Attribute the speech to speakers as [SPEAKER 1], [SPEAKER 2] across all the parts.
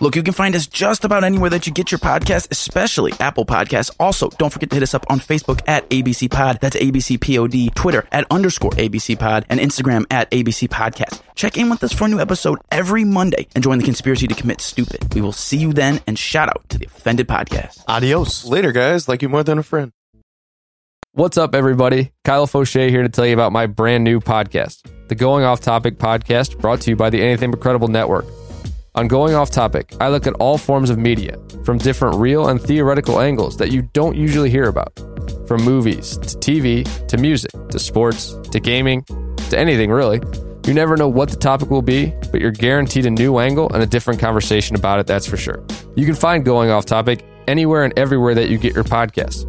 [SPEAKER 1] Look, you can find us just about anywhere that you get your podcast, especially Apple Podcasts. Also, don't forget to hit us up on Facebook at ABC Pod. That's ABC Pod. Twitter at underscore ABC Pod. And Instagram at ABC Podcast. Check in with us for a new episode every Monday and join the conspiracy to commit stupid. We will see you then and shout out to the Offended Podcast.
[SPEAKER 2] Adios.
[SPEAKER 3] Later, guys. Like you more than a friend.
[SPEAKER 4] What's up, everybody? Kyle Fauché here to tell you about my brand new podcast, the Going Off Topic podcast, brought to you by the Anything But Credible Network. On Going Off Topic, I look at all forms of media from different real and theoretical angles that you don't usually hear about. From movies to TV to music to sports to gaming to anything really. You never know what the topic will be, but you're guaranteed a new angle and a different conversation about it, that's for sure. You can find Going Off Topic anywhere and everywhere that you get your podcasts.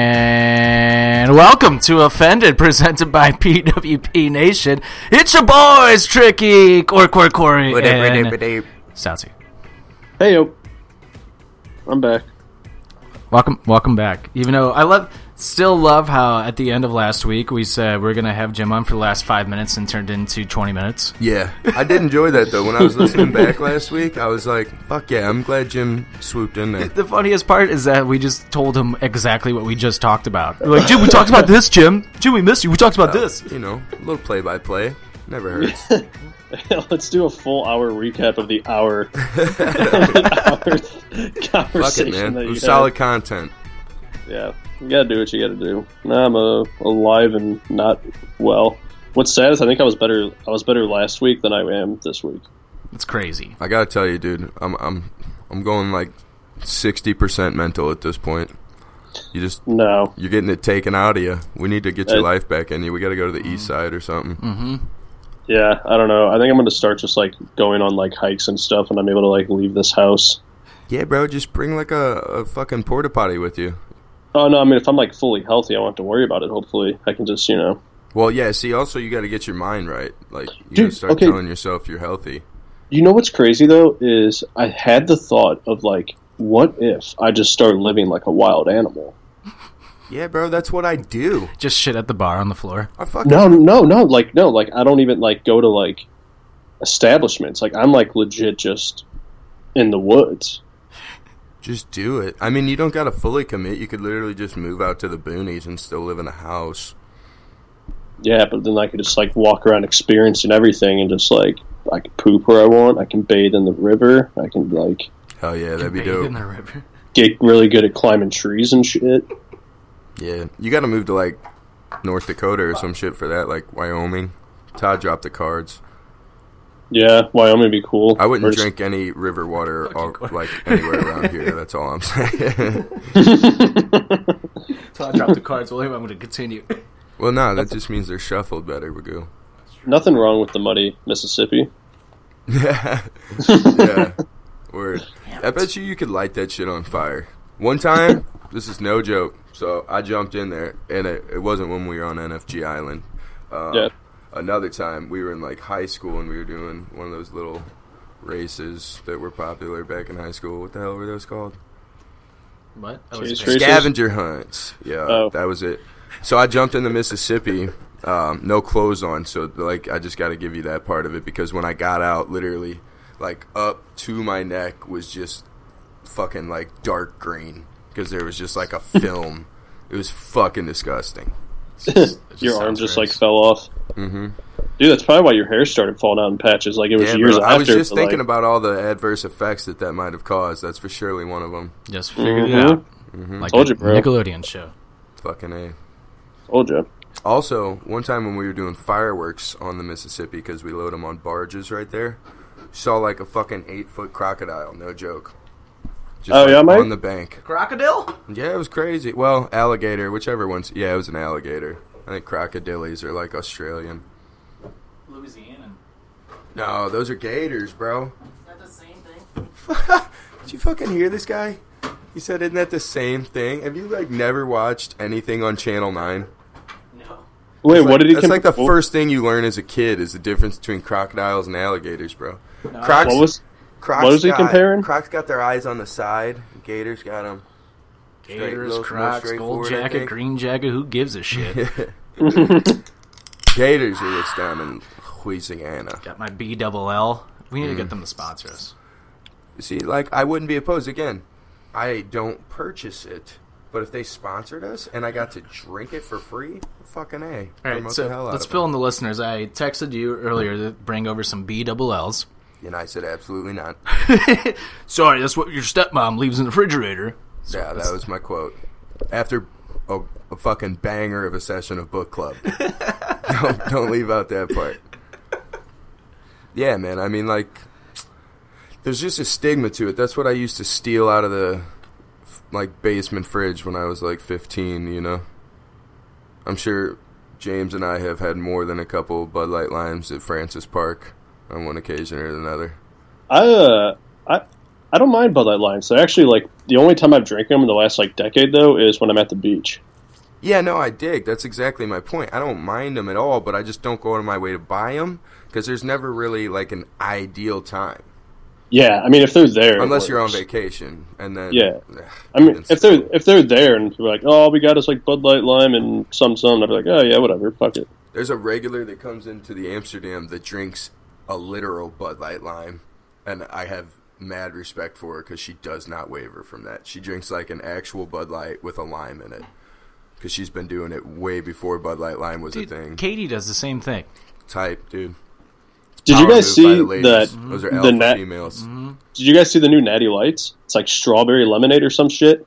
[SPEAKER 5] And welcome to Offended, presented by PWP Nation. It's your boys, Tricky, Corey, Corey, Corey, and Southsea.
[SPEAKER 6] Hey yo, I'm back.
[SPEAKER 5] Welcome, welcome back. Even though I love, still love how at the end of last week we said we're gonna have Jim on for the last five minutes and turned into twenty minutes.
[SPEAKER 7] Yeah, I did enjoy that though. When I was listening back last week, I was like, "Fuck yeah!" I'm glad Jim swooped in there.
[SPEAKER 5] The funniest part is that we just told him exactly what we just talked about. We're like, Jim, we talked about this, Jim. Jim, we missed you. We talked about this.
[SPEAKER 7] You know, a little play-by-play never hurts.
[SPEAKER 6] Let's do a full hour recap of the hour, hour
[SPEAKER 7] Fuck it,
[SPEAKER 6] conversation
[SPEAKER 7] man.
[SPEAKER 6] that
[SPEAKER 7] It
[SPEAKER 6] you
[SPEAKER 7] was
[SPEAKER 6] had.
[SPEAKER 7] solid content.
[SPEAKER 6] Yeah, you gotta do what you gotta do. Now I'm uh, alive and not well. What's sad is I think I was better. I was better last week than I am this week.
[SPEAKER 5] It's crazy.
[SPEAKER 7] I gotta tell you, dude, I'm I'm I'm going like sixty percent mental at this point. You just
[SPEAKER 6] No,
[SPEAKER 7] you're getting it taken out of you. We need to get your
[SPEAKER 6] Uh,
[SPEAKER 7] life back in you. We gotta go to the east side or something.
[SPEAKER 3] Mm.
[SPEAKER 6] yeah, I don't know. I think I'm gonna start just like going on like hikes and stuff, and I'm able to like leave this house.
[SPEAKER 7] Yeah, bro, just bring like a, a fucking porta potty with you.
[SPEAKER 6] Oh no, I mean if I'm like fully healthy, I won't have to worry about it. Hopefully, I can just you know.
[SPEAKER 7] Well, yeah. See, also you got to get your mind right. Like you
[SPEAKER 6] Dude,
[SPEAKER 7] gotta start
[SPEAKER 6] okay.
[SPEAKER 7] telling yourself you're healthy.
[SPEAKER 6] You know what's crazy though is I had the thought of like, what if I just start living like a wild animal?
[SPEAKER 7] Yeah, bro, that's what I do.
[SPEAKER 5] Just shit at the bar on the floor.
[SPEAKER 7] I fucking
[SPEAKER 6] No, no, no, like no, like I don't even like go to like establishments. Like I'm like legit just in the woods.
[SPEAKER 7] Just do it. I mean, you don't got to fully commit. You could literally just move out to the boonies and still live in a house.
[SPEAKER 6] Yeah, but then I could just like walk around experiencing everything and just like I can poop where I want. I can bathe in the river. I can like
[SPEAKER 7] Hell yeah, that'd be
[SPEAKER 5] Bathe in
[SPEAKER 7] dope.
[SPEAKER 5] the river.
[SPEAKER 6] get really good at climbing trees and shit.
[SPEAKER 7] Yeah, you got to move to like North Dakota or some shit for that, like Wyoming. Todd dropped the cards.
[SPEAKER 6] Yeah, Wyoming would be cool.
[SPEAKER 7] I
[SPEAKER 6] Or
[SPEAKER 7] wouldn't
[SPEAKER 6] just-
[SPEAKER 7] drink any river water all, like anywhere around here. That's all I'm saying.
[SPEAKER 5] So I dropped the cards. Well, anyway, I'm going to continue.
[SPEAKER 7] Well, no, that just means they're shuffled better, Magoo.
[SPEAKER 6] Nothing wrong with the muddy Mississippi.
[SPEAKER 7] yeah. yeah. Word. I bet you you could light that shit on fire. One time, this is no joke. So I jumped in there, and it, it wasn't when we were on NFG Island. Uh,
[SPEAKER 6] Yeah.
[SPEAKER 7] Another time, we were in like high school, and we were doing one of those little races that were popular back in high school. What the hell were those called?
[SPEAKER 5] What? I
[SPEAKER 6] Cheese
[SPEAKER 5] was
[SPEAKER 6] Races?
[SPEAKER 7] scavenger hunts. Yeah,
[SPEAKER 6] Oh.
[SPEAKER 7] that was it. So I jumped in the Mississippi, um, no clothes on. So like, I just got to give you that part of it because when I got out, literally, like up to my neck was just fucking like dark green because there was just like a film. it was fucking disgusting.
[SPEAKER 6] Your arm
[SPEAKER 5] sounds gross.
[SPEAKER 6] just like fell off. Dude, that's probably why your hair started falling out in patches. Like it was
[SPEAKER 7] Mm-hmm. Yeah,
[SPEAKER 6] years
[SPEAKER 7] bro,
[SPEAKER 6] after.
[SPEAKER 7] I was just
[SPEAKER 6] but,
[SPEAKER 7] thinking
[SPEAKER 6] like,
[SPEAKER 7] about all the adverse effects that that might have caused. That's for surely one of them.
[SPEAKER 5] Just figured it
[SPEAKER 6] Mhm.
[SPEAKER 5] out. Like
[SPEAKER 6] Told
[SPEAKER 5] a
[SPEAKER 6] you, bro.
[SPEAKER 5] Nickelodeon show.
[SPEAKER 7] Fucking a.
[SPEAKER 6] Told you.
[SPEAKER 7] Also, one time when we were doing fireworks on the Mississippi because we load them on barges right there, saw like a fucking eight foot crocodile. No joke. Just
[SPEAKER 6] Oh,
[SPEAKER 7] like,
[SPEAKER 6] yeah, mate?
[SPEAKER 7] on the bank.
[SPEAKER 5] Crocodile?
[SPEAKER 7] Yeah, it was crazy. Well, alligator, whichever one's. Yeah, it was an alligator. I think crocodilies are like Australian.
[SPEAKER 5] Louisiana.
[SPEAKER 7] No, those are gators, bro.
[SPEAKER 5] Is that the same thing?
[SPEAKER 7] Did you fucking hear this guy? He said, "Isn't that the same thing?" Have you like never watched anything on Channel Nine?
[SPEAKER 5] No.
[SPEAKER 6] Wait,
[SPEAKER 7] Like,
[SPEAKER 6] what did he?
[SPEAKER 7] That's like the
[SPEAKER 6] compare-
[SPEAKER 7] first thing you learn as a kid is the difference between crocodiles and alligators, bro. Crocs,
[SPEAKER 6] What was?
[SPEAKER 7] Crocs
[SPEAKER 6] what was he
[SPEAKER 7] got-
[SPEAKER 6] comparing?
[SPEAKER 7] Crocs got their eyes on the side. Gators got them. Straight-
[SPEAKER 5] Gators,
[SPEAKER 7] little-
[SPEAKER 5] Crocs,
[SPEAKER 7] more
[SPEAKER 5] gold
[SPEAKER 7] straightforward, I
[SPEAKER 5] jacket,
[SPEAKER 7] think.
[SPEAKER 5] green jacket. Who gives a shit?
[SPEAKER 7] Gators are what's down in Louisiana.
[SPEAKER 5] Got my B double L. We need to
[SPEAKER 7] Mm.
[SPEAKER 5] get them to sponsor us.
[SPEAKER 7] See, like I wouldn't be opposed. Again, I don't purchase it, but if they sponsored us and I got to drink it for free, fucking a.
[SPEAKER 5] All right,
[SPEAKER 7] Promote the hell
[SPEAKER 5] so
[SPEAKER 7] out
[SPEAKER 5] let's
[SPEAKER 7] of
[SPEAKER 5] fill
[SPEAKER 7] it.
[SPEAKER 5] in the listeners. I texted you earlier to bring over some B double L's.
[SPEAKER 7] And I said absolutely not.
[SPEAKER 5] Sorry, that's what your stepmom leaves in the refrigerator.
[SPEAKER 7] Yeah, that was my quote. After a, a fucking banger of a session of book club. don't, don't leave out that part. Yeah, man. I mean, like, there's just a stigma to it. That's what I used to steal out of the, f- like, basement fridge when I was, like, 15, you know? I'm sure James and I have had more than a couple Bud Light Limes at Francis Park on one occasion or another.
[SPEAKER 6] I uh, I I don't mind Bud Light Limes. They're actually like the only time I've drank them in the last like decade though is when I'm at the beach.
[SPEAKER 7] Yeah, no, I dig. That's exactly my point. I don't mind them at all, but I just don't go out of my way to buy them because there's never really like an ideal time,
[SPEAKER 6] Yeah, I mean if they're there, it
[SPEAKER 7] unless you're on
[SPEAKER 6] works.
[SPEAKER 7] vacation, and then
[SPEAKER 6] Yeah.
[SPEAKER 7] Ugh,
[SPEAKER 6] I mean
[SPEAKER 7] even
[SPEAKER 6] if
[SPEAKER 7] still.
[SPEAKER 6] they're if they're there and people are like, oh, we got us like Bud Light Lime and some some, I'd be like, oh yeah, whatever, fuck it.
[SPEAKER 7] there's a regular that comes into the Amsterdam that drinks a literal Bud Light Lime, and I have mad respect for her because she does not waver from that. She drinks like an actual Bud Light with a lime in it because she's been doing it way before Bud Light Lime was a thing.
[SPEAKER 5] Dude, Katie does the same thing.
[SPEAKER 7] Type, dude.
[SPEAKER 6] Did you
[SPEAKER 7] Power move
[SPEAKER 6] guys
[SPEAKER 7] by
[SPEAKER 6] see
[SPEAKER 7] the ladies.
[SPEAKER 6] that?
[SPEAKER 7] Those are
[SPEAKER 6] the
[SPEAKER 7] alpha
[SPEAKER 6] net-
[SPEAKER 7] females.
[SPEAKER 6] Did you guys see the new Natty Lights? It's like strawberry lemonade or some shit.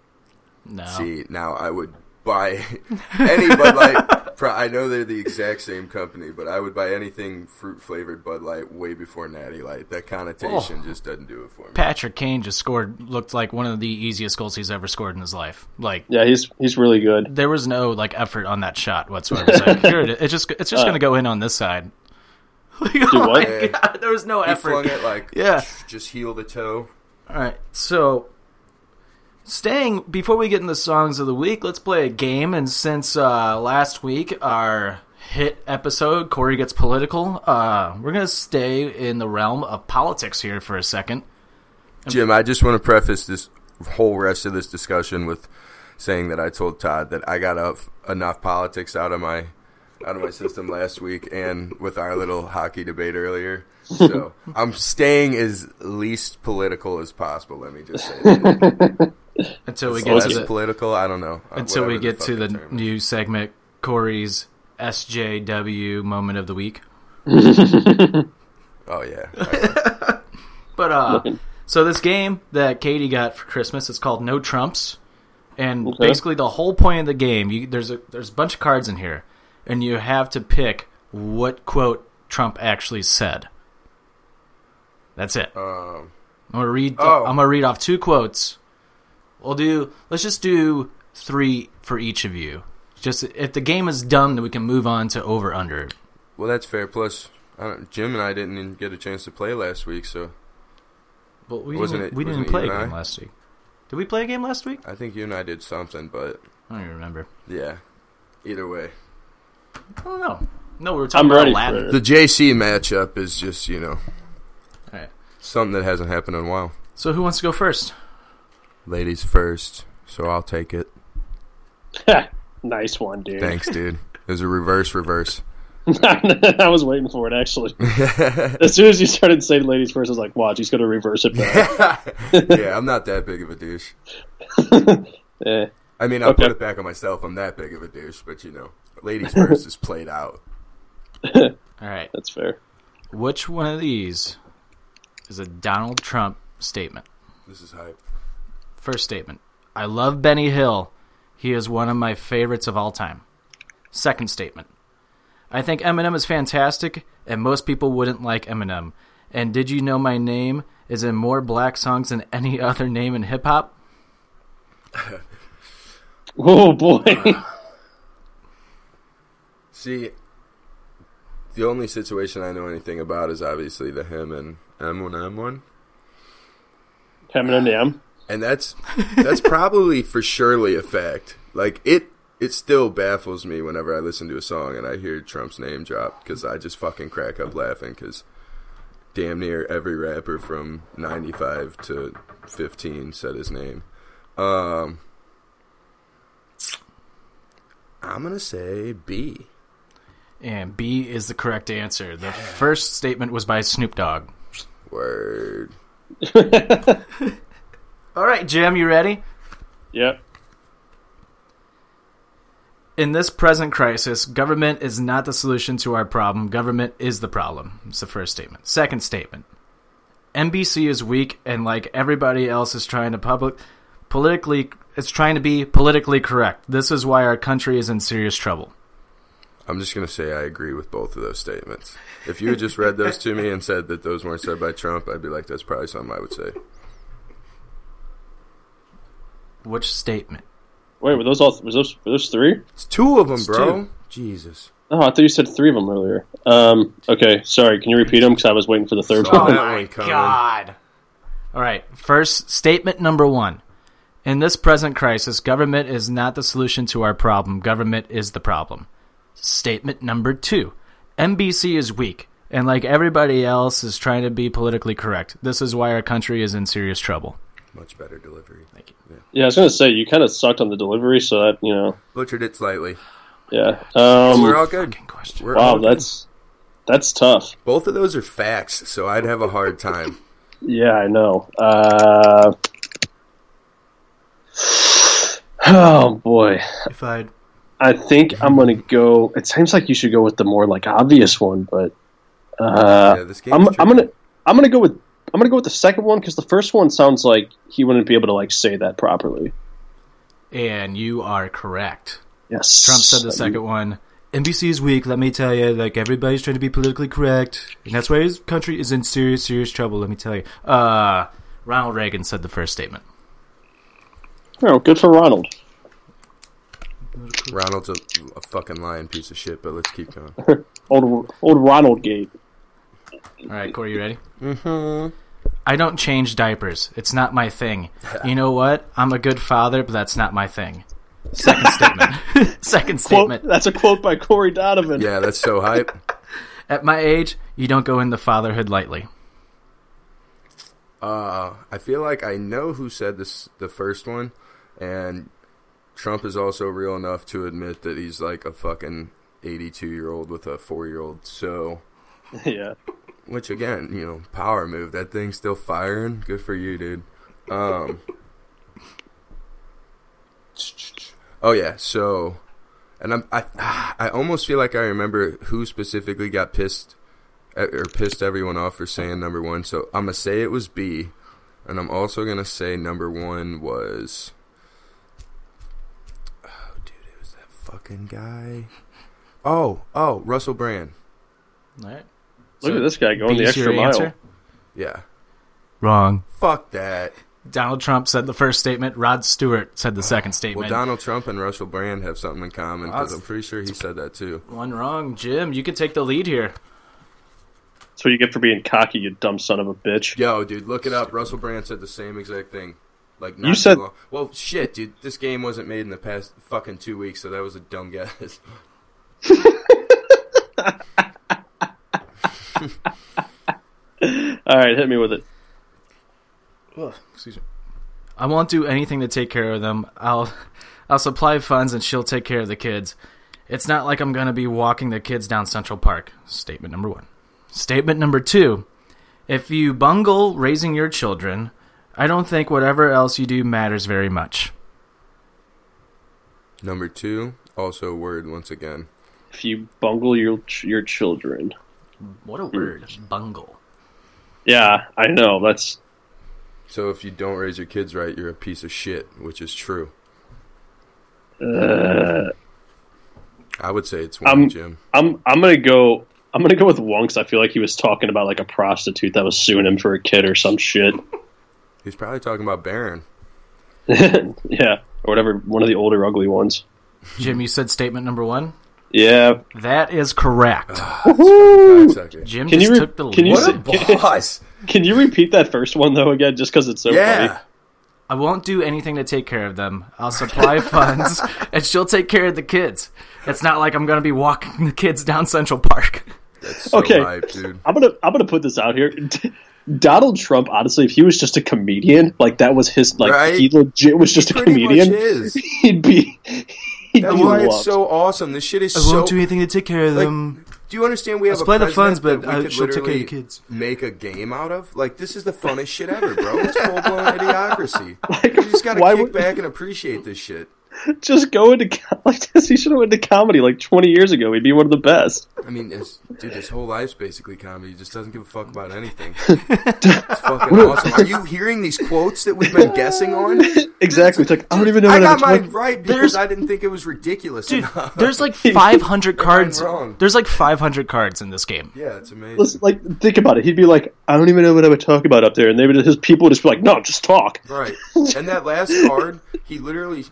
[SPEAKER 5] No.
[SPEAKER 7] See, now I would buy any Bud Light. pro- I know they're the exact same company, but I would buy anything fruit flavored Bud Light way before Natty Light. That connotation just doesn't do it for me.
[SPEAKER 5] Patrick Kane just scored, looked like one of the easiest goals he's ever scored in his life. Like,
[SPEAKER 6] Yeah, he's he's really good.
[SPEAKER 5] there was no like effort on that shot whatsoever. It's like, here it is. It's just it's just gonna go in on this side. Like, oh
[SPEAKER 6] what?
[SPEAKER 5] my God, there was no
[SPEAKER 7] He
[SPEAKER 5] effort.
[SPEAKER 7] flung it like,
[SPEAKER 5] Yeah.
[SPEAKER 7] just heel the toe.
[SPEAKER 5] All right, so staying before we get into songs of the week, let's play a game. And since uh, last week our hit episode Corey gets political, uh, we're gonna stay in the realm of politics here for a second.
[SPEAKER 7] Jim, I just want to preface this whole rest of this discussion with saying that I told Todd that I got up enough politics out of my out of my system last week and with our little hockey debate earlier. So I'm staying as least political as possible. Let me just say that.
[SPEAKER 5] Until we get
[SPEAKER 7] less
[SPEAKER 5] to the,
[SPEAKER 7] political. I don't know. Uh,
[SPEAKER 5] until we get to the
[SPEAKER 7] fucking term is.
[SPEAKER 5] new segment Corey's SJW moment of the week.
[SPEAKER 7] Oh yeah, Alright.
[SPEAKER 5] But uh, so this game that Katie got for Christmas, it's called No Trumps, and basically the whole point of the game, you, there's a there's a bunch of cards in here, and you have to pick what quote Trump actually said. That's it. I'm gonna read.
[SPEAKER 7] Um, oh.
[SPEAKER 5] I'm gonna read off two quotes. We'll do. Let's just do three for each of you. Just if the game is done, then we can move on to over under.
[SPEAKER 7] Well, that's fair. Plus, I don't, Jim and I didn't even get a chance to play last week, so
[SPEAKER 5] But we
[SPEAKER 7] Wasn't
[SPEAKER 5] didn't,
[SPEAKER 7] it-
[SPEAKER 5] we didn't
[SPEAKER 7] wasn't it
[SPEAKER 5] play a
[SPEAKER 7] you and
[SPEAKER 5] game
[SPEAKER 7] I?
[SPEAKER 5] last week. Did we play a game last week?
[SPEAKER 7] I think you and I did something. But
[SPEAKER 5] I don't even remember.
[SPEAKER 7] yeah, either way,
[SPEAKER 5] I don't know. No, we were talking
[SPEAKER 6] I'm
[SPEAKER 5] about
[SPEAKER 6] ready
[SPEAKER 5] Aladdin.
[SPEAKER 6] for it.
[SPEAKER 7] the JC matchup is just you know
[SPEAKER 5] All right.
[SPEAKER 7] something that hasn't happened in a while.
[SPEAKER 5] So who wants to go first?
[SPEAKER 7] Ladies first, so I'll take it.
[SPEAKER 6] nice one, dude.
[SPEAKER 7] Thanks, dude. It was a reverse reverse.
[SPEAKER 6] I was waiting for it actually. as soon as you started saying ladies first, I was like, watch, he's gonna reverse it back.
[SPEAKER 7] yeah, I'm not that big of a douche.
[SPEAKER 6] Eh.
[SPEAKER 7] I mean, I'll
[SPEAKER 6] Okay.
[SPEAKER 7] put it back on myself. I'm that big of a douche, but you know, ladies first is played out.
[SPEAKER 5] All right.
[SPEAKER 6] That's fair.
[SPEAKER 5] Which one of these is a Donald Trump statement?
[SPEAKER 7] This is hype.
[SPEAKER 5] First statement I love Benny Hill. He is one of my favorites of all time. Second statement I think Eminem is fantastic, and most people wouldn't like Eminem. And Did You Know My Name is in more black songs than any other name in hip hop?
[SPEAKER 6] Oh boy.
[SPEAKER 7] See, the only situation I know anything about is obviously the him and M1M one,
[SPEAKER 6] Eminem Yam.
[SPEAKER 7] and that's that's probably for surely a fact. Like it, it still baffles me whenever I listen to a song and I hear Trump's name drop because I just fucking crack up laughing because damn near every rapper from '95 to '15 said his name. Um, I'm gonna say B.
[SPEAKER 5] And B is the correct answer. The first statement was by Snoop Dogg.
[SPEAKER 7] Word.
[SPEAKER 5] All right, Jim, you ready?
[SPEAKER 6] Yep.
[SPEAKER 5] In this present crisis, government is not the solution to our problem. Government is the problem. It's the first statement. Second statement. NBC is weak and like everybody else is trying to public politically it's trying to be politically correct. This is why our country is in serious trouble.
[SPEAKER 7] I'm just going to say I agree with both of those statements. If you had just read those to me and said that those weren't said by Trump, I'd be like, that's probably something I would say.
[SPEAKER 5] Which statement?
[SPEAKER 6] Wait, were those all was those were those three?
[SPEAKER 7] It's two of them, bro.
[SPEAKER 5] two.
[SPEAKER 7] Jesus.
[SPEAKER 6] Oh, I thought you said three of them earlier. Um, okay, sorry. Can you repeat them? Because I was waiting for the third
[SPEAKER 7] Saw
[SPEAKER 6] one.
[SPEAKER 7] that one coming.
[SPEAKER 5] Oh God. All right. First statement number 1. In this present crisis, government is not the solution to our problem. Government is the problem. Statement number 2. NBC is weak and like everybody else is trying to be politically correct. This is why our country is in serious trouble.
[SPEAKER 7] Much better delivery. Thank you.
[SPEAKER 6] Yeah, I was gonna say you kind of sucked on the delivery, so that you know,
[SPEAKER 7] Butchered it slightly.
[SPEAKER 6] yeah.
[SPEAKER 7] We're
[SPEAKER 6] Um,
[SPEAKER 7] all good.
[SPEAKER 5] question.
[SPEAKER 7] We're all
[SPEAKER 6] wow,
[SPEAKER 7] good.
[SPEAKER 6] that's that's tough.
[SPEAKER 7] Both of those are facts, so I'd have a hard time.
[SPEAKER 6] Yeah, I know. Uh, oh boy,
[SPEAKER 5] If I'd
[SPEAKER 6] I think I'm gonna go. It seems like you should go with the more like obvious one, but uh,
[SPEAKER 7] yeah, this game's
[SPEAKER 6] I'm, I'm
[SPEAKER 7] tricky.
[SPEAKER 6] gonna I'm gonna go with I'm gonna go with the second one because the first one sounds like he wouldn't be able to like say that properly.
[SPEAKER 5] and you are correct.
[SPEAKER 6] Yes,
[SPEAKER 5] Trump said the second one. NBC is weak, let me tell you. Like, everybody's trying to be politically correct. And that's why his country is in serious, serious trouble, let me tell you. Uh, Ronald Reagan said the first statement.
[SPEAKER 6] Oh, good for Ronald.
[SPEAKER 7] Ronald's a, a fucking lying piece of shit, but let's keep going.
[SPEAKER 6] Old old Ronald Gate.
[SPEAKER 5] All right, Corey, you ready? Mm-hmm. I don't change diapers. It's not my thing. You know what? I'm a good father, but that's not my thing. Second statement. Second
[SPEAKER 6] Quote,
[SPEAKER 5] statement.
[SPEAKER 6] that's a quote by Corey Donovan.
[SPEAKER 7] Yeah, that's so hype.
[SPEAKER 5] At my age, you don't go into fatherhood lightly.
[SPEAKER 7] Uh, I feel like I know who said this the first one, and Trump is also real enough to admit that he's like a fucking eighty-two year old with a four-year-old. So,
[SPEAKER 6] yeah.
[SPEAKER 7] which again, you know, power move. That thing's still firing. Good for you, dude. Um. Oh yeah. So, and I'm I I almost feel like I remember who specifically got pissed at- or pissed everyone off for saying number one. So I'm gonna say it was B, and I'm also gonna say number one was. Oh, dude, it was that fucking guy. Oh, oh, Russell Brand.
[SPEAKER 5] All right.
[SPEAKER 6] Look at this guy going the
[SPEAKER 5] B's
[SPEAKER 6] extra
[SPEAKER 5] your
[SPEAKER 6] mile.
[SPEAKER 5] answer?
[SPEAKER 7] Yeah.
[SPEAKER 5] Wrong.
[SPEAKER 7] Fuck that.
[SPEAKER 5] Donald Trump said the first statement. Rod Stewart said the second
[SPEAKER 7] Well,
[SPEAKER 5] statement.
[SPEAKER 7] Donald Trump and Russell Brand have something in common because
[SPEAKER 5] That's-
[SPEAKER 7] I'm pretty sure he said that too.
[SPEAKER 5] One wrong, Jim. You could take the lead here.
[SPEAKER 6] That's what you get for being cocky, you dumb son of a bitch.
[SPEAKER 7] Yo, dude, look it up. Russell Brand said the same exact thing. Like not
[SPEAKER 6] You
[SPEAKER 7] too
[SPEAKER 6] said-
[SPEAKER 7] long. Well, shit, dude. This game wasn't made in the past fucking two weeks, so that was a dumb guess.
[SPEAKER 6] All right, hit me with it.
[SPEAKER 5] Excuse me. I won't do anything to take care of them. I'll I'll supply funds and she'll take care of the kids. It's not like I'm going to be walking the kids down Central Park. Statement number 1. Statement number 2. If you bungle raising your children, I don't think whatever else you do matters very much.
[SPEAKER 7] Number two, also a word once again.
[SPEAKER 6] If you bungle your ch- your children,
[SPEAKER 5] What a word, bungle.
[SPEAKER 6] yeah, I know that's
[SPEAKER 7] So if you don't raise your kids right, you're a piece of shit, which is true. I would say it's one,
[SPEAKER 6] Um,
[SPEAKER 7] Jim.
[SPEAKER 6] Uh, I'm I'm gonna go. I'm gonna go with one because I feel like he was talking about like a prostitute that was suing him for a kid or some shit.
[SPEAKER 7] He's probably talking about Baron.
[SPEAKER 6] yeah, or whatever. One of the older ugly ones.
[SPEAKER 5] Jim, you said statement number 1?
[SPEAKER 6] Yeah.
[SPEAKER 5] That is correct.
[SPEAKER 7] Cocksucker.
[SPEAKER 5] Jim
[SPEAKER 6] Can
[SPEAKER 5] just
[SPEAKER 6] you re-
[SPEAKER 5] took the
[SPEAKER 6] can you
[SPEAKER 5] lead.
[SPEAKER 7] What a boss!
[SPEAKER 6] Can you repeat that first one though again, just because it's so funny?
[SPEAKER 7] yeah,
[SPEAKER 5] I won't do anything to take care of them. I'll supply funds, and she'll take care of the kids. It's not like I'm going to be walking the kids down Central Park.
[SPEAKER 7] so
[SPEAKER 6] Okay.
[SPEAKER 7] hype, dude.
[SPEAKER 6] I'm gonna I'm gonna put this out here. Donald Trump, honestly, if he was just a comedian, like that was his like
[SPEAKER 7] Right?
[SPEAKER 6] he legit was just a
[SPEAKER 7] Pretty
[SPEAKER 6] comedian,
[SPEAKER 7] much is.
[SPEAKER 6] he'd be he'd
[SPEAKER 7] That's
[SPEAKER 6] be
[SPEAKER 7] why it's
[SPEAKER 6] loved.
[SPEAKER 7] so awesome. This shit is so. Do
[SPEAKER 5] anything to take care of
[SPEAKER 7] like, do you understand? We have
[SPEAKER 5] Supply
[SPEAKER 7] a
[SPEAKER 5] the funds,
[SPEAKER 7] president
[SPEAKER 5] but
[SPEAKER 7] that
[SPEAKER 5] I-
[SPEAKER 7] we could
[SPEAKER 5] she'll take care of the
[SPEAKER 7] literally
[SPEAKER 5] kids.
[SPEAKER 7] Make a game out of like this is the funnest shit ever, bro. It's full blown idiocracy. you just gotta
[SPEAKER 6] why
[SPEAKER 7] kick
[SPEAKER 6] would-
[SPEAKER 7] back and appreciate this shit.
[SPEAKER 6] just go into co- like this. He should have went to comedy like 20 years ago. He'd be one of the best.
[SPEAKER 7] I mean, this, dude, his whole life's basically comedy. He just doesn't give a fuck about anything. it's fucking awesome. Are you hearing these quotes that we've been guessing on?
[SPEAKER 6] Exactly. It's like I don't even know.
[SPEAKER 7] I
[SPEAKER 6] what
[SPEAKER 7] got
[SPEAKER 6] I'm
[SPEAKER 7] mine
[SPEAKER 6] talking-
[SPEAKER 7] right because I didn't think it was ridiculous
[SPEAKER 5] Dude,
[SPEAKER 7] enough.
[SPEAKER 5] there's like 500 cards.
[SPEAKER 7] wrong.
[SPEAKER 5] There's like 500 cards in this game.
[SPEAKER 7] Yeah, it's amazing.
[SPEAKER 6] Listen, like think about it. He'd be like, I don't even know what I would talk about up there, and they would his people would just be like, No, just talk.
[SPEAKER 7] Right. And that last card, he literally.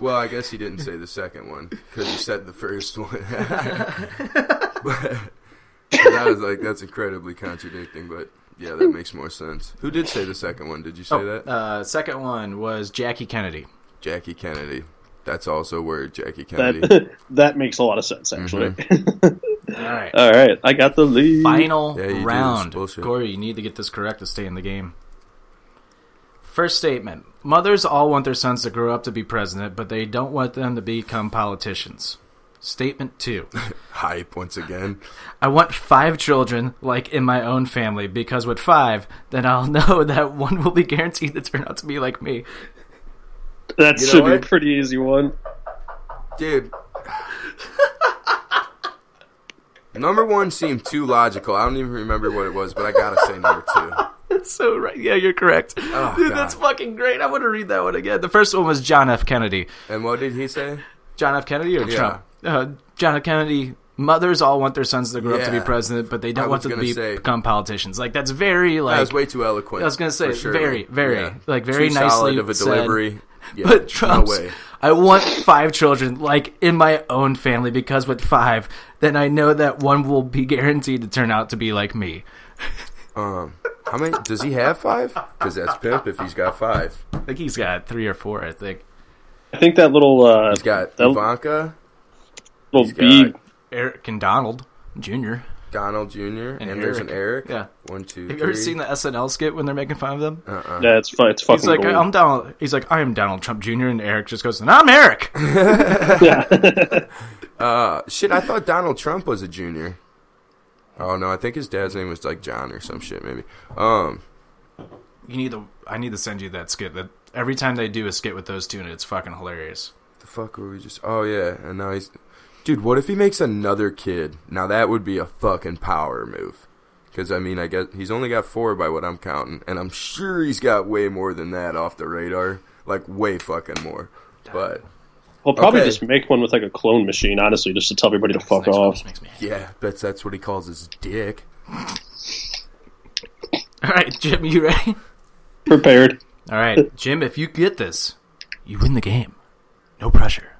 [SPEAKER 7] Well, I guess he didn't say the second one because he said the first one. but, that was like that's incredibly contradicting, but yeah, that makes more sense. Who did say the second one? Did you say that?
[SPEAKER 5] Uh, second one was Jackie Kennedy.
[SPEAKER 7] Jackie Kennedy. That's also word Jackie Kennedy.
[SPEAKER 6] That that makes a lot of sense actually.
[SPEAKER 7] Mm-hmm.
[SPEAKER 5] All right.
[SPEAKER 6] All right, I got the lead.
[SPEAKER 5] Final
[SPEAKER 7] Yeah, you do. It's
[SPEAKER 5] round.
[SPEAKER 7] bullshit.
[SPEAKER 5] Corey, you need to get this correct to stay in the game. First statement Mothers all want their sons to grow up to be president, but they don't want them to become politicians. Statement two
[SPEAKER 7] Hype once again.
[SPEAKER 5] I want five children, like in my own family, because with five, then I'll know that one will be guaranteed to turn out to be like me.
[SPEAKER 6] That
[SPEAKER 7] You know
[SPEAKER 6] should be a
[SPEAKER 7] what?
[SPEAKER 6] pretty easy one.
[SPEAKER 7] Dude. Number one seemed too logical. I don't even remember what it was, but I gotta say number two.
[SPEAKER 5] That's so right. Yeah, you're correct. Dude,
[SPEAKER 7] Oh, God.
[SPEAKER 5] that's fucking great. I want to read that one again. The first one was John F. Kennedy.
[SPEAKER 7] And what did he say?
[SPEAKER 5] John F. Kennedy or
[SPEAKER 7] Yeah.
[SPEAKER 5] Trump? Uh, John F. Kennedy. Mothers all want their sons to grow up to be
[SPEAKER 7] Yeah.
[SPEAKER 5] president, but they
[SPEAKER 7] I
[SPEAKER 5] don't want
[SPEAKER 7] was
[SPEAKER 5] to
[SPEAKER 7] gonna
[SPEAKER 5] be,
[SPEAKER 7] say-
[SPEAKER 5] become politicians. Like that's very like.
[SPEAKER 7] that was way too eloquent.
[SPEAKER 5] I was gonna say,
[SPEAKER 7] for sure.
[SPEAKER 5] very, very, like, very
[SPEAKER 7] too
[SPEAKER 5] nicely
[SPEAKER 7] solid of a
[SPEAKER 5] said.
[SPEAKER 7] delivery. Yeah,
[SPEAKER 5] but Trump's.
[SPEAKER 7] no way.
[SPEAKER 5] I want five children, like in my own family, because with five, then I know that one will be guaranteed to turn out to be like me.
[SPEAKER 7] Um, how many does he have? Five? Because that's pimp. If he's got five,
[SPEAKER 5] I think he's got three or four. I think.
[SPEAKER 6] I think that little uh,
[SPEAKER 7] he's got
[SPEAKER 6] that
[SPEAKER 7] Ivanka,
[SPEAKER 6] little
[SPEAKER 7] he's
[SPEAKER 6] bee.
[SPEAKER 7] got
[SPEAKER 5] Eric and Donald Jr.
[SPEAKER 7] Donald Jr. and, there's an Eric.
[SPEAKER 5] Yeah.
[SPEAKER 7] One, two,
[SPEAKER 5] Have you ever seen the SNL skit when they're making fun of them?
[SPEAKER 7] uh,
[SPEAKER 6] Yeah, it's fun. It's fucking.
[SPEAKER 5] He's like,
[SPEAKER 6] gold.
[SPEAKER 7] um,
[SPEAKER 5] I'm Donald. He's like, I am Donald Trump Jr. And Eric just goes, and I'm Eric.
[SPEAKER 7] that? Oh, Shit, I thought Donald Trump was a junior. Oh no, I think his dad's name was like John or some shit. Maybe. Um,
[SPEAKER 5] You need to. I need to send you that skit. That every time they do a skit with those two, and it's fucking hilarious.
[SPEAKER 7] the fuck were we just? Oh yeah, and now he's. Dude, what if he makes another kid? Now that would be a fucking power move. Because I mean, I guess he's only got four by what I'm counting, and I'm sure he's got way more than that off the radar, like way fucking more. But
[SPEAKER 6] Well, probably
[SPEAKER 7] Okay.
[SPEAKER 6] just make one with like a clone machine, honestly, just to tell everybody to fuck
[SPEAKER 5] Next one
[SPEAKER 6] off.
[SPEAKER 5] just makes me happy.
[SPEAKER 7] yeah, that's that's what he calls his dick.
[SPEAKER 5] All right, Jim, you ready?
[SPEAKER 6] Prepared.
[SPEAKER 5] All right, Jim, if you get this, you win the game. No pressure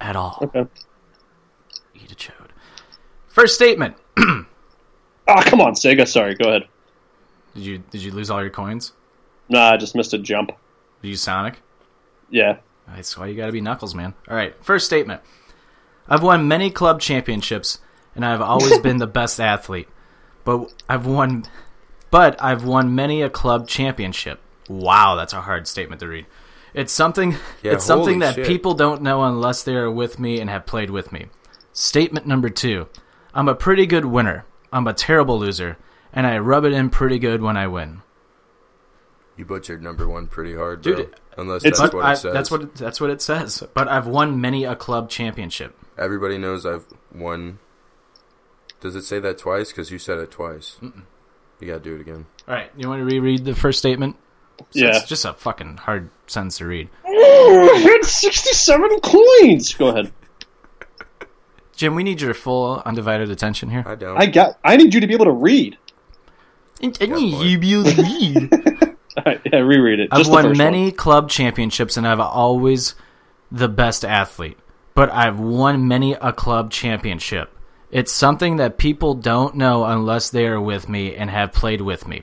[SPEAKER 5] at all.
[SPEAKER 6] Okay.
[SPEAKER 5] Eat a chode. First statement.
[SPEAKER 6] Ah, come on, Sega. Sorry. Go ahead.
[SPEAKER 5] Did you did you lose all your coins?
[SPEAKER 6] Nah, I just missed a jump.
[SPEAKER 5] Did you Sonic?
[SPEAKER 6] Yeah.
[SPEAKER 5] That's why you got to be Knuckles, man. All right, first statement. I've won many club championships, and I've always been the best athlete. But I've won, but I've won many a club championship. Wow, that's a hard statement to read. It's something.
[SPEAKER 7] Yeah,
[SPEAKER 5] it's something
[SPEAKER 7] holy
[SPEAKER 5] that
[SPEAKER 7] shit.
[SPEAKER 5] people don't know unless they are with me and have played with me. Statement number two. I'm a pretty good winner. I'm a terrible loser, and I rub it in pretty good when I win.
[SPEAKER 7] You butchered number one pretty hard, bro.
[SPEAKER 5] Dude, it-
[SPEAKER 7] Unless
[SPEAKER 6] it's-
[SPEAKER 7] that's
[SPEAKER 5] But
[SPEAKER 7] what
[SPEAKER 5] I,
[SPEAKER 7] it says.
[SPEAKER 5] that's what it- that's what it says. But I've won many a club championship.
[SPEAKER 7] Everybody knows I've won. Does it say that twice? Because you said it twice. You gotta do it again.
[SPEAKER 5] All right, you want to reread the first statement?
[SPEAKER 6] Yeah.
[SPEAKER 5] It's just a fucking hard sentence to read.
[SPEAKER 6] Ooh, I had 67 coins. Go ahead.
[SPEAKER 5] Jim, we need your full undivided attention here.
[SPEAKER 7] I don't.
[SPEAKER 6] I got. I need you to be able to read. All right, yeah, reread it.
[SPEAKER 5] I've
[SPEAKER 6] Just the
[SPEAKER 5] won
[SPEAKER 6] first one.
[SPEAKER 5] many club championships and I've always the best athlete. But I've won many a club championship. It's something that people don't know unless they are with me and have played with me.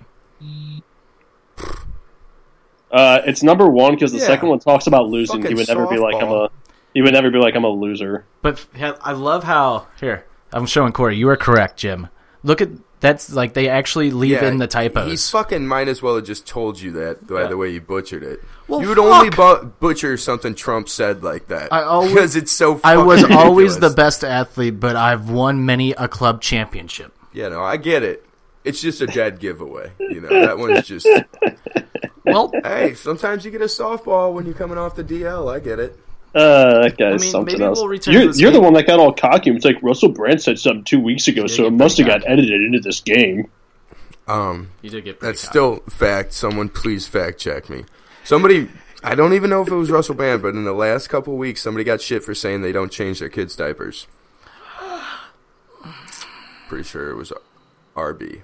[SPEAKER 6] Uh, it's number one because the
[SPEAKER 7] Yeah.
[SPEAKER 6] second one talks about losing. he
[SPEAKER 7] Fucking
[SPEAKER 6] would never be like I'm
[SPEAKER 7] softball.
[SPEAKER 6] a. He would never be like I'm a loser.
[SPEAKER 5] But f- yeah, I love how here I'm showing Corey. You are correct, Jim. Look at that's like they actually leave in the typos.
[SPEAKER 7] He fucking might as well have just told you that by the way you butchered it.
[SPEAKER 5] Well,
[SPEAKER 7] you would
[SPEAKER 5] fuck.
[SPEAKER 7] only bu- butcher something Trump said like that.
[SPEAKER 5] I always-
[SPEAKER 7] because it's so.
[SPEAKER 5] I
[SPEAKER 7] fucking
[SPEAKER 5] was always the
[SPEAKER 7] ridiculous.
[SPEAKER 5] best athlete, but I've won many a club championship.
[SPEAKER 7] You know, I get it. It's just a dead giveaway. You know, that one's just.
[SPEAKER 5] Well,
[SPEAKER 7] hey, sometimes you get a softball when you're coming off the DL. I get it.
[SPEAKER 6] Uh, that guy's
[SPEAKER 5] mean,
[SPEAKER 6] something
[SPEAKER 5] maybe
[SPEAKER 6] else.
[SPEAKER 5] we'll return to
[SPEAKER 6] you're
[SPEAKER 5] this
[SPEAKER 6] you're the
[SPEAKER 5] game.
[SPEAKER 6] one that got all cocky. It's like Russell Brand said something two weeks ago, so
[SPEAKER 5] you
[SPEAKER 6] it must have
[SPEAKER 5] pretty
[SPEAKER 6] got edited into this game.
[SPEAKER 7] Um,
[SPEAKER 5] you did get
[SPEAKER 7] That's still fact. Someone please fact check me. Somebody, I don't even know if it was Russell Brand, but in the last couple weeks, somebody got shit for saying they don't change their kids' diapers. Pretty sure it was RB.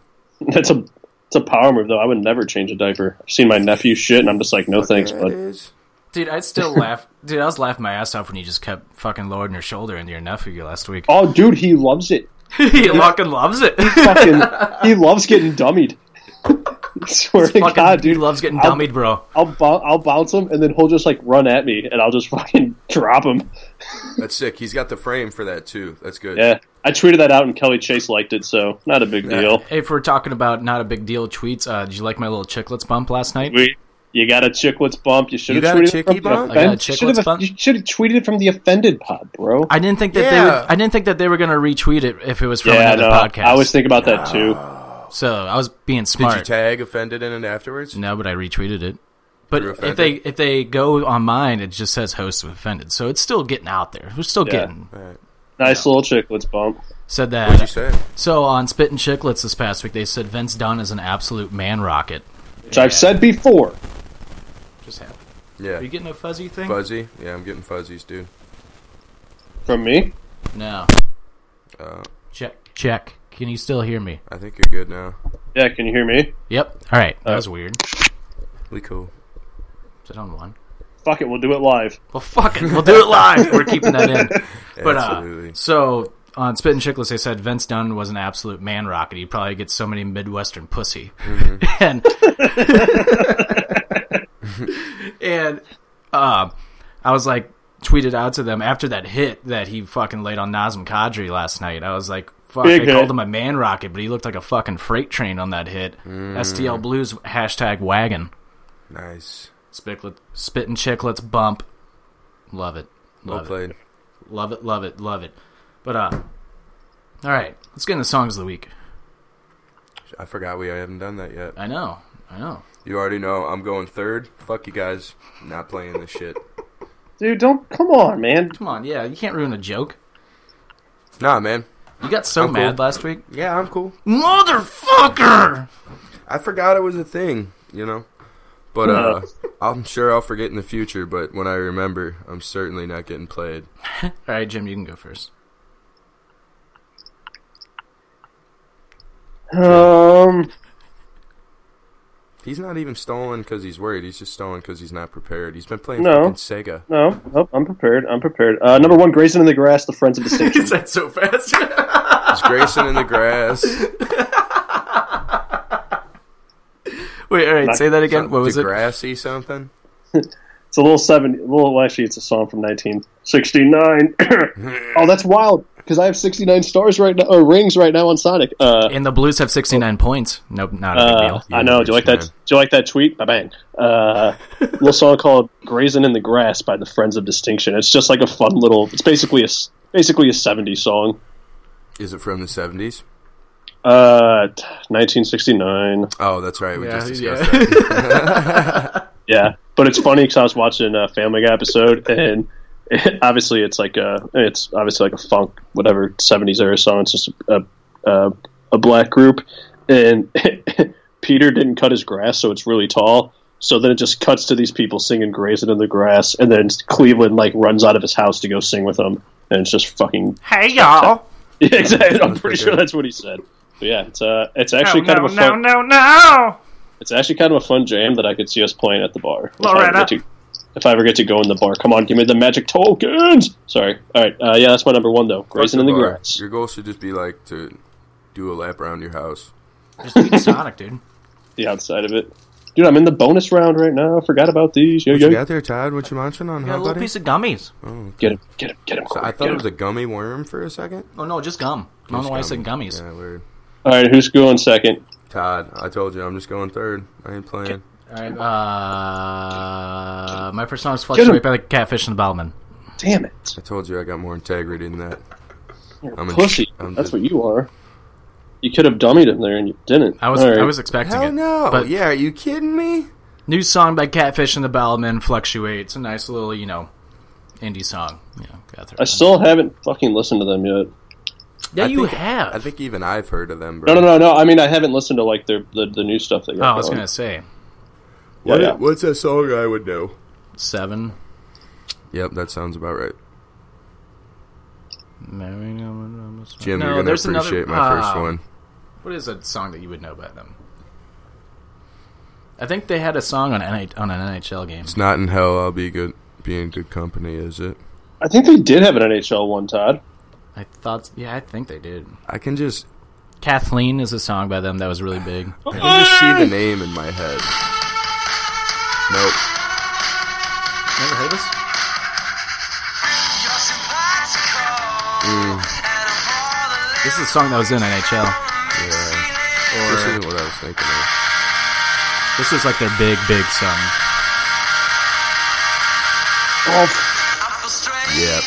[SPEAKER 6] That's a it's a power move though. I would never change a diaper. I've seen my nephew shit, and I'm just like, no thanks,
[SPEAKER 7] That
[SPEAKER 6] bud.
[SPEAKER 7] is.
[SPEAKER 5] dude. I still laugh, dude. I was laughing my ass off when you just kept fucking lowering your shoulder into your nephew last week.
[SPEAKER 6] Oh, dude, he loves it.
[SPEAKER 5] he fucking loves it.
[SPEAKER 6] Fucking, he loves getting dummied. Swear to
[SPEAKER 5] fucking,
[SPEAKER 6] God, dude,
[SPEAKER 5] he loves getting
[SPEAKER 6] I'll-
[SPEAKER 5] dummied, bro.
[SPEAKER 6] I'll bou- I'll bounce him, and then he'll just like run at me, and I'll just fucking drop him.
[SPEAKER 7] That's sick. He's got the frame for that too. That's good.
[SPEAKER 6] Yeah, I tweeted that out, and Kelly Chase liked it, so not a big deal.
[SPEAKER 5] If we're talking about not a big deal tweets, uh, did you like my little chicklets bump last night?
[SPEAKER 6] We, you got a chicklets bump. You should
[SPEAKER 7] You
[SPEAKER 6] have
[SPEAKER 7] got a
[SPEAKER 6] tweeted
[SPEAKER 7] chickie
[SPEAKER 6] it from
[SPEAKER 7] bump?
[SPEAKER 6] the
[SPEAKER 5] I got a
[SPEAKER 6] offend- should
[SPEAKER 5] chicklets
[SPEAKER 6] have-
[SPEAKER 5] bump.
[SPEAKER 6] You should have tweeted it from the offended pod, bro.
[SPEAKER 5] I didn't think that they.
[SPEAKER 7] Yeah.
[SPEAKER 5] Would, I didn't think that they were going to retweet it if it was from
[SPEAKER 6] yeah,
[SPEAKER 5] another
[SPEAKER 6] no,
[SPEAKER 5] podcast.
[SPEAKER 6] I always think about that too.
[SPEAKER 5] so I was being
[SPEAKER 7] Did
[SPEAKER 5] smart.
[SPEAKER 7] you tag offended in it afterwards?
[SPEAKER 5] No, but I retweeted it. But
[SPEAKER 7] You're
[SPEAKER 5] if they
[SPEAKER 7] offended?
[SPEAKER 5] if they go on mine, it just says host of offended. So it's still getting out there. We're still
[SPEAKER 6] Yeah.
[SPEAKER 5] getting
[SPEAKER 6] Nice little chicklets bump.
[SPEAKER 5] said
[SPEAKER 7] What'd you
[SPEAKER 5] that.
[SPEAKER 7] say?
[SPEAKER 5] So on Spit and Chicklets this past week, they said Vince Dunn is an absolute man rocket.
[SPEAKER 6] which I've said before.
[SPEAKER 5] Just happened. Are
[SPEAKER 7] Yeah.
[SPEAKER 5] you getting a fuzzy thing?
[SPEAKER 7] Fuzzy. Yeah, I'm getting fuzzies, dude.
[SPEAKER 6] From me,
[SPEAKER 5] No.
[SPEAKER 7] Uh,
[SPEAKER 5] Check check. Can you still hear me?
[SPEAKER 7] I think you're good now.
[SPEAKER 6] yeah. Can you hear me?
[SPEAKER 5] Yep. All right.
[SPEAKER 7] Uh.
[SPEAKER 5] That was weird.
[SPEAKER 7] We cool.
[SPEAKER 5] Is it on one?
[SPEAKER 6] Fuck it, we'll do it live.
[SPEAKER 5] Well, fuck it. We'll do it live. We're keeping that in. But
[SPEAKER 7] Absolutely.
[SPEAKER 5] uh, so on Spit and Chicklets, they said Vince Dunn was an absolute man rocket. He probably gets so many Midwestern pussy, and and uh, I was like tweeted out to them after that hit that he fucking laid on Nazem Kadri last night. I was like. Fuck,
[SPEAKER 6] Big
[SPEAKER 5] they
[SPEAKER 6] hit.
[SPEAKER 5] called him a man rocket, but he looked like a fucking freight train on that hit. STL Blues hashtag wagon.
[SPEAKER 7] Nice.
[SPEAKER 5] Spicklet, spit and chicklets bump. Love it.
[SPEAKER 7] Well
[SPEAKER 5] Love it.
[SPEAKER 7] played.
[SPEAKER 5] Love it, love it, love it. But uh all right, let's get into songs of the week.
[SPEAKER 7] I forgot we haven't done that yet.
[SPEAKER 5] I know, I know.
[SPEAKER 7] You already know I'm going third. Fuck you guys. Not playing this shit.
[SPEAKER 6] Dude, don't come on, man.
[SPEAKER 5] Come on, yeah, you can't ruin a joke.
[SPEAKER 7] Nah, man.
[SPEAKER 5] You got so
[SPEAKER 7] I'm
[SPEAKER 5] mad
[SPEAKER 7] cool.
[SPEAKER 5] last week,
[SPEAKER 7] Yeah, I'm cool.
[SPEAKER 5] motherfucker.
[SPEAKER 7] I forgot it was a thing, you know. But uh, I'm sure I'll forget in the future. But when I remember, I'm certainly not getting played.
[SPEAKER 5] All right, Jim, you can go first.
[SPEAKER 6] Um,
[SPEAKER 7] He's not even stolen because he's worried. He's just stolen because he's not prepared. He's been playing
[SPEAKER 6] No.
[SPEAKER 7] fucking Sega.
[SPEAKER 6] No, nope, I'm prepared. I'm prepared. Uh, number one, Grayson in the grass, the friends of distinction.
[SPEAKER 5] Is that so fast?
[SPEAKER 7] It's Grayson in the grass.
[SPEAKER 5] Wait, all right, say that again. What was it?
[SPEAKER 7] Degrassi something?
[SPEAKER 6] It's a little seventy. Little well, actually, it's a song from 1969. oh, that's wild because I have 69 stars right now or rings right now on Sonic. Uh,
[SPEAKER 5] And the Blues have 69 points. Nope, not a big
[SPEAKER 6] uh,
[SPEAKER 5] deal.
[SPEAKER 6] I know. Do you like that? Do you like that tweet? Ba bang. Uh, little song called "Grazing in the Grass" by the Friends of Distinction. It's just like a fun little. It's basically a s- basically a 70 song.
[SPEAKER 7] Is it from the 70s?
[SPEAKER 6] Uh, 1969.
[SPEAKER 7] Oh, that's right. We
[SPEAKER 5] Yeah,
[SPEAKER 7] just discussed
[SPEAKER 5] yeah.
[SPEAKER 7] that.
[SPEAKER 6] Yeah, but it's funny because I was watching a Family Guy episode, and obviously it's like a it's obviously like a funk whatever seventies era song. It's just a a, a black group, and Peter didn't cut his grass, so it's really tall. So then it just cuts to these people singing "Grazing in the Grass," and then Cleveland like runs out of his house to go sing with them, and it's just fucking
[SPEAKER 5] Hey, y'all.
[SPEAKER 6] yeah, exactly. I'm pretty
[SPEAKER 7] pretty
[SPEAKER 6] sure
[SPEAKER 7] good.
[SPEAKER 6] that's what he said. But yeah, it's uh, it's actually kind of a fun,
[SPEAKER 5] no, no.
[SPEAKER 6] it's actually kind of a fun jam that I could see us playing at the bar. If I ever
[SPEAKER 5] Loretta.
[SPEAKER 6] get to- If I ever get to go in the bar, come on, give me the magic tokens. Sorry. All right. Uh, yeah, that's my number one though. Grazing in the
[SPEAKER 7] Bar.
[SPEAKER 6] grass.
[SPEAKER 7] Your goal should just be like to do a lap around your house.
[SPEAKER 5] Just beat Sonic, dude.
[SPEAKER 6] The outside of it, dude. I'm in the bonus round right now. I forgot about these. Yo,
[SPEAKER 7] What you
[SPEAKER 6] yo.
[SPEAKER 7] got there, Todd? What you munching on,
[SPEAKER 5] Got a
[SPEAKER 7] huh,
[SPEAKER 5] little
[SPEAKER 7] buddy?
[SPEAKER 5] piece of gummies.
[SPEAKER 6] Get him. Get him. Get him.
[SPEAKER 7] So
[SPEAKER 6] quick,
[SPEAKER 7] I
[SPEAKER 6] get
[SPEAKER 7] thought it
[SPEAKER 6] him.
[SPEAKER 7] was a gummy worm for a second.
[SPEAKER 5] Oh, no, just gum. I don't know why I said
[SPEAKER 7] Gummy.
[SPEAKER 5] gummies.
[SPEAKER 7] Yeah, weird.
[SPEAKER 6] All right. Who's going second?
[SPEAKER 7] Todd, I told you, I'm just going third. I ain't playing.
[SPEAKER 5] All right, uh, my persona is
[SPEAKER 6] him.
[SPEAKER 5] fluctuated by the catfish and the bellman.
[SPEAKER 6] Damn it.
[SPEAKER 7] I told you I got more integrity than that. I'm a
[SPEAKER 6] Pussy.
[SPEAKER 7] I'm
[SPEAKER 6] That's
[SPEAKER 7] just-
[SPEAKER 6] what you are. You could have dummied him there and you didn't.
[SPEAKER 5] I was
[SPEAKER 6] All right.
[SPEAKER 5] I was expecting
[SPEAKER 7] Hell
[SPEAKER 5] it.
[SPEAKER 7] no!
[SPEAKER 5] But
[SPEAKER 7] yeah, are you kidding me?
[SPEAKER 5] new song by Catfish and the Bellman fluctuates. A nice little you know indie song. Yeah, got there.
[SPEAKER 6] I still haven't fucking listened to them yet.
[SPEAKER 5] yeah,
[SPEAKER 7] I
[SPEAKER 5] you
[SPEAKER 7] think-
[SPEAKER 5] have.
[SPEAKER 7] I think even I've heard of them. Bro.
[SPEAKER 6] No, no, no, no. I mean, I haven't listened to like their the, the new stuff they
[SPEAKER 5] oh, I
[SPEAKER 6] got.
[SPEAKER 5] was
[SPEAKER 6] going.
[SPEAKER 5] gonna say
[SPEAKER 6] Yeah, yeah.
[SPEAKER 7] What's a song I would know?
[SPEAKER 5] seven.
[SPEAKER 7] Yep, that sounds about right. Jim,
[SPEAKER 5] Jim,
[SPEAKER 7] you're gonna appreciate my first
[SPEAKER 5] uh,
[SPEAKER 7] one.
[SPEAKER 5] Ah, What is a song that you would know by them? I think they had a song on NH- on an NHL game.
[SPEAKER 7] It's not in hell. I'll be good. Be in good company, is it?
[SPEAKER 6] I think they did have an NHL one, Todd.
[SPEAKER 5] I thought, yeah, I think they did.
[SPEAKER 7] I can just,
[SPEAKER 5] Kathleen is a song by them that was really big.
[SPEAKER 7] I can just see the name in my head. Nope.
[SPEAKER 5] Never heard this?
[SPEAKER 8] Mm.
[SPEAKER 5] This is a song that was in NHL.
[SPEAKER 7] Yeah. This
[SPEAKER 5] Or
[SPEAKER 7] isn't what I was thinking of.
[SPEAKER 5] this is like their big, big song.
[SPEAKER 7] Yep.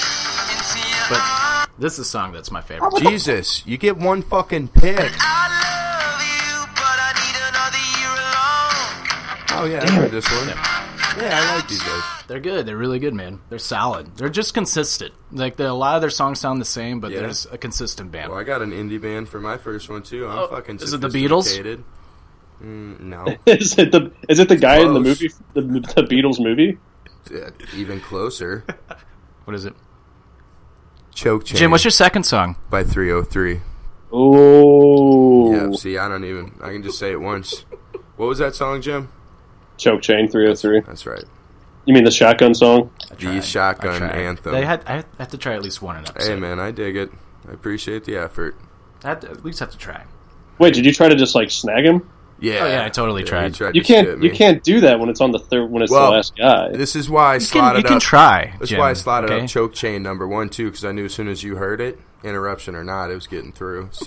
[SPEAKER 5] But this is a song that's my
[SPEAKER 7] Oh,
[SPEAKER 5] favorite.
[SPEAKER 7] Jesus, you get one fucking pick. Oh yeah, I heard this one. Yeah, I like these guys.
[SPEAKER 5] They're good. They're really good, man. They're solid. They're just consistent. Like the- a lot of their songs sound the same, but
[SPEAKER 7] Yeah.
[SPEAKER 5] there's a consistent band.
[SPEAKER 7] Well, I got an indie band for my first one too. I'm
[SPEAKER 5] Oh,
[SPEAKER 7] fucking.
[SPEAKER 5] is it the Beatles?
[SPEAKER 7] sophisticated. Mm, no,
[SPEAKER 6] Is it the is it the guy in the
[SPEAKER 7] close.
[SPEAKER 6] movie, the, the Beatles movie?
[SPEAKER 7] Yeah, even closer.
[SPEAKER 5] What is it?
[SPEAKER 7] Choke Chain
[SPEAKER 5] Jim, what's your second song?
[SPEAKER 7] by 303.
[SPEAKER 6] Oh,
[SPEAKER 7] Yeah, see, I don't even. I can just say it once. What was that song, Jim?
[SPEAKER 6] Choke Chain three hundred three.
[SPEAKER 7] That's right.
[SPEAKER 6] You mean the Shotgun song?
[SPEAKER 7] The Shotgun Anthem.
[SPEAKER 5] They had, I had- I had to try at least one an episode.
[SPEAKER 7] hey, man, I dig it. I appreciate the effort.
[SPEAKER 5] I had to, at least have to try.
[SPEAKER 6] Wait, did you try to just like snag him?
[SPEAKER 7] Yeah.
[SPEAKER 5] Oh, yeah, I totally
[SPEAKER 7] Yeah,
[SPEAKER 5] tried.
[SPEAKER 7] he tried
[SPEAKER 6] You
[SPEAKER 7] to
[SPEAKER 6] can't
[SPEAKER 7] shit
[SPEAKER 6] you
[SPEAKER 7] me.
[SPEAKER 6] can't do that when it's on the third when it's
[SPEAKER 7] Well,
[SPEAKER 6] the last guy.
[SPEAKER 7] This is why I
[SPEAKER 5] You can,
[SPEAKER 7] slotted
[SPEAKER 5] you can
[SPEAKER 7] up.
[SPEAKER 5] try.
[SPEAKER 7] That's
[SPEAKER 5] Jim,
[SPEAKER 7] why I slotted
[SPEAKER 5] okay?
[SPEAKER 7] up Choke Chain number one too, because I knew as soon as you heard it, interruption or not, it was getting through.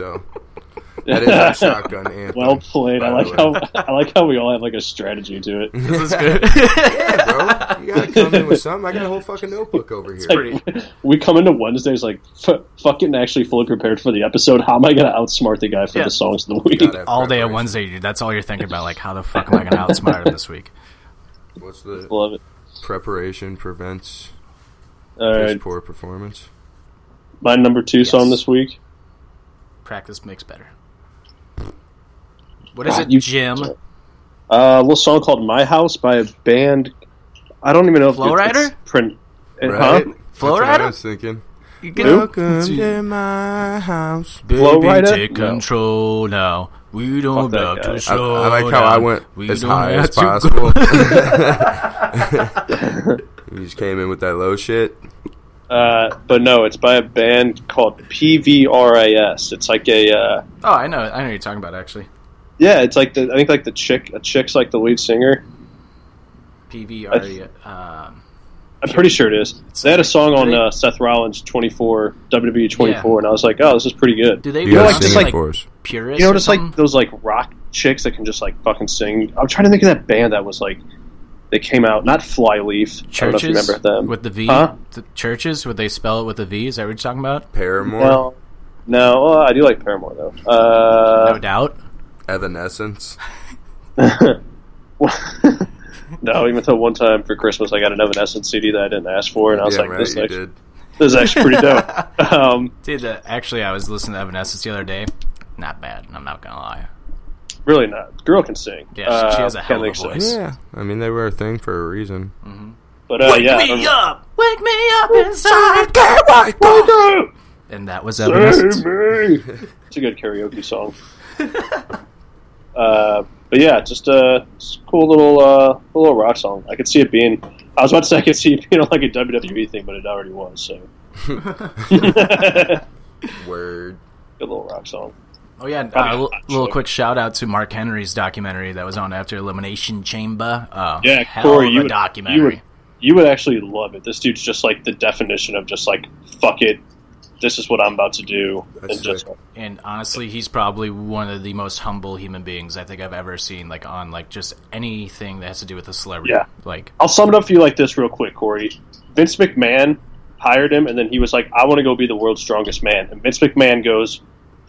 [SPEAKER 7] So that is our Shotgun Anthem.
[SPEAKER 6] well played. I
[SPEAKER 7] by
[SPEAKER 6] like
[SPEAKER 7] the way.
[SPEAKER 6] how I like how we all have like a strategy to it.
[SPEAKER 5] This is good.
[SPEAKER 7] Yeah, bro. You gotta come in with something. I got a whole fucking notebook over here.
[SPEAKER 6] we come into Wednesdays like f- fucking actually fully prepared for the episode. How am I gonna outsmart the guy for
[SPEAKER 5] Yeah.
[SPEAKER 6] the songs of the week?
[SPEAKER 7] Gotta have
[SPEAKER 5] All day on
[SPEAKER 7] preparation.
[SPEAKER 5] Wednesday, dude. That's all you're thinking about. Like, how the fuck am I going to outsmart him this week?
[SPEAKER 7] What's the
[SPEAKER 6] Love it.
[SPEAKER 7] preparation prevents
[SPEAKER 6] All
[SPEAKER 7] piss
[SPEAKER 6] right,
[SPEAKER 7] poor performance?
[SPEAKER 6] my number two song this week.
[SPEAKER 5] Practice makes better. What is
[SPEAKER 7] Ah,
[SPEAKER 6] God,
[SPEAKER 5] it,
[SPEAKER 6] you-
[SPEAKER 5] Jim?
[SPEAKER 6] Uh, a little song called "My House" by a band. I don't even know if
[SPEAKER 5] Flow
[SPEAKER 6] it's- it's
[SPEAKER 5] Rider?
[SPEAKER 6] print. uh,
[SPEAKER 7] Right?
[SPEAKER 6] huh?
[SPEAKER 5] Flow
[SPEAKER 7] That's what
[SPEAKER 5] rider?
[SPEAKER 7] I was thinking.
[SPEAKER 5] You
[SPEAKER 6] Who?
[SPEAKER 5] can
[SPEAKER 7] Welcome to my house.
[SPEAKER 5] Baby,
[SPEAKER 6] Flow rider?
[SPEAKER 5] take
[SPEAKER 6] No.
[SPEAKER 5] control now. We don't
[SPEAKER 6] that
[SPEAKER 5] have
[SPEAKER 6] guy.
[SPEAKER 5] to
[SPEAKER 6] I-
[SPEAKER 7] I,
[SPEAKER 5] slow
[SPEAKER 7] I like how I
[SPEAKER 5] down.
[SPEAKER 7] went
[SPEAKER 5] We
[SPEAKER 7] as
[SPEAKER 5] don't
[SPEAKER 7] high
[SPEAKER 5] have
[SPEAKER 7] as
[SPEAKER 5] to go-
[SPEAKER 7] possible. we just came in with that low shit.
[SPEAKER 6] Uh, but no, it's by a band called PVRIS. It's like a uh,
[SPEAKER 5] Oh, I know. I know you're talking about actually.
[SPEAKER 6] yeah, it's like the I think like the chick a chick's like the lead singer.
[SPEAKER 5] PVR. Um,
[SPEAKER 6] I'm pretty sure it is. They had a song on uh, Seth Rollins 24 WWE 24,
[SPEAKER 5] Yeah.
[SPEAKER 6] E and I was like, oh, this is pretty good.
[SPEAKER 5] do they
[SPEAKER 7] You
[SPEAKER 5] do
[SPEAKER 7] gotta
[SPEAKER 6] like, just
[SPEAKER 7] sing
[SPEAKER 6] like-
[SPEAKER 7] it for us.
[SPEAKER 5] purists?
[SPEAKER 6] you know,
[SPEAKER 5] or
[SPEAKER 6] just like
[SPEAKER 5] something?
[SPEAKER 6] those like rock chicks that can just like fucking sing. I'm trying to think of that band that was like they came out not Flyleaf. I don't know if you
[SPEAKER 5] churches
[SPEAKER 6] remember them.
[SPEAKER 5] with the V.
[SPEAKER 6] Huh?
[SPEAKER 5] The churches would they spell it with a V? Is that what you're talking about?
[SPEAKER 7] Paramore,
[SPEAKER 6] no, no, well, I do like Paramore though. Uh,
[SPEAKER 5] no doubt.
[SPEAKER 7] Evanescence.
[SPEAKER 6] No, even though one time for Christmas I got an Evanescence CD that I didn't ask for, and I was
[SPEAKER 7] Yeah,
[SPEAKER 6] like,
[SPEAKER 7] right,
[SPEAKER 6] this, is
[SPEAKER 7] you
[SPEAKER 6] actually,
[SPEAKER 7] did.
[SPEAKER 6] this is actually pretty dope. um,
[SPEAKER 5] Dude, the, actually, I was listening to Evanescence the other day. Not bad. I'm not gonna lie.
[SPEAKER 6] really not. Girl can sing. Uh,
[SPEAKER 5] Yeah, she- she has a
[SPEAKER 6] can't
[SPEAKER 5] hell of a
[SPEAKER 6] think so.
[SPEAKER 5] voice.
[SPEAKER 7] Yeah, I mean they were a thing for a reason.
[SPEAKER 6] But uh, yeah, I don't know.
[SPEAKER 5] up, wake me up inside. And that was Evanescence.
[SPEAKER 6] it's a good karaoke song. uh, but yeah, just a it's a cool little uh, little rock song. I could see it being. I was about to say I could see it being like a WWE thing, but it already was. So good
[SPEAKER 7] Word.
[SPEAKER 6] little rock song.
[SPEAKER 5] Oh yeah, a uh,
[SPEAKER 6] Probably not
[SPEAKER 5] l-
[SPEAKER 6] much,
[SPEAKER 5] little
[SPEAKER 6] though.
[SPEAKER 5] quick shout out to Mark Henry's documentary that was on after Elimination Chamber. Oh,
[SPEAKER 6] Yeah,
[SPEAKER 5] hell
[SPEAKER 6] Corey,
[SPEAKER 5] of
[SPEAKER 6] you
[SPEAKER 5] a
[SPEAKER 6] would-
[SPEAKER 5] documentary.
[SPEAKER 6] you would- You would actually love it. This dude's just like the definition of just like fuck it. This is what I'm about to do,
[SPEAKER 7] That's
[SPEAKER 6] and just
[SPEAKER 7] sick.
[SPEAKER 5] and honestly, he's probably one of the most humble human beings I think I've ever seen. Like on like just anything that has to do with a celebrity.
[SPEAKER 6] Yeah.
[SPEAKER 5] Like
[SPEAKER 6] I'll sum it up for you like this, real quick, Corey. Vince McMahon hired him, and then he was like, "I want to go be the world's strongest man." And Vince McMahon goes,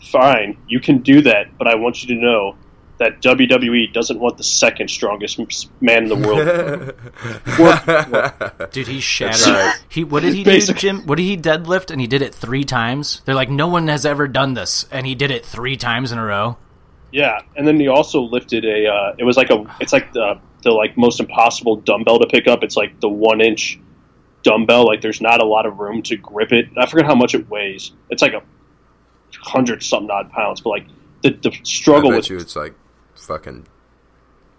[SPEAKER 6] "Fine, you can do that, but I want you to know that WWE doesn't want the second strongest m- man in the world."
[SPEAKER 5] Dude, he shattered. He what did he do,
[SPEAKER 6] Basically.
[SPEAKER 5] Jim? What did he deadlift? And he did it three times. They're like, no one has ever done this, and he did it three times in a row.
[SPEAKER 6] yeah, and then he also lifted a. Uh, it was like a. It's like the the like most impossible dumbbell to pick up. It's like the one inch dumbbell. Like there's not a lot of room to grip it. I forget how much it weighs. It's like a hundred something odd pounds, but like. The, the
[SPEAKER 7] I
[SPEAKER 6] struggle
[SPEAKER 7] bet
[SPEAKER 6] with
[SPEAKER 7] you it's like fucking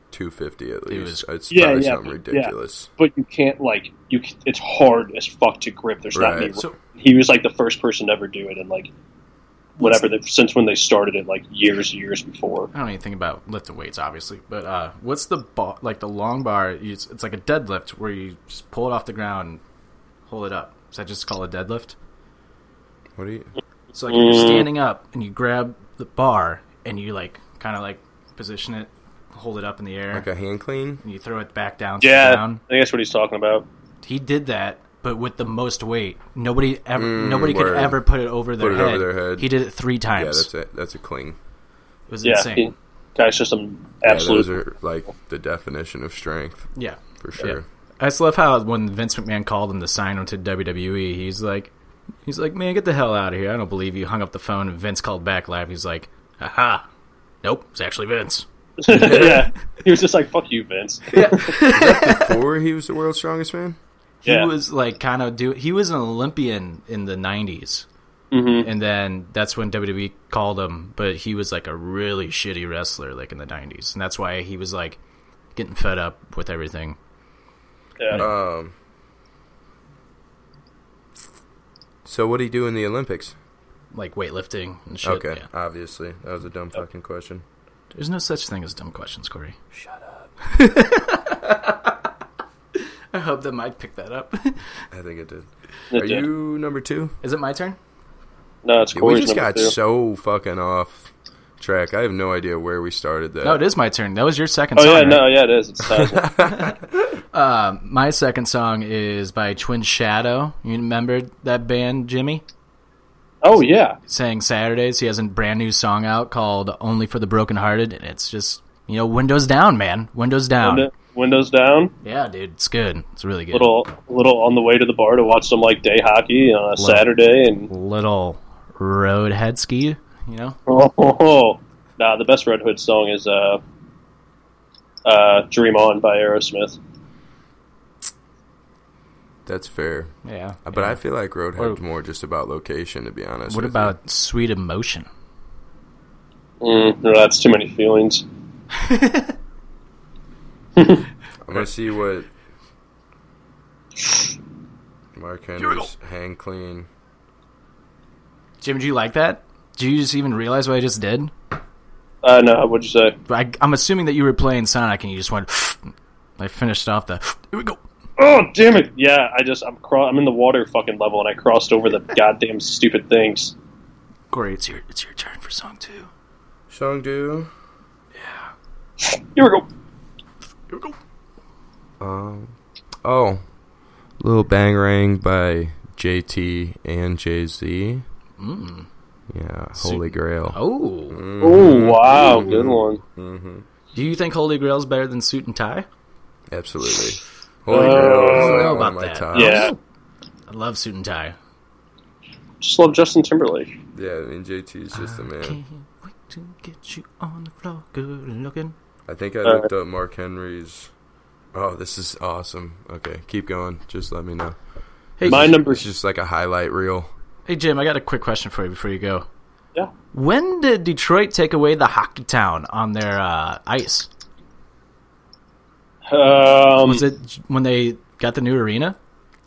[SPEAKER 7] two fifty at least. it's
[SPEAKER 6] Yeah,
[SPEAKER 7] probably
[SPEAKER 6] yeah,
[SPEAKER 7] something
[SPEAKER 6] but- yeah.
[SPEAKER 7] ridiculous.
[SPEAKER 6] but you can't like you. c- It's hard as fuck to grip. There's not
[SPEAKER 7] Right.
[SPEAKER 6] any.
[SPEAKER 5] So-
[SPEAKER 6] he was like the first person to ever do it, and like whatever the, since when they started it, like years, years before.
[SPEAKER 5] I don't even think about lifting weights, obviously. But uh, what's the bar? Like the long bar? you- It's, it's like a deadlift where you just pull it off the ground and hold it up. Is that just called a deadlift?
[SPEAKER 7] What do you?
[SPEAKER 5] It's like you're
[SPEAKER 7] Mm.
[SPEAKER 5] standing up and you grab the bar and you like kind of like position it, hold it up in the air,
[SPEAKER 7] Like a hand clean?
[SPEAKER 5] and you throw it back down. to the
[SPEAKER 6] Yeah,
[SPEAKER 5] ground.
[SPEAKER 6] I think that's what he's talking about.
[SPEAKER 5] he did that, but with the most weight. Nobody ever, nobody could
[SPEAKER 7] Mm, word.
[SPEAKER 5] ever put it over their
[SPEAKER 7] Put it
[SPEAKER 5] head.
[SPEAKER 7] over their head.
[SPEAKER 5] He did it three
[SPEAKER 7] Yeah,
[SPEAKER 5] times.
[SPEAKER 7] that's it. That's a cling.
[SPEAKER 5] it was
[SPEAKER 6] Yeah,
[SPEAKER 5] insane.
[SPEAKER 6] he, guy's just an
[SPEAKER 7] Yeah,
[SPEAKER 6] absolute.
[SPEAKER 7] those are like the definition of strength
[SPEAKER 5] yeah,
[SPEAKER 7] for sure.
[SPEAKER 5] I just love how when Vince McMahon called him to sign him to WWE, he's like, he's like, man, get the hell out of here. I don't believe you. Hung up the phone, and Vince called back live. He's like, aha, nope, it's actually Vince.
[SPEAKER 6] yeah, he was just like fuck you, Vince.
[SPEAKER 7] Before he was the world's strongest man.
[SPEAKER 6] Yeah.
[SPEAKER 5] He was like kind of do. He was an Olympian in the '90s, and then that's when WWE called him. But he was like a really shitty wrestler, like in the '90s, and that's why he was like getting fed up with everything.
[SPEAKER 6] Yeah.
[SPEAKER 7] Um. So what do you do in the Olympics?
[SPEAKER 5] Like weightlifting and shit.
[SPEAKER 7] Okay,
[SPEAKER 5] yeah.
[SPEAKER 7] obviously that was a dumb fucking question.
[SPEAKER 5] There's no such thing as dumb questions, Corey. Shut up. I hope that Mike picked that up.
[SPEAKER 7] I think it did.
[SPEAKER 6] It
[SPEAKER 7] Are
[SPEAKER 6] did.
[SPEAKER 7] you number two?
[SPEAKER 5] Is it my turn?
[SPEAKER 6] no, it's
[SPEAKER 7] Yeah, we
[SPEAKER 6] Corey's
[SPEAKER 7] just
[SPEAKER 6] number
[SPEAKER 7] got
[SPEAKER 6] two.
[SPEAKER 7] so fucking off track. I have no idea where we started that.
[SPEAKER 5] No, it is my turn. That was your second
[SPEAKER 6] oh
[SPEAKER 5] song.
[SPEAKER 6] yeah,
[SPEAKER 5] right?
[SPEAKER 6] no, yeah, it is. It's Seismic.
[SPEAKER 5] My second song is by Twin Shadow. You remember that band, Jimmy?
[SPEAKER 6] oh yeah,
[SPEAKER 5] Saying Saturdays. He has a brand new song out called Only for the Brokenhearted, and it's just, you know, windows down, man. Windows down.
[SPEAKER 6] Window- windows down.
[SPEAKER 5] Yeah, dude. It's good. It's really good.
[SPEAKER 6] Little, little on the way to the bar to watch some like day hockey on a Saturday, and
[SPEAKER 5] Little road head ski, you know?
[SPEAKER 6] Oh, ho, ho. nah, the best Red Hood song is uh, uh, "Dream On" by Aerosmith.
[SPEAKER 7] That's fair.
[SPEAKER 5] Yeah.
[SPEAKER 7] But I feel like Roadhead's
[SPEAKER 5] Or-
[SPEAKER 7] more just about location, to be honest.
[SPEAKER 5] What
[SPEAKER 7] with you.
[SPEAKER 5] about Sweet Emotion?
[SPEAKER 6] Mm, no, that's too many feelings.
[SPEAKER 7] I'm gonna see what Mark Henry's hand clean.
[SPEAKER 5] Jim, do you like that? Do you just even realize what I just did?
[SPEAKER 6] Uh, no, what'd you say?
[SPEAKER 5] I, I'm assuming that you were playing Sonic and you just went. I finished off the. Here we go.
[SPEAKER 6] Oh damn it! Yeah, I just I'm cro- I'm in the water fucking level and I crossed over the goddamn stupid things.
[SPEAKER 5] Corey, it's your it's your turn for song two.
[SPEAKER 7] Songdu.
[SPEAKER 6] Here we go.
[SPEAKER 5] Here we go.
[SPEAKER 7] Um, oh, little bang rang by JT and Jay Z.
[SPEAKER 5] Mm.
[SPEAKER 7] Yeah,
[SPEAKER 5] So-
[SPEAKER 7] Holy Grail.
[SPEAKER 5] Oh,
[SPEAKER 7] Mm-hmm.
[SPEAKER 6] Oh wow, good one.
[SPEAKER 7] hmm
[SPEAKER 5] do you think Holy Grail's better than Suit and Tie?
[SPEAKER 7] Absolutely. Holy
[SPEAKER 6] Uh,
[SPEAKER 7] Grail.
[SPEAKER 5] I
[SPEAKER 7] Is
[SPEAKER 5] don't know
[SPEAKER 7] one
[SPEAKER 5] Oh. about
[SPEAKER 7] of my
[SPEAKER 5] that.
[SPEAKER 7] tops.
[SPEAKER 6] Yeah,
[SPEAKER 5] I love Suit and Tie.
[SPEAKER 6] just love Justin Timberlake.
[SPEAKER 7] Yeah, I mean JT's just a man.
[SPEAKER 5] Can't wait to get you on the floor, good looking.
[SPEAKER 7] I think I
[SPEAKER 6] Uh,
[SPEAKER 7] looked up Mark Henry's. Oh, this is awesome. Okay, keep going. Just let me know.
[SPEAKER 5] Hey,
[SPEAKER 6] My number
[SPEAKER 7] It's just like a highlight reel.
[SPEAKER 5] hey Jim, I got a quick question for you before you go.
[SPEAKER 6] Yeah.
[SPEAKER 5] When did Detroit take away the hockey town on their uh, ice?
[SPEAKER 6] um,
[SPEAKER 5] Was it j- when they got the new arena?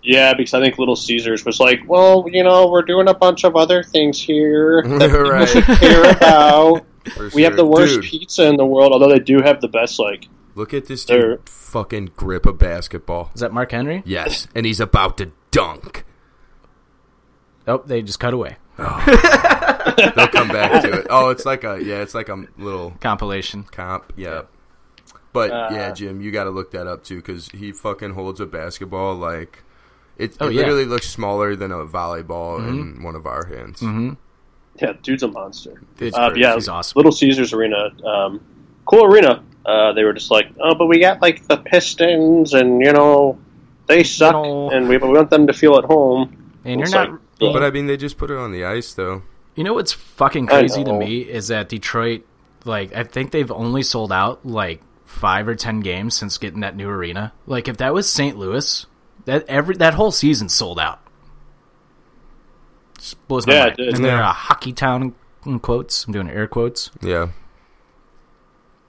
[SPEAKER 6] Yeah, because I think Little Caesars was like, well, you know, we're doing a bunch of other things here
[SPEAKER 5] Mm-hmm.
[SPEAKER 6] that people
[SPEAKER 7] Right.
[SPEAKER 6] should care about.
[SPEAKER 7] For
[SPEAKER 6] we have
[SPEAKER 7] sure.
[SPEAKER 6] the worst
[SPEAKER 7] Dude,
[SPEAKER 6] pizza in the world, although they do have the best, like,
[SPEAKER 7] Look at this
[SPEAKER 6] They're-
[SPEAKER 7] dude fucking grip a basketball.
[SPEAKER 5] Is that Mark Henry?
[SPEAKER 7] Yes, and he's about to dunk.
[SPEAKER 5] Oh, they just cut away.
[SPEAKER 7] They'll come back to it. Oh, it's like a yeah, it's like a little
[SPEAKER 5] Compilation.
[SPEAKER 7] comp. Yeah. But
[SPEAKER 6] Uh,
[SPEAKER 7] yeah, Jim, you got to look that up too because he fucking holds a basketball like it.
[SPEAKER 5] Oh,
[SPEAKER 7] it
[SPEAKER 5] yeah.
[SPEAKER 7] literally looks smaller than a volleyball in one of our hands.
[SPEAKER 5] Mm-hmm.
[SPEAKER 6] yeah, dude's a monster.
[SPEAKER 7] It's
[SPEAKER 6] Uh,
[SPEAKER 7] crazy.
[SPEAKER 6] yeah,
[SPEAKER 5] He's awesome.
[SPEAKER 6] Little Caesars Arena, um, cool arena. Uh, they were just like, oh, but we got, like, the Pistons, and, you know, they suck,
[SPEAKER 5] No.
[SPEAKER 6] and we, we want them to feel at home.
[SPEAKER 5] And you're
[SPEAKER 6] It's
[SPEAKER 5] not.
[SPEAKER 6] like-
[SPEAKER 5] you-
[SPEAKER 7] But I mean, they just put it on the ice though.
[SPEAKER 5] You know what's fucking
[SPEAKER 6] I
[SPEAKER 5] crazy to
[SPEAKER 6] know.
[SPEAKER 5] me is that Detroit, like, I think they've only sold out like five or ten games since getting that new arena. Like, if that was St. Louis, that every that whole season sold out. Just blows my
[SPEAKER 6] Yeah,
[SPEAKER 5] mind.
[SPEAKER 6] it did.
[SPEAKER 5] And they're
[SPEAKER 7] Yeah.
[SPEAKER 5] a hockey town in quotes. I'm doing air quotes.
[SPEAKER 7] Yeah.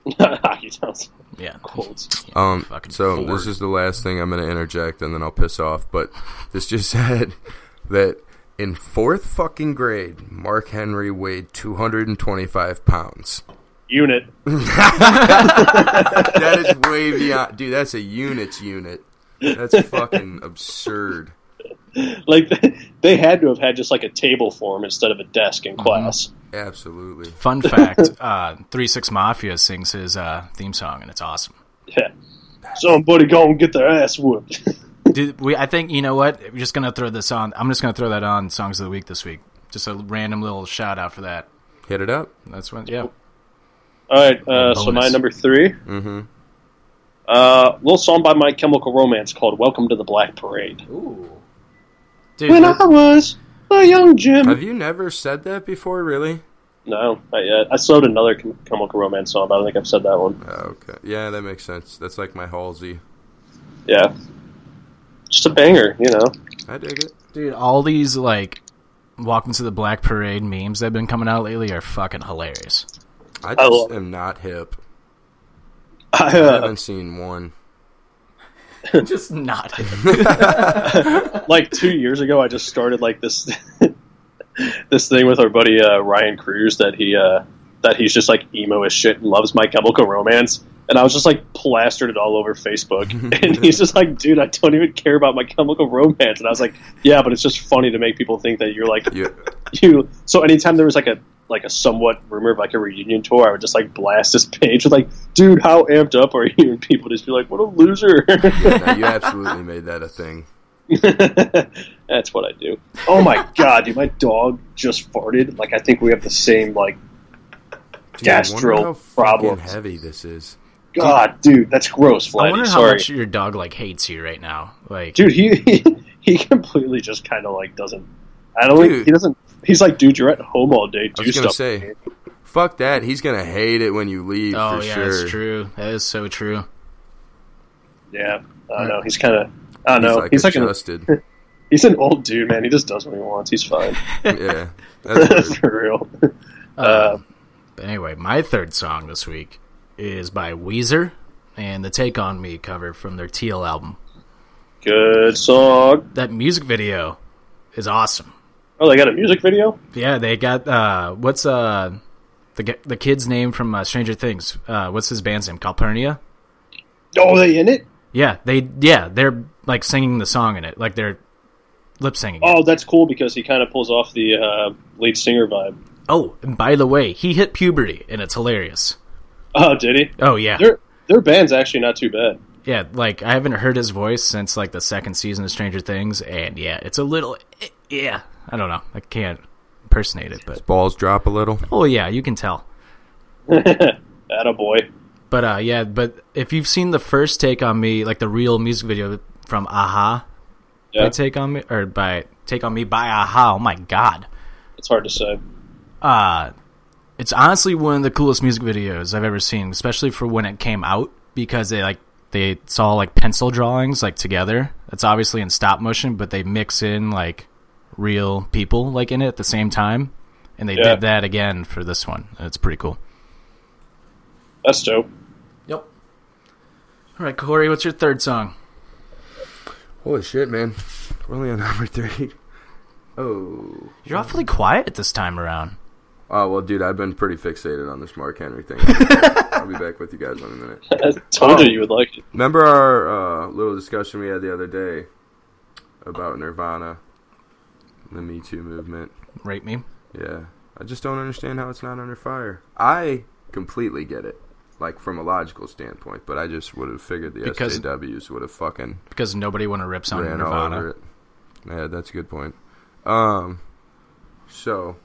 [SPEAKER 6] Hockey sounds
[SPEAKER 5] Yeah.
[SPEAKER 6] cold.
[SPEAKER 7] Um,
[SPEAKER 5] Fucking
[SPEAKER 7] so
[SPEAKER 5] Ford.
[SPEAKER 7] this is the last thing I'm going to interject, and then I'll piss off. But this just said that in fourth fucking grade, Mark Henry weighed 225 pounds.
[SPEAKER 6] Unit.
[SPEAKER 7] That is way beyond, dude. That's a unit's unit. That's fucking absurd.
[SPEAKER 6] Like, they had to have had just, like, a table form instead of a desk
[SPEAKER 5] Uh-huh.
[SPEAKER 6] in class.
[SPEAKER 7] Absolutely.
[SPEAKER 5] Fun fact: uh, Three Six Mafia sings his uh, theme song, and it's awesome.
[SPEAKER 6] Yeah. Somebody go and get their ass whooped.
[SPEAKER 5] Did we? I think you know what. We're just gonna throw this on. I'm just gonna throw that on songs of the week this week. Just a random little shout out for that.
[SPEAKER 7] Hit it up.
[SPEAKER 5] That's when. Yeah.
[SPEAKER 6] All right, uh, so
[SPEAKER 5] Bonus.
[SPEAKER 6] my number three,
[SPEAKER 7] Mm-hmm.
[SPEAKER 6] uh, little song by My Chemical Romance called "Welcome to the Black Parade."
[SPEAKER 5] Ooh. Dude,
[SPEAKER 6] When
[SPEAKER 5] that-
[SPEAKER 6] I was a young Jim.
[SPEAKER 7] Have you never said that before, really?
[SPEAKER 6] No, not yet. I still had another Chem- Chemical Romance song. but I don't think I've said that one.
[SPEAKER 7] Oh, okay. Yeah, that makes sense. That's like my Halsey.
[SPEAKER 6] Yeah, just a banger, you know.
[SPEAKER 7] I dig it.
[SPEAKER 5] dude, all these like welcome to the Black Parade memes that have been coming out lately are fucking hilarious.
[SPEAKER 7] I
[SPEAKER 6] I
[SPEAKER 7] just
[SPEAKER 6] love-
[SPEAKER 7] am not hip.
[SPEAKER 6] I,
[SPEAKER 7] I
[SPEAKER 6] uh,
[SPEAKER 7] haven't seen one.
[SPEAKER 5] just not.
[SPEAKER 6] like two years ago, I just started like this this thing with our buddy uh, Ryan Cruz that he uh, that he's just like emo as shit and loves My Chemical Romance, and I was just like plastered it all over Facebook, and he's just like, dude, I don't even care about My Chemical Romance, and I was like, yeah, but it's just funny to make people think that you're like
[SPEAKER 7] Yeah.
[SPEAKER 6] you. So anytime there was like a like a somewhat rumor of like a reunion tour, I would just like blast this page with like, dude, how amped up are you? And people just be like, what a loser.
[SPEAKER 7] yeah no, you absolutely made that a thing.
[SPEAKER 6] That's what I do. Oh my god, dude, my dog just farted. Like I think we have the same like
[SPEAKER 7] Dude, I wonder
[SPEAKER 6] Gastro
[SPEAKER 7] how fucking
[SPEAKER 6] problems.
[SPEAKER 7] Heavy this is.
[SPEAKER 6] God, dude, that's gross,
[SPEAKER 5] I
[SPEAKER 6] Vladdy.
[SPEAKER 5] wonder how
[SPEAKER 6] Sorry.
[SPEAKER 5] much your dog like hates you right now. Like,
[SPEAKER 6] Dude, he, he he completely just kinda like doesn't I don't
[SPEAKER 7] Dude.
[SPEAKER 6] think he doesn't he's like, dude, you're at home all day,
[SPEAKER 7] I
[SPEAKER 6] do
[SPEAKER 7] was gonna
[SPEAKER 6] stuff.
[SPEAKER 7] say, fuck that. He's gonna hate it when you leave.
[SPEAKER 5] oh
[SPEAKER 7] for
[SPEAKER 5] yeah,
[SPEAKER 7] sure.
[SPEAKER 5] that's true. That is so true.
[SPEAKER 6] Yeah. I don't know. He's kinda I don't
[SPEAKER 7] He's
[SPEAKER 6] know.
[SPEAKER 7] like
[SPEAKER 6] he's like an,
[SPEAKER 7] adjusted.
[SPEAKER 6] he's an old dude, man. He just does what he wants. He's fine.
[SPEAKER 7] yeah, that's weird.
[SPEAKER 6] For real.
[SPEAKER 5] Uh,
[SPEAKER 6] Uh,
[SPEAKER 5] Anyway, my third song this week is by Weezer and the Take On Me cover from their Teal album.
[SPEAKER 6] Good song.
[SPEAKER 5] That music video is awesome.
[SPEAKER 6] Oh, they got a music video.
[SPEAKER 5] Yeah, they got uh, what's uh the g- the kid's name from uh, Stranger Things? Uh, what's his band's name? Calpurnia.
[SPEAKER 6] Oh, they in it.
[SPEAKER 5] Yeah, they yeah they're like singing the song in it, like they're lip singing. it.
[SPEAKER 6] Oh, that's cool because he kind of pulls off the uh, lead singer vibe.
[SPEAKER 5] Oh, and by the way, he hit puberty, and it's hilarious.
[SPEAKER 6] Oh, did he?
[SPEAKER 5] Oh yeah,
[SPEAKER 6] Their their band's actually not too bad.
[SPEAKER 5] yeah. Like I haven't heard his voice since like the second season of Stranger Things, and yeah, it's a little eh, yeah. I don't know. I can't impersonate it, but
[SPEAKER 7] Balls drop a little.
[SPEAKER 5] oh yeah, you can tell.
[SPEAKER 6] Atta boy.
[SPEAKER 5] But uh, yeah, but if you've seen the first take on me, like the real music video from Aha, by
[SPEAKER 6] Yeah.
[SPEAKER 5] take on me or by take on me by Aha. Oh my god,
[SPEAKER 6] It's hard to say.
[SPEAKER 5] uh, it's honestly one of the coolest music videos I've ever seen, especially for when it came out because they like they saw like pencil drawings like together. It's obviously in stop motion, but they mix in like real people like in it at the same time, and they
[SPEAKER 6] Yeah.
[SPEAKER 5] did that again for this one. It's pretty cool.
[SPEAKER 6] That's dope.
[SPEAKER 5] Yep. All right, Corey, what's your third song?
[SPEAKER 7] Holy shit, man. We're only on number three. Oh.
[SPEAKER 5] You're awfully quiet this time around.
[SPEAKER 7] Oh, well, dude, I've been pretty fixated on this Mark Henry thing. I'll be back with you guys in a minute.
[SPEAKER 6] I told you you would like it.
[SPEAKER 7] Remember our uh, little discussion we had the other day about Nirvana, the Me Too movement?
[SPEAKER 5] Rate me.
[SPEAKER 7] Yeah. I just don't understand how it's not under fire. I completely get it, like from a logical standpoint, but I just would have figured the
[SPEAKER 5] Because-
[SPEAKER 7] SJWs would have fucking
[SPEAKER 5] because nobody want to rip song
[SPEAKER 7] ran all over
[SPEAKER 5] Nirvana.
[SPEAKER 7] it. Yeah, that's a good point. Um, so,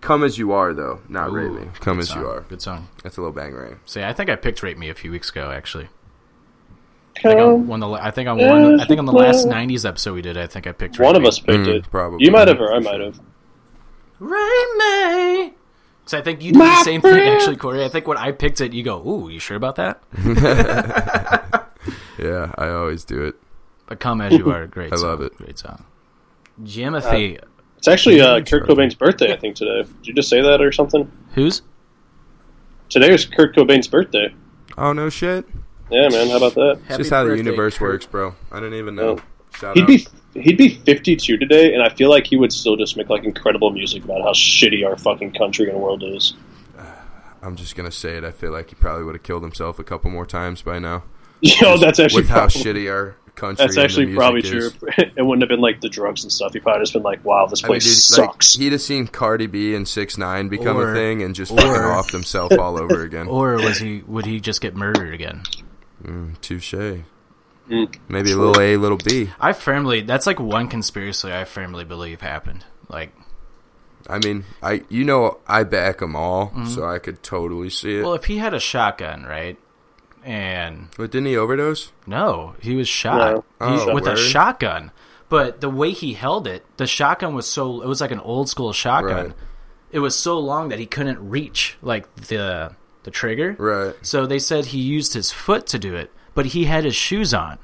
[SPEAKER 7] Come As You Are, though, not Rate Me. Come As
[SPEAKER 5] Song.
[SPEAKER 7] You Are.
[SPEAKER 5] Good song.
[SPEAKER 7] That's a little bang right?
[SPEAKER 5] See, I think I picked Rate Me a few weeks ago. Actually, I think on one of the la- I think on one I think on the last '90s episode we did, I think I picked Rate
[SPEAKER 6] One of
[SPEAKER 5] Me.
[SPEAKER 6] us picked
[SPEAKER 7] Mm,
[SPEAKER 6] it.
[SPEAKER 7] probably.
[SPEAKER 6] You might have, or I might have.
[SPEAKER 5] Rate Me. So I think you did the same thing actually, Corey. I think when I picked it, you go, "Ooh, you sure about that?"
[SPEAKER 7] Yeah, I always do it.
[SPEAKER 5] But "Come as You Are" great.
[SPEAKER 7] I
[SPEAKER 5] song.
[SPEAKER 7] love it.
[SPEAKER 5] Great song. Jimothy,
[SPEAKER 6] It's actually uh, Kurt Cobain's birthday, I think, today. Did you just say that or something?
[SPEAKER 5] who's?
[SPEAKER 6] Today is Kurt Cobain's birthday.
[SPEAKER 7] Oh no shit!
[SPEAKER 6] Yeah, man. How about that?
[SPEAKER 7] It's
[SPEAKER 5] Happy
[SPEAKER 7] just how the
[SPEAKER 5] birthday,
[SPEAKER 7] universe
[SPEAKER 5] Kurt.
[SPEAKER 7] works, bro. I didn't even know.
[SPEAKER 6] Oh.
[SPEAKER 7] Shout
[SPEAKER 6] He'd
[SPEAKER 7] out.
[SPEAKER 6] be he'd be 52 today, and I feel like he would still just make like incredible music about how shitty our fucking country and world is.
[SPEAKER 7] I'm just gonna say it. I feel like he probably would have killed himself a couple more times by now.
[SPEAKER 6] Yo, that's actually
[SPEAKER 7] With how
[SPEAKER 6] probably,
[SPEAKER 7] shitty our country.
[SPEAKER 6] that's
[SPEAKER 7] and the
[SPEAKER 6] actually
[SPEAKER 7] music
[SPEAKER 6] probably
[SPEAKER 7] is.
[SPEAKER 6] true. it wouldn't have been like the drugs and stuff. He probably just been like, "Wow, this
[SPEAKER 7] I mean,
[SPEAKER 6] place
[SPEAKER 7] dude, like,
[SPEAKER 6] sucks."
[SPEAKER 7] he'd have seen Cardi B and Six Nine become
[SPEAKER 5] Or-
[SPEAKER 7] a thing and just
[SPEAKER 5] or-
[SPEAKER 7] fucking off himself all over again.
[SPEAKER 5] Or was he? Would he just get murdered again?
[SPEAKER 7] Touche.
[SPEAKER 6] Mm.
[SPEAKER 7] Maybe a little A, little B.
[SPEAKER 5] I firmly that's like one conspiracy I firmly believe happened. Like,
[SPEAKER 7] I mean, I you know I back them all, so I could totally see it.
[SPEAKER 5] Mm-hmm. well, if he had a shotgun, right? And
[SPEAKER 7] but didn't he overdose?
[SPEAKER 5] no, he was shot
[SPEAKER 7] No.
[SPEAKER 5] He-
[SPEAKER 7] Oh,
[SPEAKER 5] with a
[SPEAKER 7] word.
[SPEAKER 5] shotgun. But the way he held it, the shotgun was so it was like an old school shotgun.
[SPEAKER 7] Right.
[SPEAKER 5] It was so long that he couldn't reach like the the trigger.
[SPEAKER 7] Right.
[SPEAKER 5] So they said he used his foot to do it, but he had his shoes on.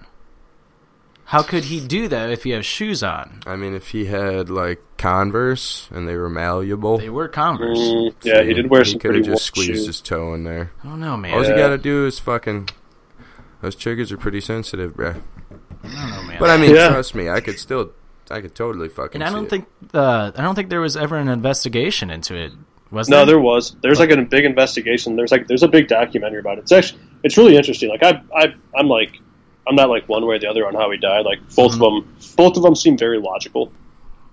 [SPEAKER 5] How could he do that if he has shoes on?
[SPEAKER 7] I mean, if he had like Converse and they were malleable,
[SPEAKER 5] They were Converse.
[SPEAKER 6] Mm, yeah, he did wear
[SPEAKER 7] he
[SPEAKER 6] some
[SPEAKER 7] could
[SPEAKER 6] pretty
[SPEAKER 7] have just
[SPEAKER 6] warm
[SPEAKER 7] squeezed
[SPEAKER 6] shoes.
[SPEAKER 7] his toe in there.
[SPEAKER 5] I don't know, man.
[SPEAKER 7] All you
[SPEAKER 6] Yeah.
[SPEAKER 7] gotta do is fucking. Those triggers are pretty sensitive, bruh.
[SPEAKER 5] I don't know, man.
[SPEAKER 7] But I mean,
[SPEAKER 6] Yeah.
[SPEAKER 7] trust me, I could still, I could totally fucking.
[SPEAKER 5] And I
[SPEAKER 7] see
[SPEAKER 5] don't
[SPEAKER 7] it.
[SPEAKER 5] think uh, I don't think there was ever an investigation into it. Was
[SPEAKER 6] No,
[SPEAKER 5] there?
[SPEAKER 6] there was. There's
[SPEAKER 7] Oh.
[SPEAKER 6] like a big investigation. There's like there's a big documentary about it. It's actually it's really interesting. Like I I I'm like I'm not like one way or the other on how he died. Like both of
[SPEAKER 7] Mm-hmm.
[SPEAKER 6] them both of them seem very logical.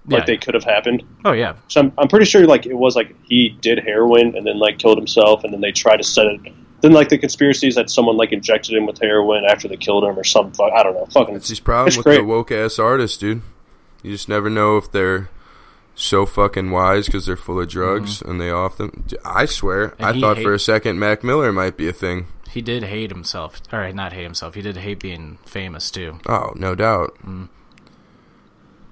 [SPEAKER 6] Like
[SPEAKER 5] Yeah.
[SPEAKER 6] they could have happened.
[SPEAKER 5] Oh yeah,
[SPEAKER 6] So I'm, I'm pretty sure like it was like he did heroin and then like killed himself and then they tried to set it. Then like the conspiracies that someone like injected him with heroin after they killed him or some fuck I don't know fucking
[SPEAKER 7] It's his problem
[SPEAKER 6] It's
[SPEAKER 7] with
[SPEAKER 6] great.
[SPEAKER 7] the woke ass artists, dude. You just never know if they're so fucking wise because they're full of drugs and they off them. D- I swear,
[SPEAKER 5] Mm-hmm. And
[SPEAKER 7] I
[SPEAKER 5] he
[SPEAKER 7] thought
[SPEAKER 5] hate-
[SPEAKER 7] for a second Mac Miller might be a thing.
[SPEAKER 5] he did hate himself. All right, not hate himself. He did hate being famous too.
[SPEAKER 7] Oh, no doubt.
[SPEAKER 5] Mm.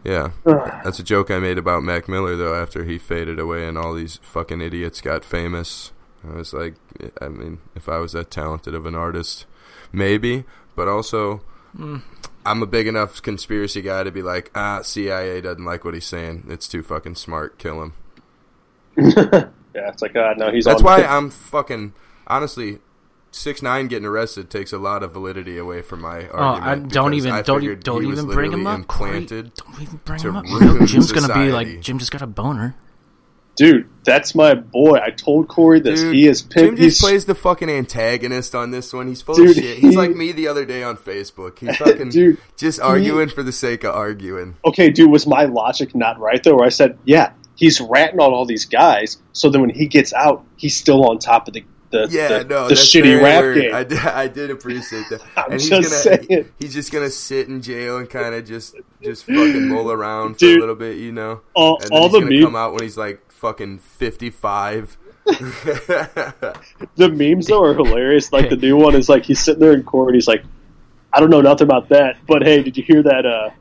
[SPEAKER 7] Yeah, that's a joke I made about Mac Miller though. After he faded away and all these fucking idiots got famous, I was like, I mean, if I was that talented of an artist, maybe. But also,
[SPEAKER 5] Mm.
[SPEAKER 7] I'm a big enough conspiracy guy to be like, ah, CIA doesn't like what he's saying. It's too fucking smart. Kill him.
[SPEAKER 6] Yeah, it's like God. No, he's
[SPEAKER 7] That's
[SPEAKER 6] on
[SPEAKER 7] why I'm fucking honestly. Six nine getting arrested takes a lot of validity away from my
[SPEAKER 5] Oh, I
[SPEAKER 7] argument.
[SPEAKER 5] don't
[SPEAKER 7] because
[SPEAKER 5] even
[SPEAKER 7] I
[SPEAKER 5] don't e-
[SPEAKER 7] figured
[SPEAKER 5] don't
[SPEAKER 7] he was
[SPEAKER 5] even bring
[SPEAKER 7] literally
[SPEAKER 5] him up. Corey.
[SPEAKER 7] Implanted.
[SPEAKER 5] don't even bring
[SPEAKER 7] to
[SPEAKER 5] him up.
[SPEAKER 7] ruin
[SPEAKER 5] Jim's gonna be
[SPEAKER 7] society.
[SPEAKER 5] like Jim just got a boner.
[SPEAKER 6] dude. That's my boy. I told Corey this.
[SPEAKER 7] Dude,
[SPEAKER 6] he is
[SPEAKER 7] Jim
[SPEAKER 6] pimp.
[SPEAKER 7] just
[SPEAKER 6] He's
[SPEAKER 7] plays the fucking antagonist on this one. He's full
[SPEAKER 6] Dude,
[SPEAKER 7] of shit. He's
[SPEAKER 6] he-
[SPEAKER 7] like me the other day on Facebook. He fucking
[SPEAKER 6] Dude,
[SPEAKER 7] just arguing for the sake of arguing.
[SPEAKER 6] okay, dude. Was my logic not right though? Where I said, yeah, he's ratting on all these guys. So then when he gets out, he's still on top of the the,
[SPEAKER 7] Yeah,
[SPEAKER 6] the,
[SPEAKER 7] no,
[SPEAKER 6] the
[SPEAKER 7] that's
[SPEAKER 6] shitty
[SPEAKER 7] very
[SPEAKER 6] rap
[SPEAKER 7] weird.
[SPEAKER 6] game.
[SPEAKER 7] I did, I did appreciate that.
[SPEAKER 6] I'm
[SPEAKER 7] and he's
[SPEAKER 6] just
[SPEAKER 7] gonna, he-
[SPEAKER 6] saying.
[SPEAKER 7] he's just gonna sit in jail and kind of just just fucking roll around for
[SPEAKER 6] Dude,
[SPEAKER 7] a little bit, you know.
[SPEAKER 6] all-
[SPEAKER 7] and then
[SPEAKER 6] all
[SPEAKER 7] he's
[SPEAKER 6] the
[SPEAKER 7] gonna
[SPEAKER 6] meme-
[SPEAKER 7] come out when he's like fucking fifty five.
[SPEAKER 6] the memes though are hilarious. Like the new one is like he's sitting there in court. He's like, I don't know nothing about that, but hey, did you hear that? uh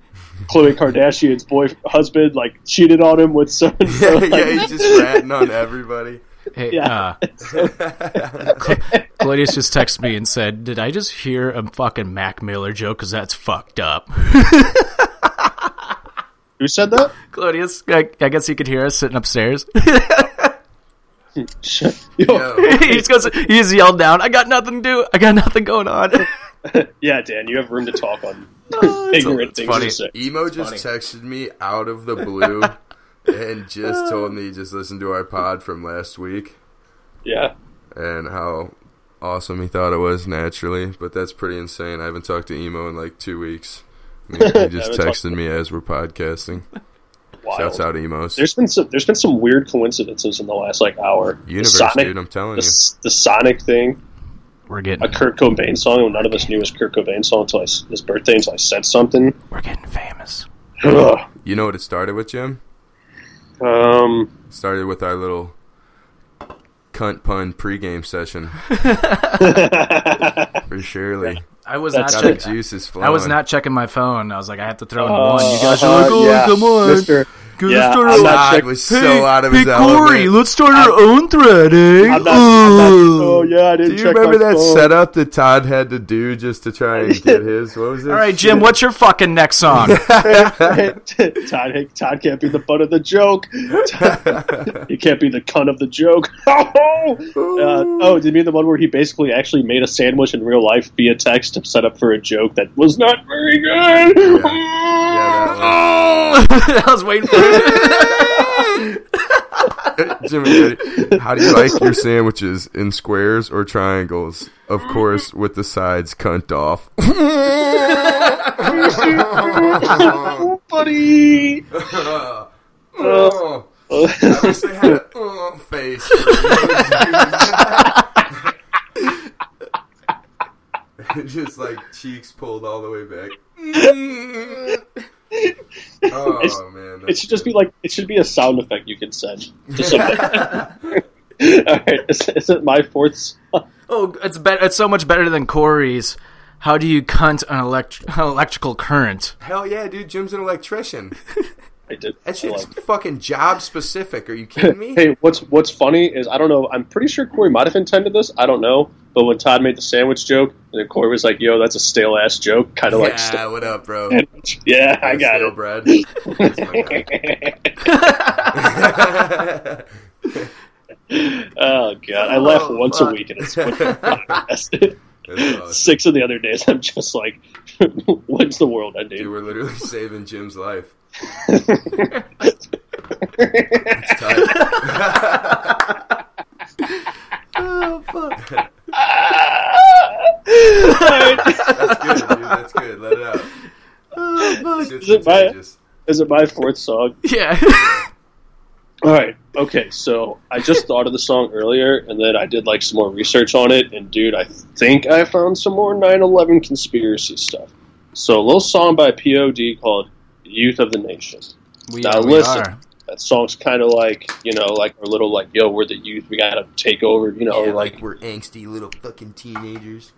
[SPEAKER 6] Khloe Kardashian's boy husband like cheated on him with so and so.
[SPEAKER 7] yeah, he's just ratting on everybody.
[SPEAKER 5] Hey,
[SPEAKER 6] Yeah.
[SPEAKER 5] uh, Claudius just texted me and said, "Did I just hear a fucking Mac Miller joke? Because that's fucked up."
[SPEAKER 6] Who said that?
[SPEAKER 5] Claudius, I, I guess he could hear us sitting upstairs.
[SPEAKER 6] Yo,
[SPEAKER 7] Yo,
[SPEAKER 5] he just goes, he just yelled down, "I got nothing to do. I got nothing going on."
[SPEAKER 6] Yeah, Dan, you have room to talk on ignorant
[SPEAKER 5] it's
[SPEAKER 6] things.
[SPEAKER 5] funny.
[SPEAKER 6] you say.
[SPEAKER 7] Emo just texted me out of the blue and
[SPEAKER 6] Uh.
[SPEAKER 7] just told me he just listened to our pod from last week.
[SPEAKER 6] Yeah,
[SPEAKER 7] and how awesome he thought it was naturally. But that's pretty insane. I haven't talked to Emo in like two weeks. I mean, he just
[SPEAKER 6] haven't talked
[SPEAKER 7] texted me as we're podcasting. Shouts out
[SPEAKER 6] wild.
[SPEAKER 7] Emos.
[SPEAKER 6] There's been some. There's been some weird coincidences in the last like hour. The
[SPEAKER 7] Universe,
[SPEAKER 6] Sonic,
[SPEAKER 7] dude, I'm telling
[SPEAKER 6] the,
[SPEAKER 7] you.
[SPEAKER 6] s- the Sonic thing,
[SPEAKER 5] We're
[SPEAKER 6] a
[SPEAKER 5] getting
[SPEAKER 6] Kurt Cobain song, and none of us knew it was Kurt Cobain song until I s his birthday until I said something.
[SPEAKER 5] we're getting famous.
[SPEAKER 6] Ugh.
[SPEAKER 7] You know what it started with, Jim?
[SPEAKER 6] Um,
[SPEAKER 7] It started with our little cunt pun pregame session. For surely.
[SPEAKER 5] I was
[SPEAKER 6] That's
[SPEAKER 5] not.
[SPEAKER 7] Got the
[SPEAKER 6] true.
[SPEAKER 5] Check-
[SPEAKER 7] juices flowing.
[SPEAKER 5] I was not checking my phone. I was like, I have to throw in
[SPEAKER 6] uh,
[SPEAKER 5] one. You guys are
[SPEAKER 6] uh,
[SPEAKER 5] like, "Oh,
[SPEAKER 6] yeah.
[SPEAKER 5] come on,
[SPEAKER 6] Mister,
[SPEAKER 5] Let's
[SPEAKER 6] Yeah,
[SPEAKER 5] start
[SPEAKER 6] I'm
[SPEAKER 5] our-
[SPEAKER 6] not
[SPEAKER 7] God
[SPEAKER 6] check-
[SPEAKER 7] was so out of
[SPEAKER 5] hey,
[SPEAKER 7] his
[SPEAKER 5] Corey,
[SPEAKER 7] element.
[SPEAKER 5] let's start our own thread, eh?
[SPEAKER 6] I'm not, I'm not-
[SPEAKER 5] Ooh.
[SPEAKER 6] oh yeah, I
[SPEAKER 7] Do
[SPEAKER 6] didn't
[SPEAKER 7] you
[SPEAKER 6] check
[SPEAKER 7] remember
[SPEAKER 6] my
[SPEAKER 7] that
[SPEAKER 6] phone.
[SPEAKER 7] setup that Todd had to do just to try and get his? What was it?
[SPEAKER 5] All right, Jim, what's your fucking next song?
[SPEAKER 6] Todd, Todd can't be the butt of the joke. Todd- he can't be the cunt of the joke. uh, oh, did you mean the one where he basically actually made a sandwich in real life via text to set up for a joke that was not very good?
[SPEAKER 7] Yeah,
[SPEAKER 5] I was waiting for
[SPEAKER 7] that one. Jimmy, how do you like your sandwiches in squares or triangles? Of course, with the sides cunt off.
[SPEAKER 6] Oh, buddy.
[SPEAKER 7] Oh, Uh, I wish they had a oh face. Just like cheeks pulled all the way back. oh man,
[SPEAKER 6] It
[SPEAKER 7] that's
[SPEAKER 6] should just be like it should be a sound effect you can send. Just something. All right, is, is it my fourth? song?
[SPEAKER 5] Oh, it's better. It's so much better than Corey's. How do you cunt an, elect- an electrical current?
[SPEAKER 7] hell yeah, dude. Jim's an electrician.
[SPEAKER 6] I did.
[SPEAKER 7] That
[SPEAKER 6] I
[SPEAKER 7] shit's
[SPEAKER 6] like-
[SPEAKER 7] fucking job specific. Are you kidding me?
[SPEAKER 6] Hey, what's what's funny is I don't know. I'm pretty sure Corey might have intended this. I don't know. But when Todd made the sandwich joke, and then Corey was like, "Yo, that's a stale ass joke," kind of like,
[SPEAKER 7] yeah,
[SPEAKER 6] st-
[SPEAKER 7] what up, bro?
[SPEAKER 6] "Yeah, I got
[SPEAKER 7] Stale
[SPEAKER 6] it."
[SPEAKER 7] bread. That's my guy.
[SPEAKER 6] Oh god, I laugh
[SPEAKER 7] Oh,
[SPEAKER 6] once a
[SPEAKER 7] fuck. Oh,
[SPEAKER 6] week, and it's podcast.
[SPEAKER 7] That's awesome.
[SPEAKER 6] Six of the other days, I'm just like, "When's the world
[SPEAKER 7] Dude,
[SPEAKER 6] ending?"
[SPEAKER 7] we're literally saving Jim's life. It's tight. That's good, dude. That's good. Let it out.
[SPEAKER 5] Oh,
[SPEAKER 7] Shit's
[SPEAKER 6] Is it my-
[SPEAKER 7] contagious.
[SPEAKER 6] Is it my fourth song?
[SPEAKER 5] Yeah.
[SPEAKER 6] All right. Okay. So I just thought of the song earlier, and then I did like some more research on it. And dude, I think I found some more 9/11 conspiracy stuff. So a little song by POD called "Youth of the Nation."
[SPEAKER 5] we,
[SPEAKER 6] Now
[SPEAKER 5] we
[SPEAKER 6] listen.
[SPEAKER 5] are.
[SPEAKER 6] That song's kind of like you know, like our little like, yo, we're the youth. We gotta take over. You know,
[SPEAKER 7] Yeah,
[SPEAKER 6] Oh, like,
[SPEAKER 7] like we're angsty little fucking teenagers.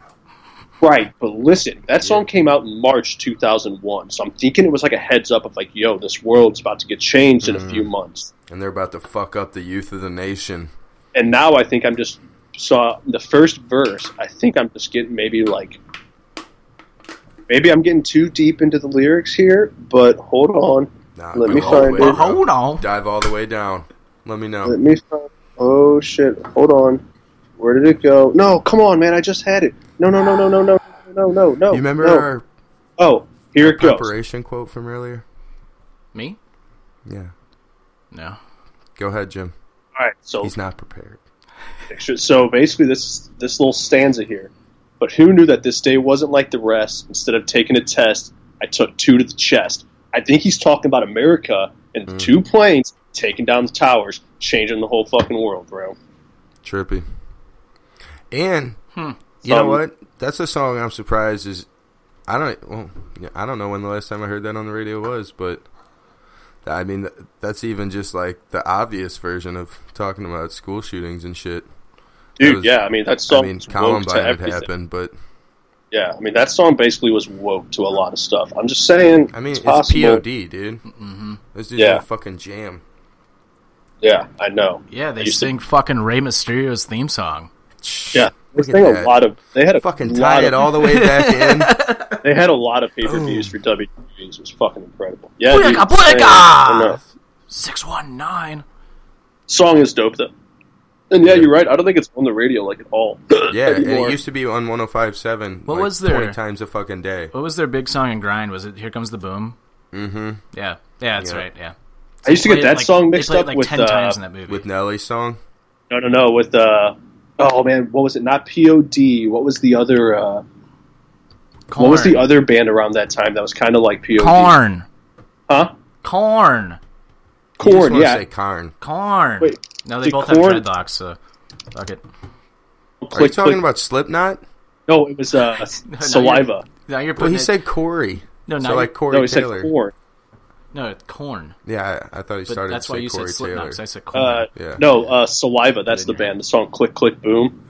[SPEAKER 6] right. But listen, that song came out in March 2001. So I'm thinking it was like a heads up of like, yo, this world's about to get changed in a few
[SPEAKER 5] Mm.
[SPEAKER 6] months.
[SPEAKER 7] And they're about to fuck up the youth of the nation.
[SPEAKER 6] and now I think I'm just saw the first verse. I think I'm just getting maybe like maybe I'm getting too deep into the lyrics here, but hold on.
[SPEAKER 7] Nah,
[SPEAKER 6] Let
[SPEAKER 7] go
[SPEAKER 6] me
[SPEAKER 7] all the
[SPEAKER 6] find
[SPEAKER 7] way
[SPEAKER 6] it.
[SPEAKER 7] down.
[SPEAKER 5] Hold on.
[SPEAKER 7] Dive all the way down. Let me know.
[SPEAKER 6] Let me find Oh shit! Hold on. Where did it go? No, come on, man! I just had it. No, no, no, no, no, no, no, no, no.
[SPEAKER 7] You remember
[SPEAKER 6] no.
[SPEAKER 7] our
[SPEAKER 6] Oh, here it goes.
[SPEAKER 7] preparation quote from earlier?
[SPEAKER 5] Me?
[SPEAKER 7] Yeah.
[SPEAKER 5] No.
[SPEAKER 7] Go ahead, Jim.
[SPEAKER 6] All right, so
[SPEAKER 7] He's not prepared.
[SPEAKER 6] picture. So basically, this this little stanza here. But who knew that this day wasn't like the rest? Instead of taking a test, I took two to the chest. I think he's talking about America and
[SPEAKER 7] Hmm.
[SPEAKER 6] the two planes taking down the towers, changing the whole fucking world, bro.
[SPEAKER 7] Trippy. And
[SPEAKER 5] Hmm.
[SPEAKER 7] you know
[SPEAKER 6] Um,
[SPEAKER 7] what? That's a song I'm surprised is. I don't. Well, yeah, I don't know when the last time I heard that on the radio was, but I mean th- that's even just like the obvious version of talking about school shootings and shit.
[SPEAKER 6] Dude,
[SPEAKER 7] was-
[SPEAKER 6] yeah, I mean that
[SPEAKER 7] I
[SPEAKER 6] song.
[SPEAKER 7] mean
[SPEAKER 6] was woke to
[SPEAKER 7] Columbine had
[SPEAKER 6] everything.
[SPEAKER 7] happened, but
[SPEAKER 6] Yeah, I mean that song basically was woke to a lot of stuff. I'm just saying.
[SPEAKER 7] I mean
[SPEAKER 6] it's
[SPEAKER 7] it's,
[SPEAKER 6] possible.
[SPEAKER 7] POD, dude. Mm-hmm. This dude's
[SPEAKER 6] Yeah.
[SPEAKER 7] in a fucking jam.
[SPEAKER 6] Yeah, I know.
[SPEAKER 5] Yeah, they
[SPEAKER 6] You said-
[SPEAKER 5] sing fucking Rey Mysterio's theme song.
[SPEAKER 6] Yeah,
[SPEAKER 7] Look
[SPEAKER 6] they
[SPEAKER 7] at
[SPEAKER 6] had a
[SPEAKER 7] that.
[SPEAKER 6] lot of. They had a
[SPEAKER 7] Fucking
[SPEAKER 6] lot
[SPEAKER 7] tie
[SPEAKER 6] of-
[SPEAKER 7] it all the way back in.
[SPEAKER 6] They had a lot of pay per views for WWE's. It was fucking incredible. Yeah,
[SPEAKER 5] Booyaka,
[SPEAKER 6] dude,
[SPEAKER 5] booyaka!
[SPEAKER 6] insane. I know.
[SPEAKER 5] Six one nine.
[SPEAKER 6] Song is dope though. And yeah, you're right. I don't think it's on the radio like at all.
[SPEAKER 7] Yeah, and
[SPEAKER 6] anymore.
[SPEAKER 7] it used to be on 105.7.
[SPEAKER 5] What
[SPEAKER 7] like,
[SPEAKER 5] was there?
[SPEAKER 7] 20 times a fucking day.
[SPEAKER 5] What was their big song and grind? Was it Here Comes the Boom? Mm-hmm. Yeah. Yeah, that's
[SPEAKER 7] Yeah.
[SPEAKER 5] right. Yeah.
[SPEAKER 6] I used to
[SPEAKER 5] Played
[SPEAKER 6] get
[SPEAKER 5] it,
[SPEAKER 6] that
[SPEAKER 5] like-
[SPEAKER 6] song mixed
[SPEAKER 5] they played
[SPEAKER 6] up
[SPEAKER 5] it, like
[SPEAKER 6] with
[SPEAKER 5] ten
[SPEAKER 6] uh,
[SPEAKER 5] times in that movie.
[SPEAKER 7] With Nelly's song?
[SPEAKER 6] no, no, no, with uh, oh man, what was it? Not POD. What was the other? Uh,
[SPEAKER 5] Corn.
[SPEAKER 6] what was the other band around that time that was kind of like POD?
[SPEAKER 5] Corn.
[SPEAKER 6] huh?
[SPEAKER 5] Corn.
[SPEAKER 7] You just
[SPEAKER 6] Corn.
[SPEAKER 7] wanna
[SPEAKER 6] Yeah,
[SPEAKER 7] say Karn.
[SPEAKER 5] Corn.
[SPEAKER 6] Wait,
[SPEAKER 5] no, they
[SPEAKER 6] did
[SPEAKER 5] both
[SPEAKER 6] Korn-
[SPEAKER 5] have dreadlocks, so fuck it.
[SPEAKER 7] Are you
[SPEAKER 6] click,
[SPEAKER 7] talking
[SPEAKER 6] click.
[SPEAKER 7] about Slipknot?
[SPEAKER 6] No, it was uh,
[SPEAKER 5] you're-
[SPEAKER 6] saliva.
[SPEAKER 5] Now you're
[SPEAKER 7] Well,
[SPEAKER 5] putting
[SPEAKER 7] he
[SPEAKER 5] it-
[SPEAKER 7] said Corey.
[SPEAKER 5] No,
[SPEAKER 7] so
[SPEAKER 5] not-
[SPEAKER 7] like Corey
[SPEAKER 6] No, he said
[SPEAKER 7] Taylor.
[SPEAKER 6] corn.
[SPEAKER 5] no it's corn,
[SPEAKER 7] Yeah, I, I thought he
[SPEAKER 5] but
[SPEAKER 7] started
[SPEAKER 5] that's
[SPEAKER 7] to
[SPEAKER 5] why
[SPEAKER 7] say
[SPEAKER 5] you
[SPEAKER 7] Corey
[SPEAKER 5] said
[SPEAKER 7] Taylor.
[SPEAKER 5] Slipknot. 'cause I said corn.
[SPEAKER 6] Uh,
[SPEAKER 7] Yeah.
[SPEAKER 6] No, uh, saliva. That's the
[SPEAKER 5] Didn't hear.
[SPEAKER 6] band. The song "Click Click Boom."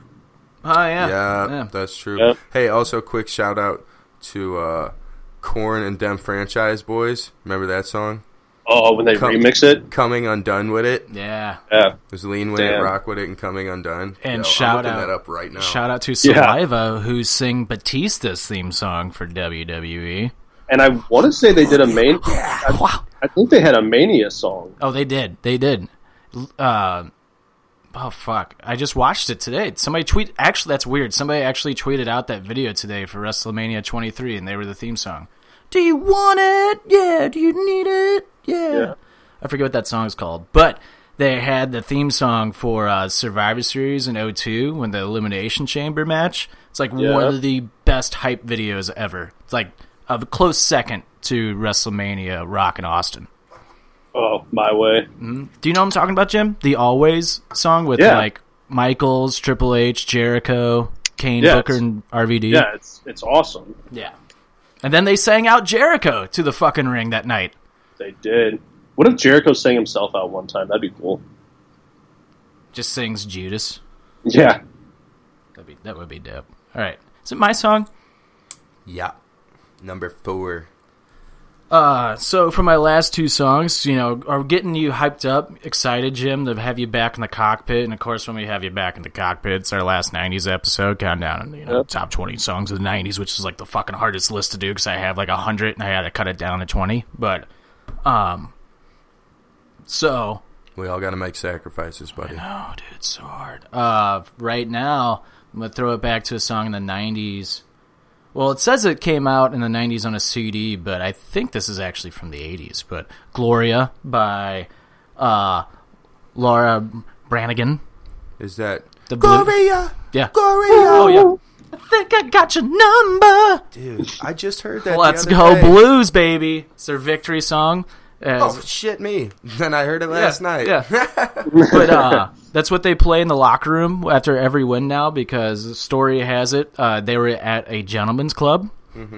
[SPEAKER 5] oh yeah.
[SPEAKER 7] yeah,
[SPEAKER 5] yeah.
[SPEAKER 7] that's true.
[SPEAKER 6] Yeah.
[SPEAKER 7] Hey, also quick shout out to uh, Corn and Dem Franchise Boys. Remember that song?
[SPEAKER 6] Oh, when they
[SPEAKER 7] Come-
[SPEAKER 6] remix it.
[SPEAKER 7] Coming Undone with it.
[SPEAKER 5] Yeah.
[SPEAKER 6] Yeah.
[SPEAKER 7] There's Lean with it,
[SPEAKER 6] Damn.
[SPEAKER 7] Rock with it, and Coming Undone.
[SPEAKER 5] And
[SPEAKER 7] Yo,
[SPEAKER 5] shout
[SPEAKER 7] I'm looking
[SPEAKER 5] out-
[SPEAKER 7] that up right now.
[SPEAKER 5] Shout out to Saliva who sing Batista's theme song for E. WWE.
[SPEAKER 6] And I want to say they did a main. I, I think they had a Mania song.
[SPEAKER 5] Oh, they did. They did. L- Uh, oh fuck! I just watched it today. Somebody tweet. Actually, that's weird. Somebody actually tweeted out that video today for WrestleMania 23, and they were the theme song. Do you want it? Yeah. Do you need it? Yeah. I forget what that song is called, but they had the theme song for uh, Survivor Series in 02 when the Elimination Chamber match. It's like
[SPEAKER 6] Yeah.
[SPEAKER 5] one of the best hype videos ever. It's like a close second to WrestleMania Rock and Austin.
[SPEAKER 6] Oh, my way.
[SPEAKER 5] Do you know what I'm talking about, Jim? The Always song with
[SPEAKER 6] Yeah.
[SPEAKER 5] like Michaels, Triple H, Jericho, Kane,
[SPEAKER 6] Yes.
[SPEAKER 5] Booker, and RVD.
[SPEAKER 6] Yeah, it's it's awesome.
[SPEAKER 5] Yeah. And then they sang out Jericho to the fucking ring that night.
[SPEAKER 6] They did. What if Jericho sang himself out one time? That'd be cool.
[SPEAKER 5] Just sings Judas.
[SPEAKER 6] Yeah.
[SPEAKER 5] That'd be that would be dope. All right, is it my song?
[SPEAKER 7] Yeah. Number four.
[SPEAKER 5] Uh, so for my last two songs, you know, are getting you hyped up, excited, Jim, to have you back in the cockpit. And of course, when we have you back in the cockpit, it's our last '90s episode countdown. You know, top 20 songs of the '90s, which is like the fucking hardest list to do because I have like hundred and I had to cut it down to 20. But, um, so
[SPEAKER 7] We all got to make sacrifices, buddy.
[SPEAKER 5] Oh, dude, it's so hard. Uh, right now, I'm gonna throw it back to a song in the '90s. Well, it says it came out in the '90s on a CD, but I think this is actually from the '80s. But "Gloria" by uh, Laura Branigan.
[SPEAKER 7] Is that
[SPEAKER 5] The blue-
[SPEAKER 7] Gloria?
[SPEAKER 5] yeah.
[SPEAKER 7] Gloria,
[SPEAKER 5] Oh yeah. I think I got your number.
[SPEAKER 7] dude! I just heard that. the
[SPEAKER 5] Let's
[SPEAKER 7] other
[SPEAKER 5] go
[SPEAKER 7] day.
[SPEAKER 5] blues, baby. It's their victory song. As-
[SPEAKER 7] Oh shit, me! Then I heard it last night.
[SPEAKER 5] Yeah. but uh, that's what they play in the locker room after every win now because the story has it uh, they were at a gentleman's club
[SPEAKER 7] Mm-hmm.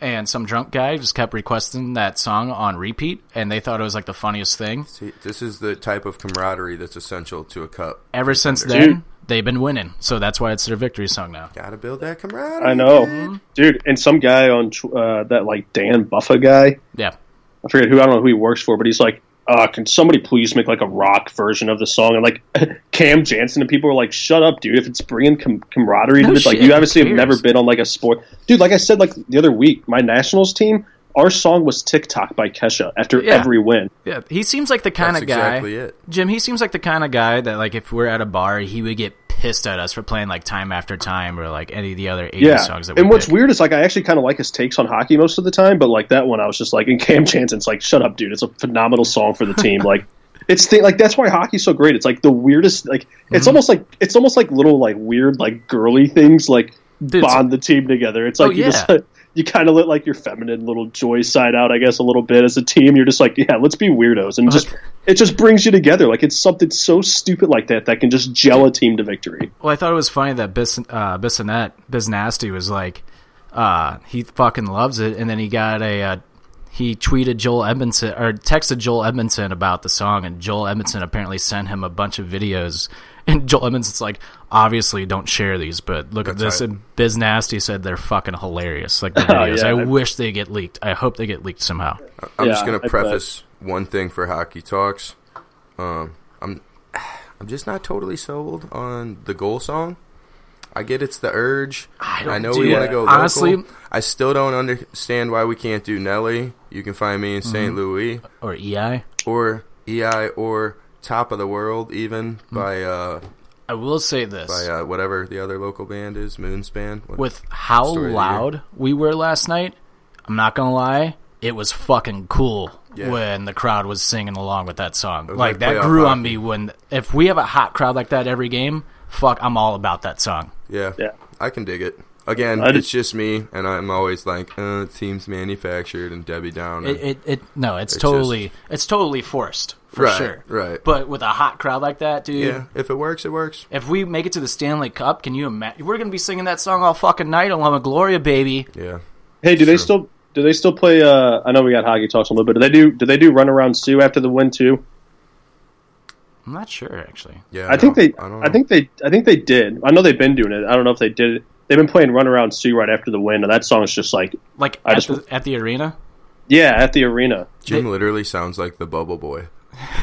[SPEAKER 5] and some drunk guy just kept requesting that song on repeat and they thought it was like the funniest thing.
[SPEAKER 7] See, this is the type of camaraderie that's essential to a cup.
[SPEAKER 5] Ever since then, they've been winning. So that's why it's their victory song now.
[SPEAKER 7] Gotta build that camaraderie.
[SPEAKER 6] I
[SPEAKER 7] Mm-hmm.
[SPEAKER 5] Mm-hmm.
[SPEAKER 6] know, dude. And some guy on tw- uh, that like Dan Buffa guy.
[SPEAKER 5] Yeah.
[SPEAKER 6] I forget who. I don't know who he works for, but he's like, uh, "Can somebody please make like a rock version of the song?" And like Cam Jansen and people were like, "Shut up, dude! If it's bringing com- camaraderie
[SPEAKER 5] No
[SPEAKER 6] to this, like
[SPEAKER 5] shit,
[SPEAKER 6] you obviously
[SPEAKER 5] who
[SPEAKER 6] have never
[SPEAKER 5] cares?"
[SPEAKER 6] been on like a sport, dude." Like I said, like the other week, my nationals team Our song was TikTok by Kesha after
[SPEAKER 5] Yeah.
[SPEAKER 6] every win.
[SPEAKER 5] Yeah, he seems like the kind
[SPEAKER 7] That's
[SPEAKER 5] of guy.
[SPEAKER 7] exactly it.
[SPEAKER 5] Jim, he seems like the kind of guy that like if we're at a bar, he would get pissed at us for playing like time after time or like any of the other 80s
[SPEAKER 6] Yeah.
[SPEAKER 5] songs that we
[SPEAKER 6] And what's
[SPEAKER 5] pick.
[SPEAKER 6] weird is like I actually kind of like his takes on hockey most of the time, but like that one I was just like, and Cam Jansen's like, shut up, dude. It's a phenomenal song for the team. like it's the, like that's why hockey's so great. It's like the weirdest. Like
[SPEAKER 5] Mm-hmm.
[SPEAKER 6] it's almost like it's almost like little like weird like girly things like
[SPEAKER 5] Dude,
[SPEAKER 6] bond the team together. It's
[SPEAKER 5] Oh,
[SPEAKER 6] like you just.
[SPEAKER 5] yeah.
[SPEAKER 6] You kind of let like your feminine little joy side out, I guess, a little bit as a team. You're just like, yeah, let's be weirdos, and just it just brings you together. Like it's something so stupid like that that can just gel a team to victory.
[SPEAKER 5] Well, I thought it was funny that Bis uh, Bissonette Biznasty was like, uh, he fucking loves it, and then he got a uh, he tweeted Joel Edmondson or texted Joel Edmondson about the song, and Joel Edmondson apparently sent him a bunch of videos. And Joel Edmondson's like, obviously, don't share these, but look at
[SPEAKER 7] That's
[SPEAKER 5] this.
[SPEAKER 7] right. Oh,
[SPEAKER 5] And Biz Nasty said they're fucking hilarious. Like the videos.
[SPEAKER 6] yeah.
[SPEAKER 5] I wish they get leaked. I hope they get leaked somehow.
[SPEAKER 7] I'm just
[SPEAKER 6] Yeah,
[SPEAKER 7] gonna
[SPEAKER 6] I bet.
[SPEAKER 7] preface one thing for hockey talks. Um, I'm I'm just not totally sold on the goal song. I get it's the urge. I, know we
[SPEAKER 5] do
[SPEAKER 7] want
[SPEAKER 6] it.
[SPEAKER 7] to go
[SPEAKER 5] Honestly-
[SPEAKER 7] local. I still don't understand why we can't do Nelly. You can find me in
[SPEAKER 5] Mm-hmm.
[SPEAKER 7] saint Louis
[SPEAKER 5] Or E EI.
[SPEAKER 7] or EI or Top of the World, even by uh,
[SPEAKER 5] I will say this.
[SPEAKER 7] by uh, whatever the other local band is, Moon's band. What-
[SPEAKER 5] with how
[SPEAKER 7] Story of the
[SPEAKER 5] loud we were last night, I'm not gonna lie, it was fucking cool
[SPEAKER 7] Yeah.
[SPEAKER 5] when the crowd was singing along with that song.
[SPEAKER 7] was
[SPEAKER 5] Like
[SPEAKER 7] like
[SPEAKER 5] that
[SPEAKER 7] playoff
[SPEAKER 5] grew on
[SPEAKER 7] hockey.
[SPEAKER 5] me when if we have a hot crowd like that every game, fuck, I'm all about that song.
[SPEAKER 7] Yeah.
[SPEAKER 6] Yeah.
[SPEAKER 7] I can dig it. Again,
[SPEAKER 6] I did-
[SPEAKER 7] it's just me, and I'm always like, uh, it seems manufactured and Debbie Downer.
[SPEAKER 5] It it, it no, it's
[SPEAKER 7] It's
[SPEAKER 5] totally it's totally forced for
[SPEAKER 7] Right,
[SPEAKER 5] sure.
[SPEAKER 7] right.
[SPEAKER 5] But with a hot crowd like that, dude.
[SPEAKER 7] yeah, if it works, it works.
[SPEAKER 5] If we make it to the Stanley Cup, can you imagine? We're gonna be singing that song all fucking night along with Gloria, baby.
[SPEAKER 7] Yeah.
[SPEAKER 6] Hey, do they
[SPEAKER 7] Sure.
[SPEAKER 6] still do they still play? Uh, I know we got hockey talks a little bit. Do they do do they do run around Sue after the win too?
[SPEAKER 5] I'm not sure actually.
[SPEAKER 7] Yeah.
[SPEAKER 6] I think they
[SPEAKER 7] don't- don't
[SPEAKER 6] I, think they I think they did. I know they've been doing it. I don't know if they did. it. They've been playing run around Sue right after the win, and that song's just like
[SPEAKER 5] Like
[SPEAKER 6] I
[SPEAKER 5] at
[SPEAKER 6] just-
[SPEAKER 5] the, at the arena.
[SPEAKER 6] yeah at the arena.
[SPEAKER 7] Jim literally sounds like the Bubble Boy.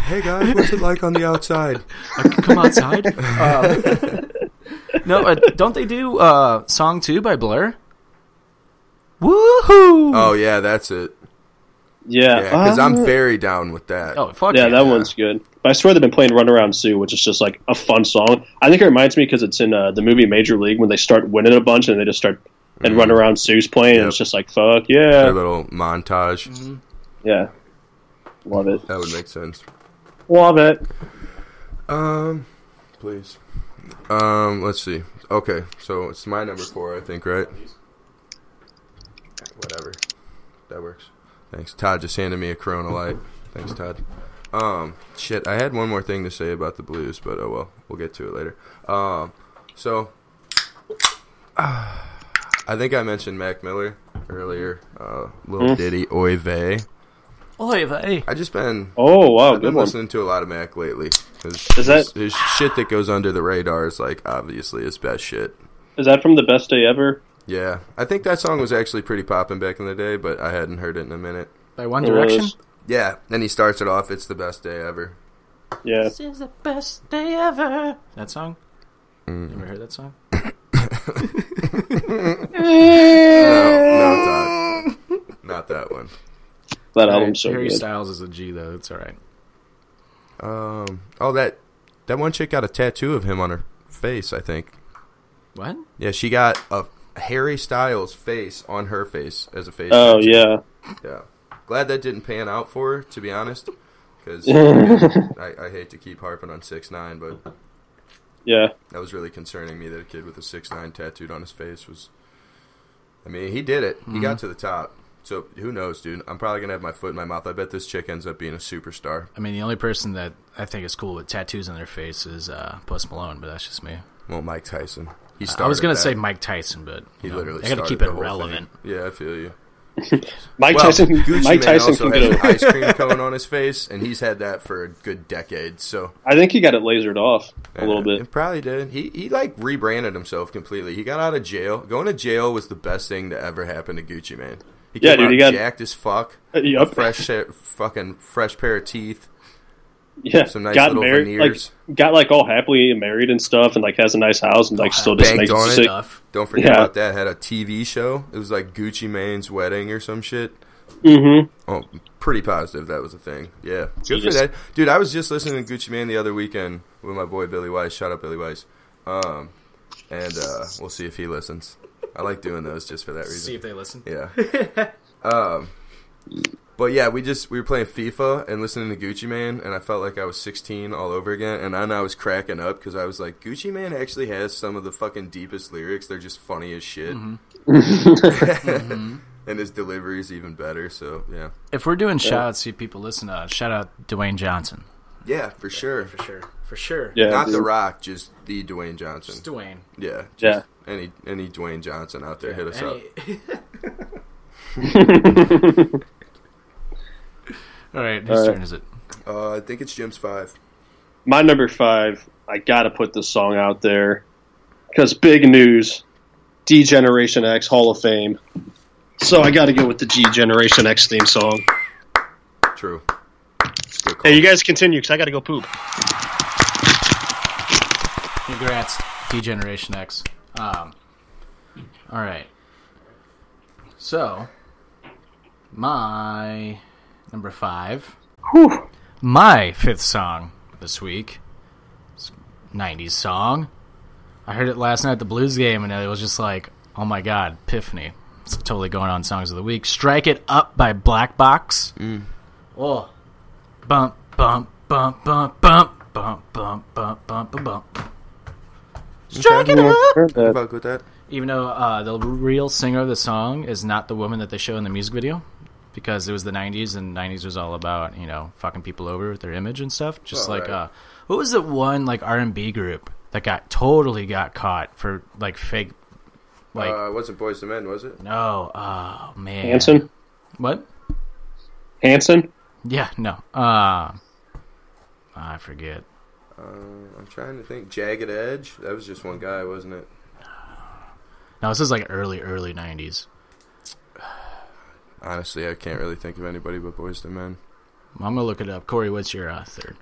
[SPEAKER 7] Hey guys, what's it like on the outside?
[SPEAKER 5] come outside. Um, no, uh, don't they do uh, song two by Blur? Woohoo!
[SPEAKER 7] Oh yeah, that's it.
[SPEAKER 6] Yeah,
[SPEAKER 7] Yeah, because I'm
[SPEAKER 6] Uh,
[SPEAKER 7] very down with that.
[SPEAKER 5] oh fuck
[SPEAKER 6] yeah, that one's good. But I swear they've been playing "Run Around Sue," which is just like a fun song. I think it reminds me because it's in uh, the movie Major League when they start winning a bunch and they just start and "Run Around Sue's playing. And
[SPEAKER 7] Mm-hmm. Yep.
[SPEAKER 6] it's just like fuck
[SPEAKER 7] That
[SPEAKER 6] yeah,
[SPEAKER 7] little montage
[SPEAKER 6] yeah, love it,
[SPEAKER 7] that would make sense.
[SPEAKER 6] love it.
[SPEAKER 7] Um, please. Um, let's see. Okay, so it's my number four, I think, right? Whatever, that works. Thanks. Todd just handed me a Corona Light. Thanks, Todd. Um, shit, I had one more thing to say about the Blues, but oh well, we'll get to it later. Um, so I think I mentioned Mac Miller earlier. Uh, little Diddy Oy vey.
[SPEAKER 5] hey.
[SPEAKER 7] I just been
[SPEAKER 6] Oh wow,
[SPEAKER 7] I've been
[SPEAKER 6] good one.
[SPEAKER 7] listening to a lot of Mac lately. 'cause
[SPEAKER 6] Is
[SPEAKER 7] there's-
[SPEAKER 6] that-
[SPEAKER 7] there's shit that goes under the radar is like obviously his best shit.
[SPEAKER 6] Is that from the best day ever?
[SPEAKER 7] Yeah, I think that song was actually pretty popping back in the day, but I hadn't heard it in a minute.
[SPEAKER 5] By One Direction.
[SPEAKER 6] was.
[SPEAKER 7] Yeah, then he starts it off. It's the best day ever.
[SPEAKER 6] Yeah.
[SPEAKER 5] This is the best day ever. That song.
[SPEAKER 7] Mm.
[SPEAKER 5] You ever heard that song?
[SPEAKER 7] No, no, Todd. not that one. Uh,
[SPEAKER 6] That album's so
[SPEAKER 5] Harry
[SPEAKER 6] good.
[SPEAKER 5] Styles is a G though. It's all right.
[SPEAKER 7] Um, oh that that one chick got a tattoo of him on her face. I think.
[SPEAKER 5] What?
[SPEAKER 7] Yeah, she got a Harry Styles face on her face as a face.
[SPEAKER 6] Oh
[SPEAKER 7] tattoo.
[SPEAKER 6] yeah,
[SPEAKER 7] Yeah. Glad that didn't pan out for her, to be honest. Because I, I hate to keep harping on six nine, but
[SPEAKER 6] yeah.
[SPEAKER 7] that was really concerning me that a kid with a six nine tattooed on his face was. I mean, he did it. He
[SPEAKER 5] Mm-hmm.
[SPEAKER 7] got to the top. So who knows, dude? I'm probably gonna have my foot in my mouth. I bet this chick ends up being a superstar.
[SPEAKER 5] I mean, the only person that I think is cool with tattoos on their face is uh, Post Malone, but that's just me.
[SPEAKER 7] Well, Mike Tyson. He started.
[SPEAKER 5] I was gonna
[SPEAKER 7] that.
[SPEAKER 5] say Mike Tyson, but
[SPEAKER 7] He
[SPEAKER 5] you know,
[SPEAKER 7] literally.
[SPEAKER 5] I gotta
[SPEAKER 7] started
[SPEAKER 5] keep
[SPEAKER 7] the
[SPEAKER 5] it
[SPEAKER 7] whole
[SPEAKER 5] relevant.
[SPEAKER 7] thing. Yeah, I feel you.
[SPEAKER 6] Mike
[SPEAKER 7] Well,
[SPEAKER 6] Tyson.
[SPEAKER 7] Gucci
[SPEAKER 6] Mike
[SPEAKER 7] Mane
[SPEAKER 6] Tyson
[SPEAKER 7] also
[SPEAKER 6] can
[SPEAKER 7] has an
[SPEAKER 6] get a.
[SPEAKER 7] ice cream cone on his face, and he's had that for a good decade. So
[SPEAKER 6] I think he got it lasered off a little
[SPEAKER 7] Yeah,
[SPEAKER 6] bit.
[SPEAKER 7] It uh, probably did. He he like rebranded himself completely. He got out of jail. Going to jail was the best thing to ever happen to Gucci Man. He
[SPEAKER 6] Yeah,
[SPEAKER 7] came
[SPEAKER 6] dude,
[SPEAKER 7] out
[SPEAKER 6] he got-
[SPEAKER 7] jacked as fuck.
[SPEAKER 6] Yup.
[SPEAKER 7] Fresh hair- fucking fresh pair of teeth.
[SPEAKER 6] Yeah,
[SPEAKER 7] Some nice
[SPEAKER 6] got
[SPEAKER 7] little
[SPEAKER 6] married,
[SPEAKER 7] veneers.
[SPEAKER 6] like got like all happily married and stuff, and like has a nice house and like still just
[SPEAKER 7] Oh, Banked
[SPEAKER 6] makes
[SPEAKER 7] on it.
[SPEAKER 6] sick.
[SPEAKER 5] Stuff.
[SPEAKER 7] Don't forget
[SPEAKER 6] Yeah.
[SPEAKER 7] about that. Had a TV show. It was like Gucci Mane's wedding or some shit.
[SPEAKER 6] Mm-hmm.
[SPEAKER 7] Oh, pretty positive that was a thing. Yeah, good for
[SPEAKER 6] just-
[SPEAKER 7] that, dude. I was just listening to Gucci Mane the other weekend with my boy Billy Weiss. Shout out Billy Weiss. Um, and uh, we'll see if he listens. I like doing those just for that reason.
[SPEAKER 5] See if they listen.
[SPEAKER 7] Yeah. um, but yeah, we just we were playing FIFA and listening to Gucci Man, and I felt like I was 16 all over again. And then I was cracking up because I was like, Gucci Man actually has some of the fucking deepest lyrics. They're just funny as shit, Mm-hmm. and his delivery is even better. So yeah,
[SPEAKER 5] If we're doing shout outs, see if people listen to us. Shout out Dwayne Johnson.
[SPEAKER 7] yeah, for sure.
[SPEAKER 5] For sure. For sure.
[SPEAKER 6] Yeah,
[SPEAKER 7] Not
[SPEAKER 6] dude.
[SPEAKER 7] the Rock, just the Dwayne Johnson.
[SPEAKER 5] It's Dwayne.
[SPEAKER 7] Yeah,
[SPEAKER 6] Yeah.
[SPEAKER 7] any any Dwayne Johnson out there, hit us up.
[SPEAKER 5] Hey. All right, whose turn is it?
[SPEAKER 7] Uh, I think it's Jim's five.
[SPEAKER 6] my number five, I gotta put this song out there because big news: D Generation X Hall of Fame. So I gotta go with the G Generation X theme song.
[SPEAKER 7] True. Good call.
[SPEAKER 2] Hey, you guys continue because I got to go poop.
[SPEAKER 5] Congrats, Degeneration X. Um, all right. So, my number five, my fifth song this week, It's a '90s song. I heard it last night at the Blues game, and it was just like, oh my god, epiphany. It's totally going on songs of the week. "Strike It Up" by Black Box. Oh, bump, bump, bump, bump, bump, bump, bump, bump, bump, bump, bump. Strike it up.
[SPEAKER 7] How about with that?
[SPEAKER 5] Even though uh, the real singer of the song is not the woman that they show in the music video, because it was the '90s and '90s was all about you know fucking people over with their image and stuff. Just
[SPEAKER 7] Oh,
[SPEAKER 5] like
[SPEAKER 7] right.
[SPEAKER 5] uh, what was the one like R and B group that got totally got caught for like fake, like
[SPEAKER 7] uh, it wasn't Boys to Men, was it?
[SPEAKER 5] no, oh man,
[SPEAKER 6] Hanson,
[SPEAKER 5] what?
[SPEAKER 6] Hanson.
[SPEAKER 5] Yeah, no, uh, I forget.
[SPEAKER 7] I'm trying to think. Jagged Edge. That was just one guy, wasn't it?
[SPEAKER 5] No, this is like early early '90s.
[SPEAKER 7] Honestly, I can't really think of anybody but Boys to Men.
[SPEAKER 5] I'm gonna look it up. Corey, what's your uh, third?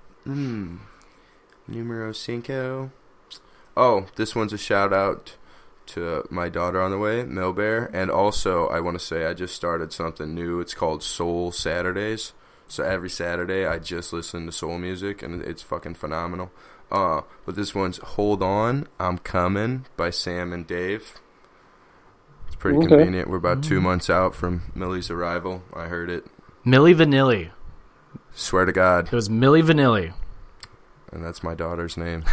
[SPEAKER 7] Numero cinco. Oh, this one's a shout out to my daughter on the way, Mel Bear, and also I want to say I just started something new. It's called Soul Saturdays. So every Saturday I just listen to soul music, and it's fucking phenomenal. Uh, but this one's "Hold On, I'm Coming" by Sam and Dave. It's pretty convenient. We're about two months out from Millie's arrival. I heard it.
[SPEAKER 5] Millie Vanilli.
[SPEAKER 7] Swear to God.
[SPEAKER 5] It was Millie Vanilli.
[SPEAKER 7] and that's my daughter's name.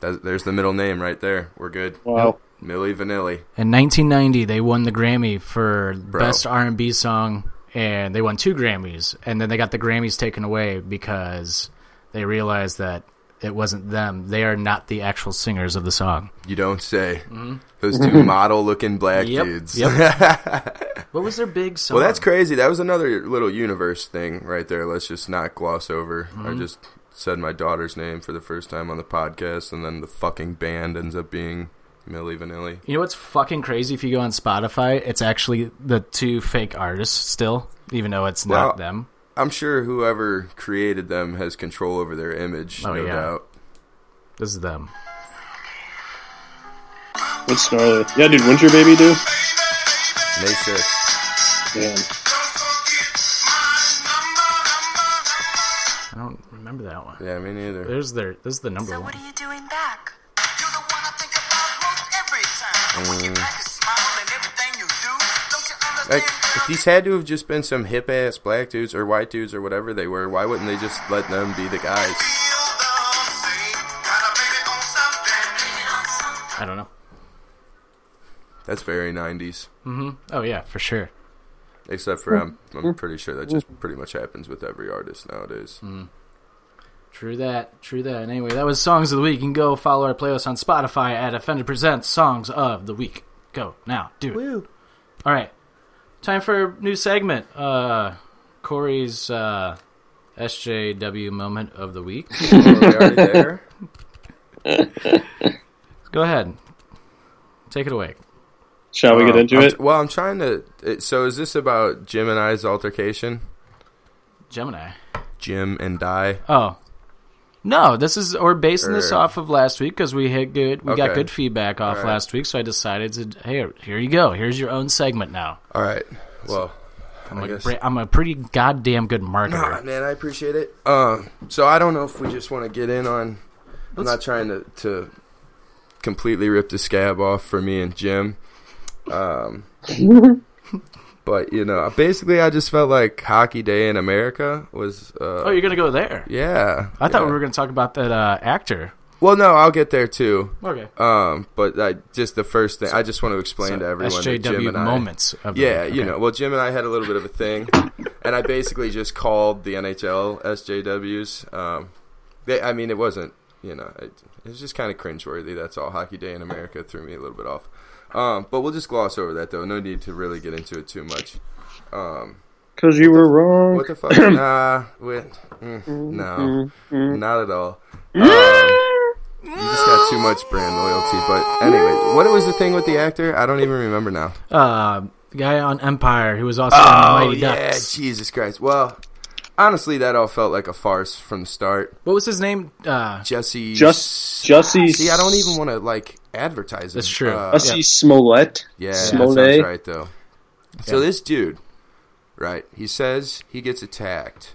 [SPEAKER 7] That- there's the middle name right there. We're good.
[SPEAKER 6] Wow.
[SPEAKER 7] Millie Vanilli.
[SPEAKER 5] In 1990, they won the Grammy for
[SPEAKER 7] Bro.
[SPEAKER 5] best R&B song, and they won two Grammys. And then they got the Grammys taken away because they realized that it wasn't them. They are not the actual singers of the song.
[SPEAKER 7] You don't say. Those two model-looking black
[SPEAKER 5] Mm-hmm. Yep,
[SPEAKER 7] dudes.
[SPEAKER 5] What was their big song?
[SPEAKER 7] well, that's crazy. That was another little universe thing right there. Let's just not gloss over. I
[SPEAKER 5] Mm-hmm.
[SPEAKER 7] just said my daughter's name for the first time on the podcast, and then the fucking band ends up being Millie Vanilli.
[SPEAKER 5] You know what's fucking crazy? If you go on Spotify, it's actually the two fake artists still, even though it's
[SPEAKER 7] Well,
[SPEAKER 5] not them.
[SPEAKER 7] I'm sure whoever created them has control over their image,
[SPEAKER 5] Oh,
[SPEAKER 7] no
[SPEAKER 5] yeah.
[SPEAKER 7] doubt.
[SPEAKER 5] This is them.
[SPEAKER 6] What's gnarly? Yeah, dude. When's your baby do?
[SPEAKER 7] May 6th.
[SPEAKER 6] Damn.
[SPEAKER 5] I don't remember that one.
[SPEAKER 7] Yeah, me neither.
[SPEAKER 5] There's their. This is the number
[SPEAKER 8] So
[SPEAKER 5] one.
[SPEAKER 8] what are you doing back? You're the one I think about most every time. When you're back and smiling and everything you do, don't you
[SPEAKER 7] Like,
[SPEAKER 8] understand?
[SPEAKER 7] if these had to have just been some hip ass black dudes or white dudes or whatever they were, why wouldn't they just let them be the guys?
[SPEAKER 5] I don't know.
[SPEAKER 7] That's very 90s.
[SPEAKER 5] Oh yeah, for sure.
[SPEAKER 7] Except for I'm, I'm pretty sure that just pretty much happens with every artist nowadays.
[SPEAKER 5] Hmm. True that. True that. And anyway, that was songs of the week. You can go follow our playlist on Spotify at Offender Presents Songs of the Week. Go now, do it. All right, time for a new segment. Uh, Corey's uh, SJW moment of the week.
[SPEAKER 7] Are we already there?
[SPEAKER 5] go ahead, take it away.
[SPEAKER 6] Shall we get
[SPEAKER 7] Um,
[SPEAKER 6] into
[SPEAKER 7] I'm
[SPEAKER 6] it?
[SPEAKER 7] t- well, I'm trying to. It, so is this about Jim and I's altercation?
[SPEAKER 5] Gemini.
[SPEAKER 7] Jim and I.
[SPEAKER 5] Oh. No, this is we're basing this
[SPEAKER 7] Or-
[SPEAKER 5] off of last week because we hit good. We got
[SPEAKER 7] Okay.
[SPEAKER 5] good feedback off
[SPEAKER 7] Alright.
[SPEAKER 5] last week, so I decided to. Hey, here you go. Here's your own segment now.
[SPEAKER 7] All right. Well,
[SPEAKER 5] I'm,
[SPEAKER 7] I
[SPEAKER 5] like,
[SPEAKER 7] guess.
[SPEAKER 5] bra- I'm a pretty goddamn good marketer.
[SPEAKER 7] Nah, man, I appreciate it. Uh, so I don't know if we just want to get in on. I'm not trying to, to completely rip the scab off for me and Jim. Um, but you know, basically, I just felt like Hockey Day in America was. Uh,
[SPEAKER 5] oh, you're gonna go there?
[SPEAKER 7] yeah,
[SPEAKER 5] I thought
[SPEAKER 7] yeah.
[SPEAKER 5] we were gonna talk about that uh, actor.
[SPEAKER 7] Well, no, I'll get there too.
[SPEAKER 5] Okay.
[SPEAKER 7] Um, but I, just the first thing, I just want to explain to Oh, everyone. that Jim
[SPEAKER 5] SJW
[SPEAKER 7] and I-
[SPEAKER 5] moments. Of the
[SPEAKER 7] Yeah,
[SPEAKER 5] week.
[SPEAKER 7] you
[SPEAKER 5] Okay.
[SPEAKER 7] know. Well, Jim and I had a little bit of a thing, and I basically just called the NHL SJWs. Um, they, I mean, it wasn't, you know, it, it was just kind of cringeworthy. That's all. Hockey Day in America threw me a little bit off. Um, but we'll just gloss over that, though. No need to really get into it too much. Um,
[SPEAKER 6] Because you were wrong.
[SPEAKER 7] what the fuck? nah, we, mm, no, not at all. Um, you just got too much brand loyalty. But anyway, what was the thing with the actor? I don't even remember now.
[SPEAKER 5] Uh, the guy on Empire who was also on
[SPEAKER 7] Oh
[SPEAKER 5] Mighty
[SPEAKER 7] yeah,
[SPEAKER 5] Ducks.
[SPEAKER 7] Jesus Christ. Well, honestly, that all felt like a farce from the start.
[SPEAKER 5] What was his name? Uh,
[SPEAKER 7] Jesse,
[SPEAKER 6] Just Jussie.
[SPEAKER 7] see, I don't even want to like advertise. Him.
[SPEAKER 5] That's true.
[SPEAKER 7] Uh,
[SPEAKER 6] Jussie Smollett.
[SPEAKER 7] yeah, that
[SPEAKER 6] Smollett.
[SPEAKER 7] sounds right though. So this dude, right? He says he gets attacked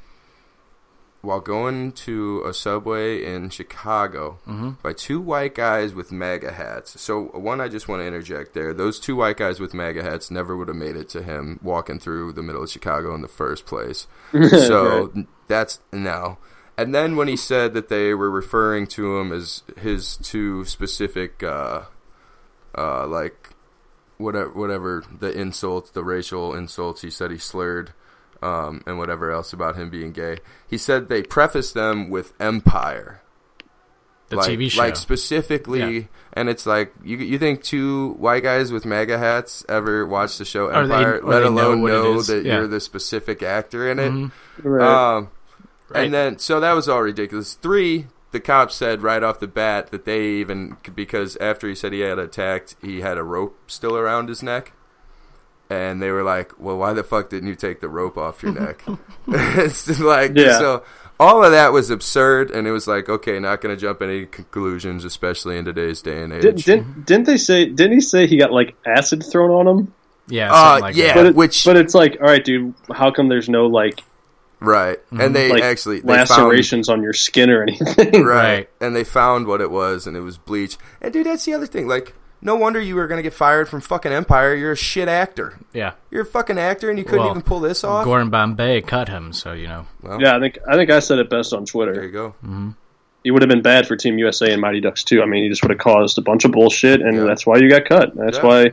[SPEAKER 7] while going to a subway in Chicago by two white guys with MAGA hats. So one, I just want to interject there: those two white guys with MAGA hats never would have made it to him walking through the middle of Chicago in the first place. so n- that's no. And then when he said that they were referring to him as his two specific, uh, uh, like whatever, whatever the insults, the racial insults, he said he slurred, um, and whatever else about him being gay. He said they prefaced them with empire
[SPEAKER 5] the
[SPEAKER 7] like,
[SPEAKER 5] TV show.
[SPEAKER 7] like specifically,
[SPEAKER 5] Yeah.
[SPEAKER 7] and it's like you you think two white guys with MAGA hats ever watch the show
[SPEAKER 5] Or they-
[SPEAKER 7] Empire,
[SPEAKER 5] or
[SPEAKER 7] let
[SPEAKER 5] they know
[SPEAKER 7] alone
[SPEAKER 5] what it
[SPEAKER 7] know,
[SPEAKER 5] is.
[SPEAKER 7] that
[SPEAKER 5] Yeah.
[SPEAKER 7] you're the specific actor in it.
[SPEAKER 6] Mm-hmm. Right.
[SPEAKER 7] Um,
[SPEAKER 5] Right.
[SPEAKER 7] And then, so that was all ridiculous. Three, the cops said right off the bat that they even, because after he said he had attacked, he had a rope still around his neck. And they were like, well, why the fuck didn't you take the rope off your neck? it's just like,
[SPEAKER 6] Yeah.
[SPEAKER 7] so all of that was absurd. And it was like, okay, not going to jump any conclusions, especially in today's day and age.
[SPEAKER 6] Did, didn't didn't they say? Didn't he say he got like acid thrown on him?
[SPEAKER 5] yeah,
[SPEAKER 7] uh,
[SPEAKER 5] something like
[SPEAKER 7] yeah,
[SPEAKER 5] that.
[SPEAKER 6] But it,
[SPEAKER 7] which
[SPEAKER 6] but it's like, all right, dude. How come there's no like
[SPEAKER 7] right, and they
[SPEAKER 6] like
[SPEAKER 7] actually they found
[SPEAKER 6] lacerations on your skin or anything?
[SPEAKER 7] right.
[SPEAKER 5] Right.
[SPEAKER 7] And they found what it was, and it was bleach. And dude, that's the other thing. Like, no wonder you were gonna get fired from fucking Empire. You're a shit actor.
[SPEAKER 5] yeah.
[SPEAKER 7] You're a fucking actor, and you couldn't
[SPEAKER 5] Well,
[SPEAKER 7] even pull this off.
[SPEAKER 5] Gordon Bombay cut him, so you know.
[SPEAKER 6] yeah, I think I think I said it best on
[SPEAKER 7] there you
[SPEAKER 6] Twitter.
[SPEAKER 7] go.
[SPEAKER 6] He would have been bad for Team USA and Mighty Ducks too. I mean, he just would have caused a bunch of bullshit, and that's why you got cut. That's
[SPEAKER 7] Yeah.
[SPEAKER 6] why.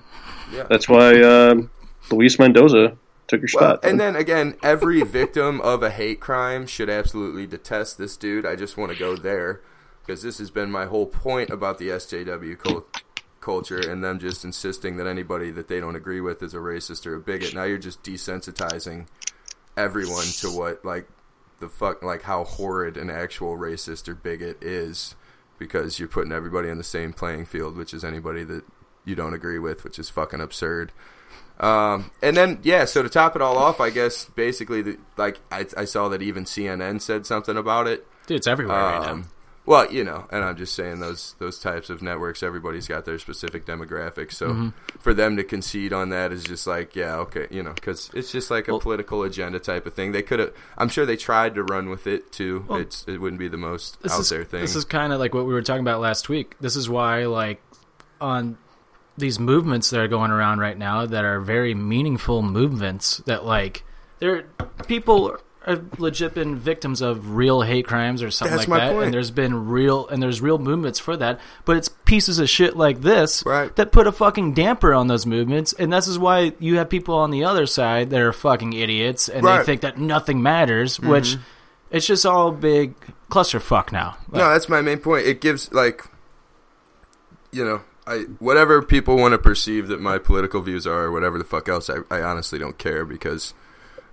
[SPEAKER 7] Yeah.
[SPEAKER 6] That's why um, Luis Mendoza took your
[SPEAKER 7] Well,
[SPEAKER 6] spot.
[SPEAKER 7] and then again, every victim of a hate crime should absolutely detest this dude. I just want to go there because this has been my whole point about the SJW cul- culture and them just insisting that anybody that they don't agree with is a racist or a bigot. Now you're just desensitizing everyone to what like the fuck like how horrid an actual racist or bigot is because you're putting everybody on the same playing field, which is anybody that you don't agree with, which is fucking absurd. Um, and then yeah, so to top it all off, I guess basically the, like I, I saw that even CNN said something about it.
[SPEAKER 5] Dude, it's everywhere right now.
[SPEAKER 7] Um, well, you know, and I'm just saying those those types of networks, everybody's got their specific demographic. So
[SPEAKER 5] Mm-hmm.
[SPEAKER 7] for them to concede on that is just like, yeah, okay, you know, because it's just like a political agenda type of thing. They could have, I'm sure they tried to run with it too. it's it wouldn't be the most
[SPEAKER 5] This
[SPEAKER 7] out
[SPEAKER 5] is
[SPEAKER 7] there thing.
[SPEAKER 5] this is kind of like what we were talking about last week. This is why like on these movements that are going around right now that are very meaningful movements that like they're people are legit been victims of real hate crimes or something
[SPEAKER 7] That's
[SPEAKER 5] like
[SPEAKER 7] my
[SPEAKER 5] that
[SPEAKER 7] point.
[SPEAKER 5] and there's been real and there's real movements for that but it's pieces of shit like this
[SPEAKER 7] Right.
[SPEAKER 5] that put a fucking damper on those movements and this is why you have people on the other side that are fucking idiots and they
[SPEAKER 7] Right. Mm-hmm.
[SPEAKER 5] think that nothing matters which it's just all big clusterfuck now Like,
[SPEAKER 7] no, that's my main point. It gives like, you know, I whatever people want to perceive that my political views are, or whatever the fuck else. I, I honestly don't care because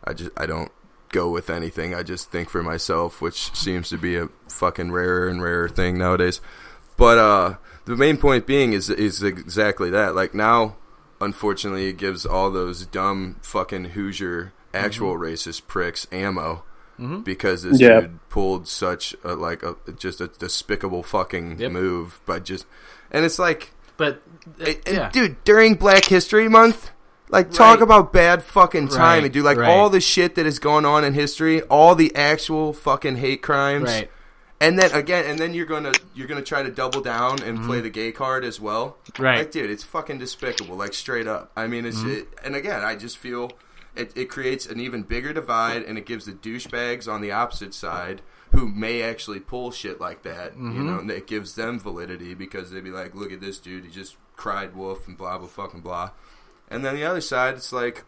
[SPEAKER 7] I just I don't go with anything. I just think for myself, which seems to be a fucking rarer and rarer thing nowadays. But uh, the main point being is is exactly that. Like now, unfortunately, it gives all those dumb fucking Hoosier actual
[SPEAKER 5] Mm-hmm.
[SPEAKER 7] racist pricks ammo because this
[SPEAKER 6] Yeah.
[SPEAKER 7] dude pulled such a, like a just a despicable fucking
[SPEAKER 5] Yep.
[SPEAKER 7] move by just and it's like
[SPEAKER 5] But
[SPEAKER 7] and- and
[SPEAKER 5] yeah.
[SPEAKER 7] dude during Black History Month Like, talk
[SPEAKER 5] Right.
[SPEAKER 7] about bad fucking timing,
[SPEAKER 5] Right,
[SPEAKER 7] dude. Like,
[SPEAKER 5] right.
[SPEAKER 7] all the shit that has gone on in history, all the actual fucking hate crimes.
[SPEAKER 5] Right.
[SPEAKER 7] And then again, and then you're gonna you're gonna try to double down and play the gay card as well,
[SPEAKER 5] Right.
[SPEAKER 7] Like, dude, it's fucking despicable, like straight up. I mean, it's it, and again, I just feel it, it creates an even bigger divide, and it gives the douchebags on the opposite side who may actually pull shit like that, you know, and it gives them validity because they'd be like, look at this dude, he just cried wolf and blah blah fucking blah, and then the other side, it's like,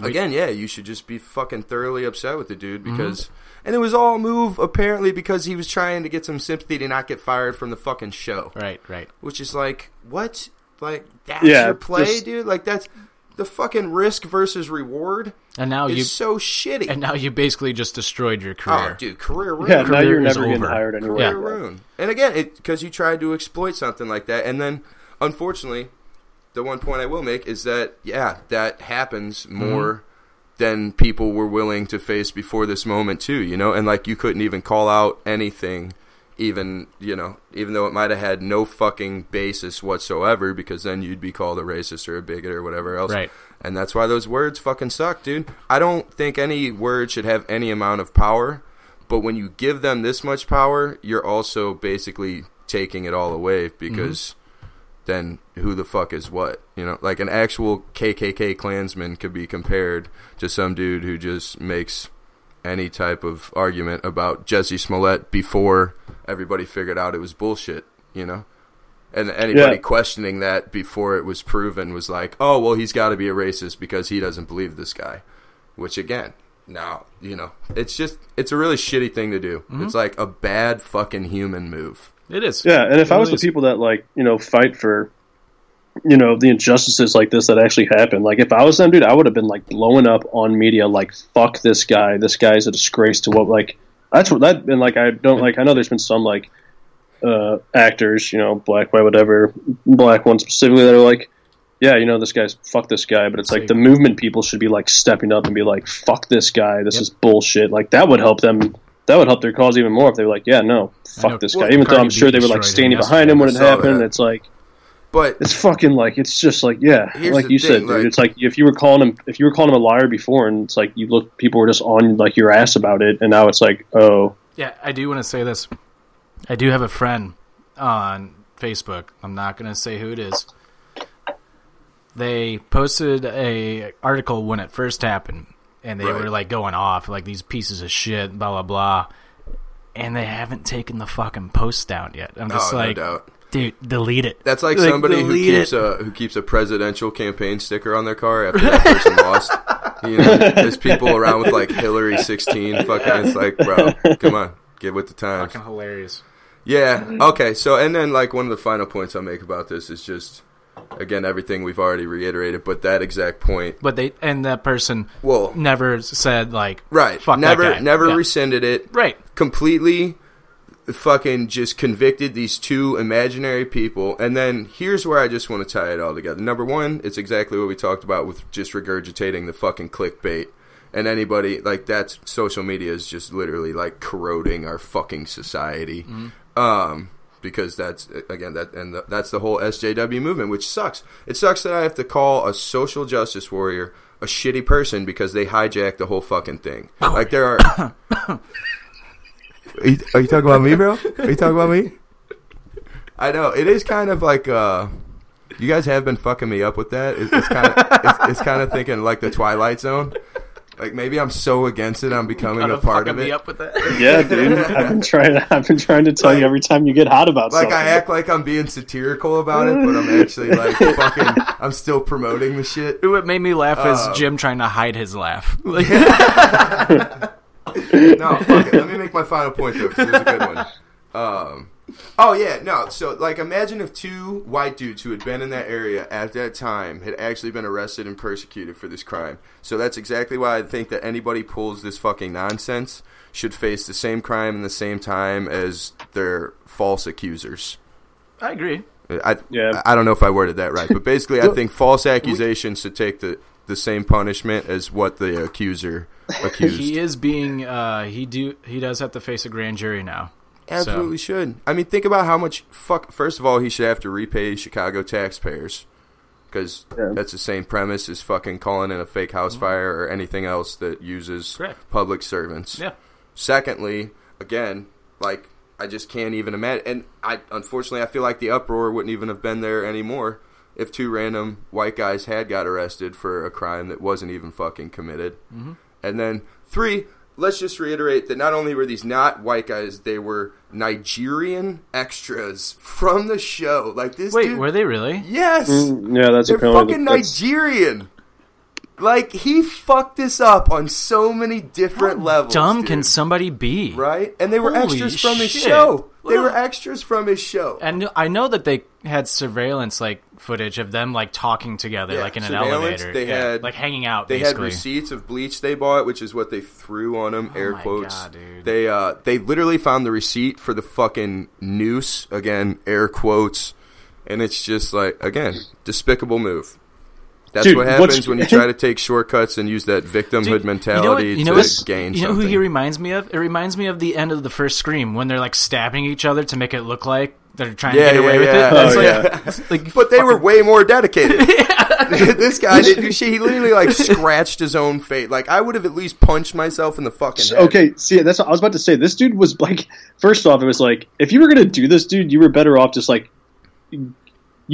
[SPEAKER 7] again, yeah, you should just be fucking thoroughly upset with the dude
[SPEAKER 5] Mm-hmm.
[SPEAKER 7] because. And it was all a move apparently because he was trying to get some sympathy to not get fired from the fucking show,
[SPEAKER 5] Right, right.
[SPEAKER 7] which is like what? Like that's
[SPEAKER 6] Yeah,
[SPEAKER 7] your play,
[SPEAKER 6] just-
[SPEAKER 7] dude. Like that's the fucking risk versus reward
[SPEAKER 5] And now
[SPEAKER 7] is
[SPEAKER 5] you
[SPEAKER 7] so shitty.
[SPEAKER 5] and now you basically just destroyed your
[SPEAKER 7] oh,
[SPEAKER 5] career.
[SPEAKER 7] dude, career ruined.
[SPEAKER 6] Yeah, now
[SPEAKER 5] Career
[SPEAKER 6] you're
[SPEAKER 5] is
[SPEAKER 6] never getting
[SPEAKER 5] over.
[SPEAKER 6] hired anywhere.
[SPEAKER 5] Yeah.
[SPEAKER 7] Career ruined. And again, it because you tried to exploit something like that, and then unfortunately, the one point I will make is that yeah, that happens
[SPEAKER 5] Mm-hmm.
[SPEAKER 7] more. Than people were willing to face before this moment too, you know, and like you couldn't even call out anything even you know even though it might have had no fucking basis whatsoever because then you'd be called a racist or a bigot or whatever else
[SPEAKER 5] Right.
[SPEAKER 7] and that's why those words fucking suck dude i don't think any word should have any amount of power but when you give them this much power you're also basically taking it all away because then who the fuck is what you know like an actual kkk klansman could be compared to some dude who just makes any type of argument about Jesse Smollett before everybody figured out it was bullshit, you know? And anybody
[SPEAKER 6] Yeah.
[SPEAKER 7] questioning that before it was proven was like, oh, well, he's got to be a racist because he doesn't believe this guy. Which, again, now, you know, it's just, it's a really shitty thing to do. It's like a bad fucking human move.
[SPEAKER 5] It is.
[SPEAKER 6] Yeah, and if I was the
[SPEAKER 5] Really is.
[SPEAKER 6] people that like you know fight for, you know, the injustices like this that actually happen, like if I was them, dude, I would have been like blowing up on media, like fuck this guy, this guy's a disgrace to what like that's what that and like I don't like I know there's been some like uh actors, you know, black white whatever, black one specifically that are like. Yeah, you know this guy's fuck this guy, but it's like the movement people should be like stepping up and be like fuck this guy, this is bullshit. Like that would help them. That would help their cause even more if they were like, yeah, no,
[SPEAKER 5] know
[SPEAKER 6] fuck this guy.
[SPEAKER 5] Well,
[SPEAKER 6] Even though
[SPEAKER 5] Cardi
[SPEAKER 6] I'm
[SPEAKER 5] B
[SPEAKER 6] sure they were like
[SPEAKER 5] destroyed him
[SPEAKER 6] standing behind him when it
[SPEAKER 7] yesterday. I saw
[SPEAKER 6] happened.
[SPEAKER 7] that.
[SPEAKER 6] It's like
[SPEAKER 7] But
[SPEAKER 6] it's fucking like it's just like yeah,
[SPEAKER 7] Here's
[SPEAKER 6] like
[SPEAKER 7] the
[SPEAKER 6] you
[SPEAKER 7] thing,
[SPEAKER 6] said, dude.
[SPEAKER 7] like-
[SPEAKER 6] it's like if you were calling him if you were calling him a liar before, and it's like you look people were just on like your ass about it, and now it's like oh
[SPEAKER 5] Yeah, I do want to say this. I do have a friend on Facebook. I'm not going to say who it is. They posted a article when it first happened, and they
[SPEAKER 7] Right.
[SPEAKER 5] were like going off, like these pieces of shit, blah blah blah. And they haven't taken the fucking post down yet. I'm just
[SPEAKER 7] Oh, no
[SPEAKER 5] like,
[SPEAKER 7] doubt.
[SPEAKER 5] dude, delete it.
[SPEAKER 7] that's like, somebody who
[SPEAKER 5] delete
[SPEAKER 7] keeps,
[SPEAKER 5] it.
[SPEAKER 7] a, who keeps a presidential campaign sticker on their car after that person lost. You know, there's people around with like Hillary 16 fucking. It's like, bro, come on, get with the times.
[SPEAKER 5] fucking hilarious.
[SPEAKER 7] Yeah. Okay. So, and then like one of the final points I'll make about this is just again everything we've already reiterated, but that exact point.
[SPEAKER 5] But they and that person
[SPEAKER 7] Well,
[SPEAKER 5] never said like,
[SPEAKER 7] right.
[SPEAKER 5] fuck that
[SPEAKER 7] never,
[SPEAKER 5] guy.
[SPEAKER 7] never
[SPEAKER 5] Yeah.
[SPEAKER 7] rescinded it.
[SPEAKER 5] right,
[SPEAKER 7] Completely, fucking just convicted these two imaginary people. And then here's where I just want to tie it all together. Number one, it's exactly what we talked about with just regurgitating the fucking clickbait. And anybody like that's social media is just literally like corroding our fucking society. um, because that's again that and the, that's the whole SJW movement, which sucks. It sucks that I have to call a social justice warrior a shitty person because they hijacked the whole fucking thing. Like there are. are, you, are you talking about me, bro? Are you talking about me? I know it is kind of like uh, you guys have been fucking me up with that. It, it's kind of it's, it's kind of thinking like the Twilight Zone. Like maybe I'm so against it, I'm becoming a
[SPEAKER 5] Kinda
[SPEAKER 7] part
[SPEAKER 5] fucking
[SPEAKER 7] of it.
[SPEAKER 5] me up with that.
[SPEAKER 6] yeah, dude, I've been trying I've been trying to tell you every time you get hot about
[SPEAKER 7] like
[SPEAKER 6] something.
[SPEAKER 7] I act like I'm being satirical about it, but I'm actually like fucking. I'm still promoting the shit.
[SPEAKER 5] What made me laugh is
[SPEAKER 7] Uh,
[SPEAKER 5] Jim trying to hide his laugh. Like,
[SPEAKER 7] No, fuck it. Let me make my final point though, because it was a good one. Um, oh yeah, no. So like, imagine if two white dudes who had been in that area at that time had actually been arrested and persecuted for this crime. So that's exactly why I think that anybody pulls this fucking nonsense should face the same crime in the same time as their false accusers.
[SPEAKER 5] I agree.
[SPEAKER 7] I,
[SPEAKER 6] Yeah.
[SPEAKER 7] I don't know if I worded that right, but basically, I think false accusations should take the, the same punishment as what the accuser accused.
[SPEAKER 5] He is being uh, he do he does have to face a grand jury now.
[SPEAKER 7] Absolutely should. I mean, think about how much fuck. First of all, he should have to repay Chicago taxpayers because
[SPEAKER 6] Yeah.
[SPEAKER 7] that's the same premise as fucking calling in a fake house fire or anything else that uses
[SPEAKER 5] Mm-hmm. Correct.
[SPEAKER 7] public servants.
[SPEAKER 5] Yeah.
[SPEAKER 7] Secondly, again, like I just can't even imagine. And I unfortunately I feel like the uproar wouldn't even have been there anymore if two random white guys had got arrested for a crime that wasn't even fucking committed. Mm-hmm. And then three, let's just reiterate that not only were these not white guys, they were Nigerian extras from the show. Like this.
[SPEAKER 5] Wait,
[SPEAKER 7] dude,
[SPEAKER 5] were they really?
[SPEAKER 7] Yes.
[SPEAKER 6] Yeah, that's
[SPEAKER 7] They're
[SPEAKER 6] Mm, apparently
[SPEAKER 7] fucking
[SPEAKER 6] the- that's-
[SPEAKER 7] Nigerian. Like he fucked this up on so many different levels.
[SPEAKER 5] Dumb
[SPEAKER 7] dude.
[SPEAKER 5] can somebody be?
[SPEAKER 7] right? And they were
[SPEAKER 5] Holy
[SPEAKER 7] extras from his
[SPEAKER 5] shit.
[SPEAKER 7] show. They
[SPEAKER 5] Look.
[SPEAKER 7] were extras from his show.
[SPEAKER 5] And I know that they had surveillance like footage of them like talking together,
[SPEAKER 7] Yeah,
[SPEAKER 5] like in an
[SPEAKER 7] surveillance,
[SPEAKER 5] elevator.
[SPEAKER 7] they
[SPEAKER 5] yeah,
[SPEAKER 7] had-
[SPEAKER 5] like hanging out.
[SPEAKER 7] They had
[SPEAKER 5] basically. Oh
[SPEAKER 7] receipts of bleach they bought, which is what they threw on them. air
[SPEAKER 5] my
[SPEAKER 7] quotes.
[SPEAKER 5] God, dude.
[SPEAKER 7] They uh, they literally found the receipt for the fucking noose. Again, air quotes. And it's just like again, despicable move. That's
[SPEAKER 6] Dude,
[SPEAKER 7] what
[SPEAKER 6] what's-
[SPEAKER 7] happens when you try to take shortcuts and use that victimhood
[SPEAKER 5] Dude,
[SPEAKER 7] mentality
[SPEAKER 5] you know
[SPEAKER 7] to
[SPEAKER 5] what,
[SPEAKER 7] gain
[SPEAKER 5] you know
[SPEAKER 7] something.
[SPEAKER 5] who he reminds me of? It reminds me of the end of the first Scream when they're like stabbing each other to make it look like they're trying
[SPEAKER 7] Yeah,
[SPEAKER 5] to get away
[SPEAKER 7] yeah,
[SPEAKER 5] with
[SPEAKER 7] yeah.
[SPEAKER 5] it. It's
[SPEAKER 6] Oh,
[SPEAKER 5] like- like,
[SPEAKER 7] But they were way more dedicated. this guy didn't do shit. He literally like scratched his own face. Like I would have at least punched myself in the fucking head.
[SPEAKER 6] Okay, see, that's what I was about to say. This dude was like, first off, it was like, if you were gonna do this, dude, you were better off just like, you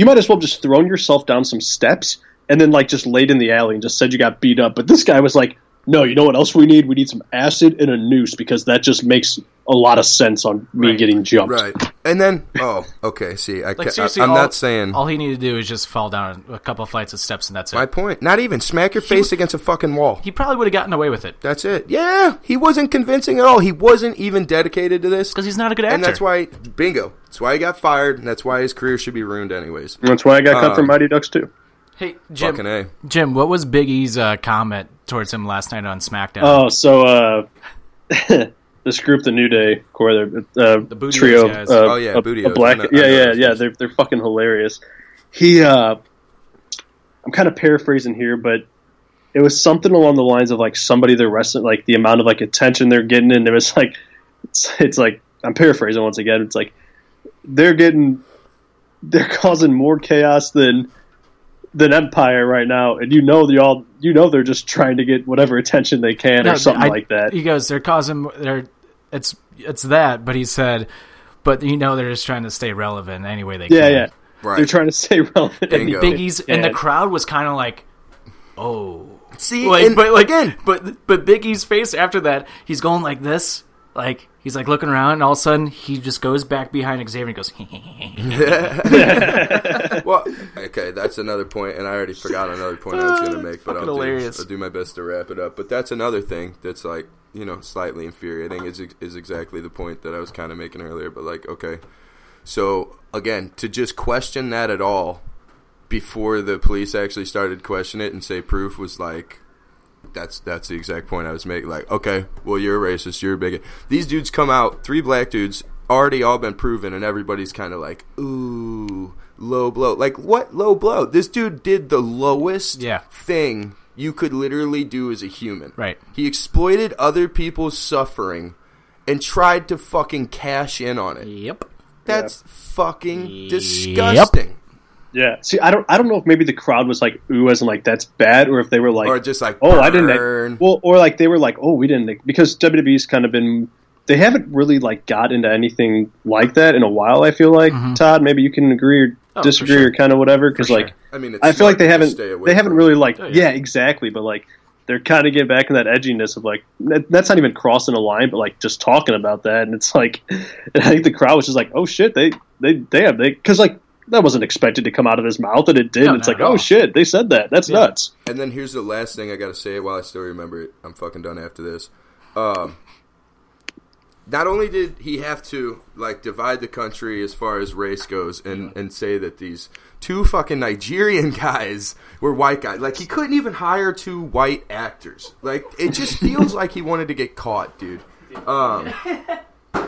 [SPEAKER 6] might as well just thrown yourself down some steps and then like just laid in the alley and just said you got beat up. But this guy was like, no, you know what else we need? We need some acid and a noose because that just makes a lot of sense on me getting jumped.
[SPEAKER 7] Right. And then oh, okay, see, I,
[SPEAKER 5] Like
[SPEAKER 7] ca-
[SPEAKER 5] seriously,
[SPEAKER 7] I am
[SPEAKER 5] all,
[SPEAKER 7] not saying
[SPEAKER 5] all he needed to do is just fall down a couple flights of steps and that's it.
[SPEAKER 7] my point. Not even smack your face against a fucking wall.
[SPEAKER 5] he probably would have gotten away with it
[SPEAKER 7] That's it. Yeah, he wasn't convincing at all. He wasn't even dedicated to this.
[SPEAKER 5] because he's not a good actor.
[SPEAKER 7] And that's why bingo. That's why he got fired and that's why his career should be ruined anyways.
[SPEAKER 6] That's why I got cut
[SPEAKER 7] Um,
[SPEAKER 6] from Mighty Ducks too.
[SPEAKER 5] Hey Jim,
[SPEAKER 7] Fucking A.
[SPEAKER 5] Jim, what was Big E's uh, comment towards him last night on SmackDown?
[SPEAKER 6] Oh, so uh, this group, the New Day, core, the uh,
[SPEAKER 5] Bootios
[SPEAKER 6] trio, of,
[SPEAKER 5] guys.
[SPEAKER 6] uh,
[SPEAKER 7] Oh, yeah,
[SPEAKER 6] a,
[SPEAKER 7] Bootios.
[SPEAKER 6] a black,
[SPEAKER 7] I know- I
[SPEAKER 6] yeah,
[SPEAKER 7] know
[SPEAKER 6] yeah,
[SPEAKER 7] those
[SPEAKER 6] yeah.
[SPEAKER 7] guys.
[SPEAKER 6] They're they're fucking hilarious. He, uh, I'm kind of paraphrasing here, but it was something along the lines of like somebody they're wrestling, like the amount of like attention they're getting, and it was like, it's, it's like I'm paraphrasing once again. It's like they're getting, they're causing more chaos than than Empire right now, and you know they all, you know they're just trying to get whatever attention they can
[SPEAKER 5] No,
[SPEAKER 6] or something
[SPEAKER 5] I-
[SPEAKER 6] like that.
[SPEAKER 5] He goes, they're causing, they're, it's it's that, but he said, but you know, they're just trying to stay relevant any way they
[SPEAKER 6] Yeah,
[SPEAKER 5] can.
[SPEAKER 6] yeah.
[SPEAKER 7] Right.
[SPEAKER 6] They're trying to stay relevant.
[SPEAKER 7] Bingo.
[SPEAKER 5] And Biggie's and the
[SPEAKER 6] Yeah.
[SPEAKER 5] crowd was kind of like, oh,
[SPEAKER 7] See,
[SPEAKER 5] like,
[SPEAKER 7] and
[SPEAKER 5] but like,
[SPEAKER 7] again,
[SPEAKER 5] but but Biggie's face after that, he's going like this, like he's like looking around, and all of a sudden he just goes back behind Xavier and goes,
[SPEAKER 7] Well, okay, that's another point, and I already forgot another point I was going to make, but
[SPEAKER 5] Uh,
[SPEAKER 7] I'll
[SPEAKER 5] fucking
[SPEAKER 7] do,
[SPEAKER 5] hilarious.
[SPEAKER 7] I'll do my best to wrap it up. But that's another thing that's like you know slightly infuriating is is exactly the point that I was kind of making earlier. But like, okay, so again, to just question that at all before the police actually started questioning it and say proof was like that's that's the exact point I was making. Like, okay, well, you're a racist, you're a bigot. These dudes come out, three black dudes, already all been proven, and everybody's kind of like, ooh, low blow. Like, what low blow? This dude did the lowest
[SPEAKER 5] Yeah.
[SPEAKER 7] thing you could literally do as a human.
[SPEAKER 5] Right.
[SPEAKER 7] He exploited other people's suffering and tried to fucking cash in on it.
[SPEAKER 5] yep,
[SPEAKER 7] That's fucking disgusting.
[SPEAKER 6] Yeah. See, I don't, I don't know if maybe the crowd was like, "Ooh," as in like that's bad, or if they were like,
[SPEAKER 7] Or just like,
[SPEAKER 6] "Oh, I
[SPEAKER 7] burn.
[SPEAKER 6] didn't." Well, or like they were like, "Oh, we didn't," because WWE's kind of been, they haven't really like got into anything like that in a while. I feel like Todd, maybe you can agree or
[SPEAKER 5] Mm-hmm. Oh, for
[SPEAKER 6] disagree
[SPEAKER 5] sure.
[SPEAKER 6] or kind of whatever, because
[SPEAKER 5] For
[SPEAKER 6] like
[SPEAKER 5] sure.
[SPEAKER 7] I mean, it's
[SPEAKER 6] I feel like they
[SPEAKER 7] smart to
[SPEAKER 6] haven't,
[SPEAKER 7] stay away
[SPEAKER 6] they haven't
[SPEAKER 7] from it. Oh,
[SPEAKER 6] really like, yeah.
[SPEAKER 5] yeah.
[SPEAKER 6] exactly, but like. They're kind of getting back in that edginess of like that, that's not even crossing a line, but like just talking about that, and it's like, and I think the crowd was just like, "Oh shit, they they damn they," because like that wasn't expected to come out of his mouth, and it did.
[SPEAKER 5] No,
[SPEAKER 6] it's
[SPEAKER 5] not
[SPEAKER 6] like,
[SPEAKER 5] at all.
[SPEAKER 6] "Oh shit, they said that. That's nuts."
[SPEAKER 7] And then here's the last thing I gotta say while I still remember it. I'm fucking done after this. Um, not only did he have to like divide the country as far as race goes, and and say that these two fucking Nigerian guys were white guys, like he couldn't even hire two white actors. Like it just feels like he wanted to get caught, dude. Um,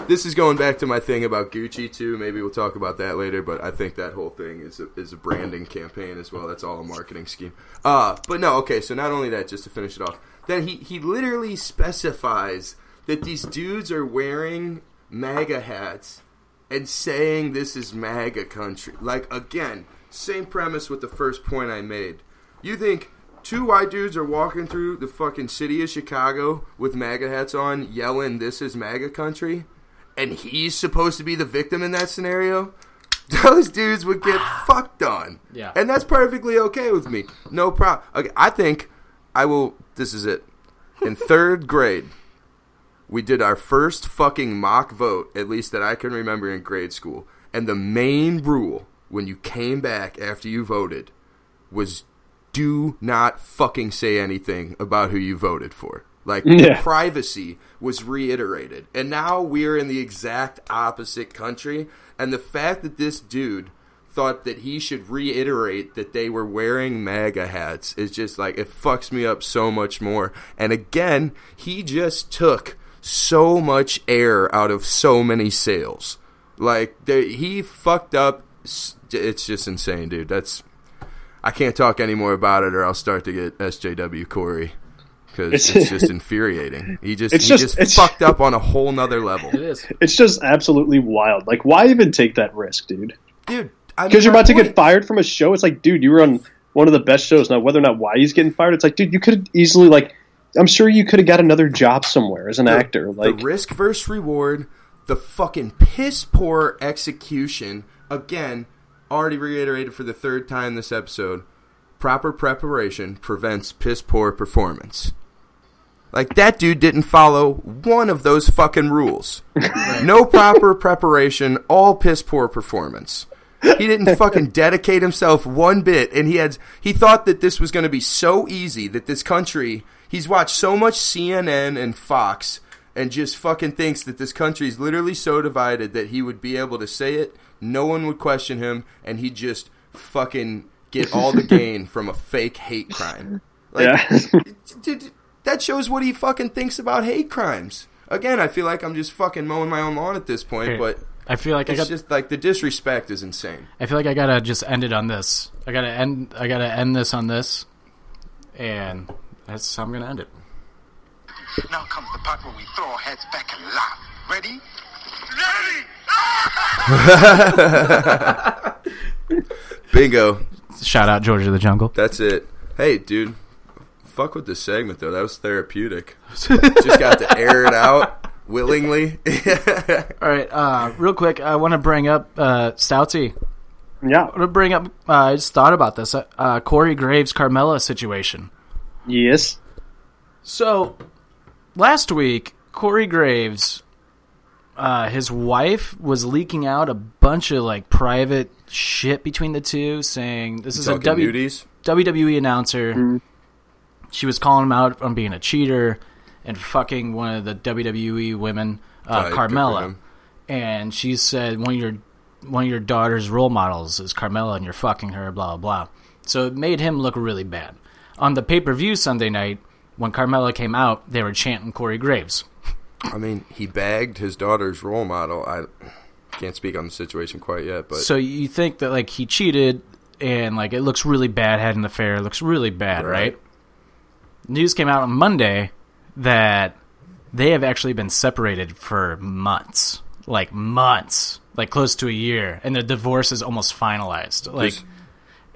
[SPEAKER 7] this is going back to my thing about Gucci too. Maybe we'll talk about that later. But I think that whole thing is a, is a branding campaign as well. That's all a marketing scheme. Uh, but no, okay. So not only that, just to finish it off, then he he literally specifies that these dudes are wearing MAGA hats and saying this is MAGA country. Like again, Same premise with the first point I made. You think two white dudes are walking through the fucking city of Chicago with MAGA hats on, yelling, "This is MAGA country," and he's supposed to be the victim in that scenario? Those dudes would get fucked on.
[SPEAKER 5] Yeah.
[SPEAKER 7] And that's perfectly okay with me. No problem. Okay, I think I will. This is it. In third grade, we did our first fucking mock vote, at least that I can remember in grade school. And the main rule when you came back after you voted was do not fucking say anything about who you voted for. Like
[SPEAKER 6] Yeah.
[SPEAKER 7] privacy was reiterated. And now we're in the exact opposite country. And the fact that this dude thought that he should reiterate that they were wearing MAGA hats is just like, it fucks me up so much more. And again, he just took so much air out of so many sales. Like, they, he fucked up. S- It's just insane, dude. That's. I can't talk anymore about it, or I'll start to get SJW Corey because it's,
[SPEAKER 6] It's-
[SPEAKER 7] just infuriating. He just
[SPEAKER 6] It's
[SPEAKER 7] he
[SPEAKER 6] just-
[SPEAKER 7] just,
[SPEAKER 6] it's-
[SPEAKER 7] fucked up on a whole nother level,
[SPEAKER 5] It is.
[SPEAKER 6] It's just absolutely wild. Like, why even take that risk, dude?
[SPEAKER 7] dude. I mean,
[SPEAKER 6] Because you're
[SPEAKER 7] my
[SPEAKER 6] about to get
[SPEAKER 7] point-
[SPEAKER 6] fired from a show. It's like, dude, you were on one of the best shows. Now, whether or not why he's getting fired, it's like, dude, you could easily like, I'm sure you could have got another job somewhere as an actor. Like,
[SPEAKER 7] the risk versus reward, the fucking piss poor execution. Again, already reiterated for the third time this episode. Proper preparation prevents piss poor performance. Like that dude didn't follow one of those fucking rules. No proper preparation, all piss poor performance. He didn't fucking dedicate himself one bit, and he had he thought that this was going to be so easy that this country. He's watched so much CNN and Fox, and just fucking thinks that this country is literally so divided that he would be able to say it. No one would question him, and he'd just fucking get all the gain from a fake hate crime. Like,
[SPEAKER 6] yeah.
[SPEAKER 7] Dude, that shows what he fucking thinks about hate crimes. Again, I feel like I'm just fucking mowing my own lawn at this point,
[SPEAKER 5] Here.
[SPEAKER 7] but
[SPEAKER 5] I feel like I
[SPEAKER 7] it's
[SPEAKER 5] got.
[SPEAKER 7] just like the disrespect is insane.
[SPEAKER 5] I feel like I gotta just end it on this. I gotta end. I gotta end this on this, and that's how I'm gonna end it.
[SPEAKER 8] Now comes the part where we throw our heads back and laugh. Ready? Ready! Ah!
[SPEAKER 7] Bingo.
[SPEAKER 5] Shout out George of the Jungle.
[SPEAKER 7] That's it. Hey, dude. Fuck with this segment though. That was therapeutic. just got to air it out willingly.
[SPEAKER 5] All right, uh, real quick, I want to bring up uh, Stouty.
[SPEAKER 6] yeah.
[SPEAKER 5] I want to bring up. Uh, I just thought about this. Uh, uh, Corey Graves Carmella situation.
[SPEAKER 6] Yes.
[SPEAKER 5] So last week, Corey Graves, uh, his wife was leaking out a bunch of like private shit between the two, saying this is a
[SPEAKER 7] Talking
[SPEAKER 5] W.
[SPEAKER 7] nudies.
[SPEAKER 5] WWE announcer. She was calling him out on being a cheater and fucking one of the WWE women,
[SPEAKER 7] All
[SPEAKER 5] uh,
[SPEAKER 7] right, good for
[SPEAKER 5] Carmella.
[SPEAKER 7] him.
[SPEAKER 5] And she said one of your one of your daughter's role models is Carmella, and you're fucking her. Blah blah blah. So it made him look really bad. On the pay per view Sunday night, when Carmella came out, they were chanting Corey Graves.
[SPEAKER 7] I mean, he bagged his daughter's role model. I can't speak on the situation quite yet, but
[SPEAKER 5] So you think that like he cheated and like it looks really bad, had an affair, it looks really bad, right?
[SPEAKER 7] Right.
[SPEAKER 5] News came out on Monday that they have actually been separated for months. Like months. Like close to a year. And the divorce is almost finalized. Like
[SPEAKER 7] Just-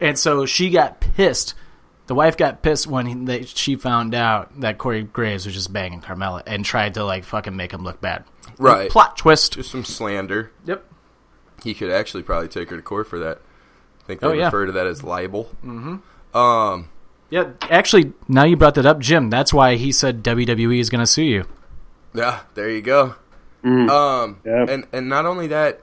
[SPEAKER 5] and so she got pissed. The wife got pissed when he, that she found out that Corey Graves was just banging Carmella and tried to like fucking make him look bad.
[SPEAKER 7] right.
[SPEAKER 5] Plot twist.
[SPEAKER 7] Just some slander.
[SPEAKER 5] Yep.
[SPEAKER 7] he could actually probably take her to court for that. I think they
[SPEAKER 5] Oh, yeah.
[SPEAKER 7] refer to that as libel. Mm-hmm. Um,
[SPEAKER 5] Yeah, actually, now you brought that up, Jim. That's why he said WWE is going to sue you.
[SPEAKER 7] yeah, there you go. Um,
[SPEAKER 6] Yeah.
[SPEAKER 7] and and not only that,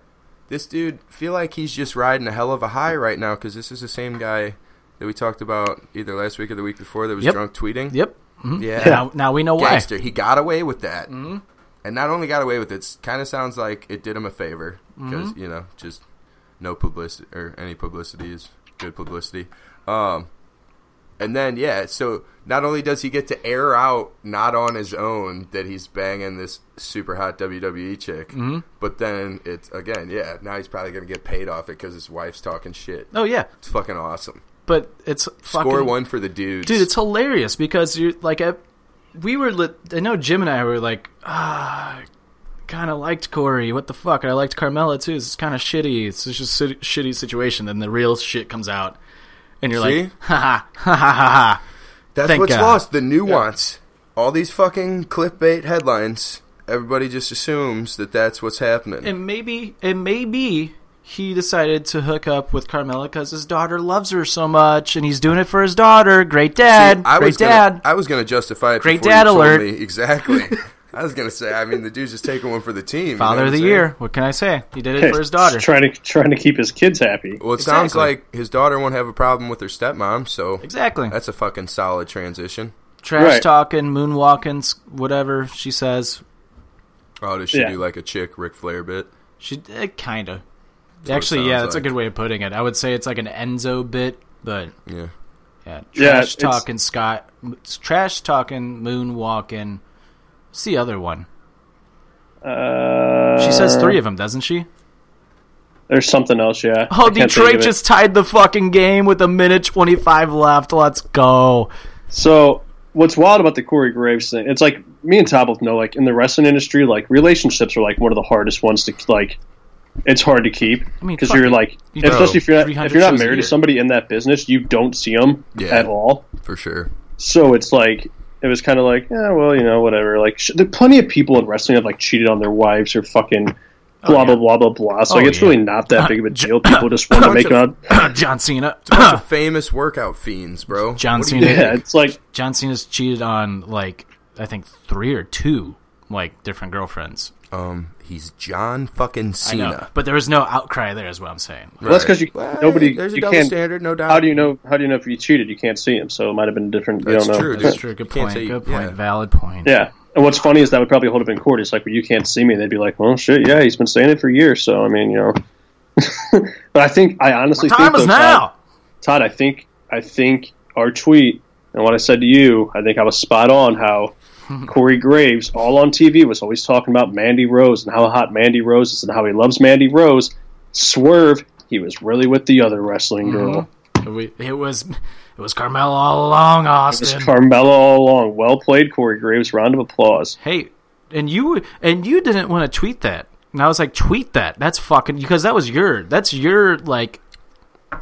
[SPEAKER 7] this dude feel like he's just riding a hell of a high right now because this is the same guy that we talked about either last week or the week before that was
[SPEAKER 5] Yep.
[SPEAKER 7] drunk tweeting.
[SPEAKER 5] Yep.
[SPEAKER 7] Yeah.
[SPEAKER 5] Now, now we know why.
[SPEAKER 7] Gangster. He got away with that. Mm-hmm. And not only got away with it, kind of sounds like it did him a favor because,
[SPEAKER 5] Mm-hmm.
[SPEAKER 7] you know, just no publicity or any publicity is good publicity. Um, and then, yeah, so not only does he get to air out, not on his own, that he's banging this super hot WWE chick,
[SPEAKER 5] Mm-hmm.
[SPEAKER 7] but then it's, again, yeah, now he's probably going to get paid off it because his wife's talking shit.
[SPEAKER 5] Oh yeah,
[SPEAKER 7] It's fucking awesome.
[SPEAKER 5] but it's fucking
[SPEAKER 7] Score one for the dudes.
[SPEAKER 5] dude. It's hilarious because you're like, I, we were. Lit, I know Jim and I were like, ah, kind of liked Corey. What the fuck? I liked Carmela too. This is kind of shitty. It's just a si- shitty situation. Then the real shit comes out, and you're
[SPEAKER 7] See?
[SPEAKER 5] like, ha ha ha ha ha.
[SPEAKER 7] That's
[SPEAKER 5] Thank
[SPEAKER 7] what's
[SPEAKER 5] God.
[SPEAKER 7] lost. The nuance. All these fucking clickbait headlines. Everybody just assumes that that's what's happening.
[SPEAKER 5] And maybe, and maybe he decided to hook up with Carmela because his daughter loves her so much, and he's doing it for his daughter. Great dad.
[SPEAKER 7] See, I
[SPEAKER 5] Great
[SPEAKER 7] was
[SPEAKER 5] dad.
[SPEAKER 7] Gonna, I was going to justify it.
[SPEAKER 5] Great
[SPEAKER 7] before
[SPEAKER 5] dad
[SPEAKER 7] you told
[SPEAKER 5] alert.
[SPEAKER 7] me. Exactly. I was going to say. I mean, the dude's just taking one for the team. you know
[SPEAKER 5] Father
[SPEAKER 7] what
[SPEAKER 5] of the
[SPEAKER 7] I'm saying?
[SPEAKER 5] year. What can I say? He did it for his daughter.
[SPEAKER 6] trying to trying to keep his kids happy.
[SPEAKER 7] Well, it sounds like his daughter won't have a problem with her stepmom, so
[SPEAKER 5] Exactly.
[SPEAKER 7] that's a fucking solid transition.
[SPEAKER 5] Trash
[SPEAKER 6] Right.
[SPEAKER 5] talking, moonwalking, s- whatever she says.
[SPEAKER 7] Oh, does she
[SPEAKER 6] Yeah.
[SPEAKER 7] do like a chick Ric Flair bit?
[SPEAKER 5] She uh, kind of.
[SPEAKER 7] what it
[SPEAKER 5] Actually, yeah,
[SPEAKER 7] sounds
[SPEAKER 5] that's
[SPEAKER 7] like.
[SPEAKER 5] a good way of putting it. I would say it's like an Enzo bit, but
[SPEAKER 7] Yeah.
[SPEAKER 5] yeah,
[SPEAKER 6] Yeah,
[SPEAKER 5] trash
[SPEAKER 6] it's-
[SPEAKER 5] talking Scott, m- it's trash talking moonwalking. What's the other one?
[SPEAKER 6] Uh,
[SPEAKER 5] She says three of them, doesn't she?
[SPEAKER 6] There's something else, yeah.
[SPEAKER 5] Oh,
[SPEAKER 6] I can't think of
[SPEAKER 5] Detroit
[SPEAKER 6] it.
[SPEAKER 5] just tied the fucking game with a minute twenty five left. Let's go.
[SPEAKER 6] So what's wild about the Corey Graves thing? It's like me and Tom both know, like in the wrestling industry, like relationships are like one of the hardest ones to like. It's hard to keep
[SPEAKER 5] I mean,
[SPEAKER 6] because
[SPEAKER 5] fuck
[SPEAKER 6] you're
[SPEAKER 5] it.
[SPEAKER 6] like,
[SPEAKER 5] You go
[SPEAKER 6] especially if you're not, if
[SPEAKER 5] 300
[SPEAKER 6] you're not
[SPEAKER 5] shows a
[SPEAKER 6] married
[SPEAKER 5] year.
[SPEAKER 6] to somebody in that business, you don't see them
[SPEAKER 7] Yeah.
[SPEAKER 6] at all.
[SPEAKER 7] For sure.
[SPEAKER 6] So it's like it was kind of like, yeah, well, you know, whatever. Like sh- there are plenty of people in wrestling have like cheated on their wives or fucking
[SPEAKER 7] Oh,
[SPEAKER 6] blah blah blah blah blah. So
[SPEAKER 5] Oh,
[SPEAKER 6] like it's
[SPEAKER 5] yeah.
[SPEAKER 6] really not that big of a deal. People just want to
[SPEAKER 7] Bunch
[SPEAKER 6] make
[SPEAKER 7] of-
[SPEAKER 6] it out.
[SPEAKER 5] John Cena.
[SPEAKER 7] Bunch of famous workout fiends, bro.
[SPEAKER 5] John
[SPEAKER 7] What do you
[SPEAKER 5] Cena.
[SPEAKER 7] think?
[SPEAKER 6] Yeah, it's like
[SPEAKER 5] John Cena's cheated on like I think three or two like different girlfriends.
[SPEAKER 7] Um, he's John fucking
[SPEAKER 5] I know,
[SPEAKER 7] Cena.
[SPEAKER 5] but there was no outcry there, is what I'm saying.
[SPEAKER 6] Well, that's 'cause you-
[SPEAKER 7] Well,
[SPEAKER 6] nobody-
[SPEAKER 7] There's a
[SPEAKER 6] you
[SPEAKER 7] double
[SPEAKER 6] can't-
[SPEAKER 7] standard, no doubt.
[SPEAKER 6] how do you know? How do you know if you cheated? You can't see him, so it might have been different.
[SPEAKER 7] That's
[SPEAKER 6] you don't know.
[SPEAKER 7] true,
[SPEAKER 5] That's
[SPEAKER 7] Yeah.
[SPEAKER 5] true. Good
[SPEAKER 7] Can't
[SPEAKER 5] point.
[SPEAKER 7] say-
[SPEAKER 5] Good point.
[SPEAKER 7] yeah.
[SPEAKER 5] Valid point.
[SPEAKER 6] Yeah. And what's funny is that would probably hold up in court. It's like, well, you can't see me. They'd be like, well, shit, yeah, he's been saying it for years. So, I mean, you know. but I think, I honestly
[SPEAKER 5] Time
[SPEAKER 6] think.
[SPEAKER 5] is
[SPEAKER 6] though,
[SPEAKER 5] now.
[SPEAKER 6] Todd, Todd, I think, I think our tweet and what I said to you, I think I was spot on how Corey Graves, all on TV, was always talking about Mandy Rose and how hot Mandy Rose is and how he loves Mandy Rose. Swerve, he was really with the other wrestling girl.
[SPEAKER 5] We- It was it was Carmelo all along,
[SPEAKER 6] This
[SPEAKER 5] Austin.
[SPEAKER 6] Carmella all along. Well played, Corey Graves. Round of applause.
[SPEAKER 5] hey, and you and you didn't want to tweet that, and I was like, tweet that. That's fucking because that was your that's your like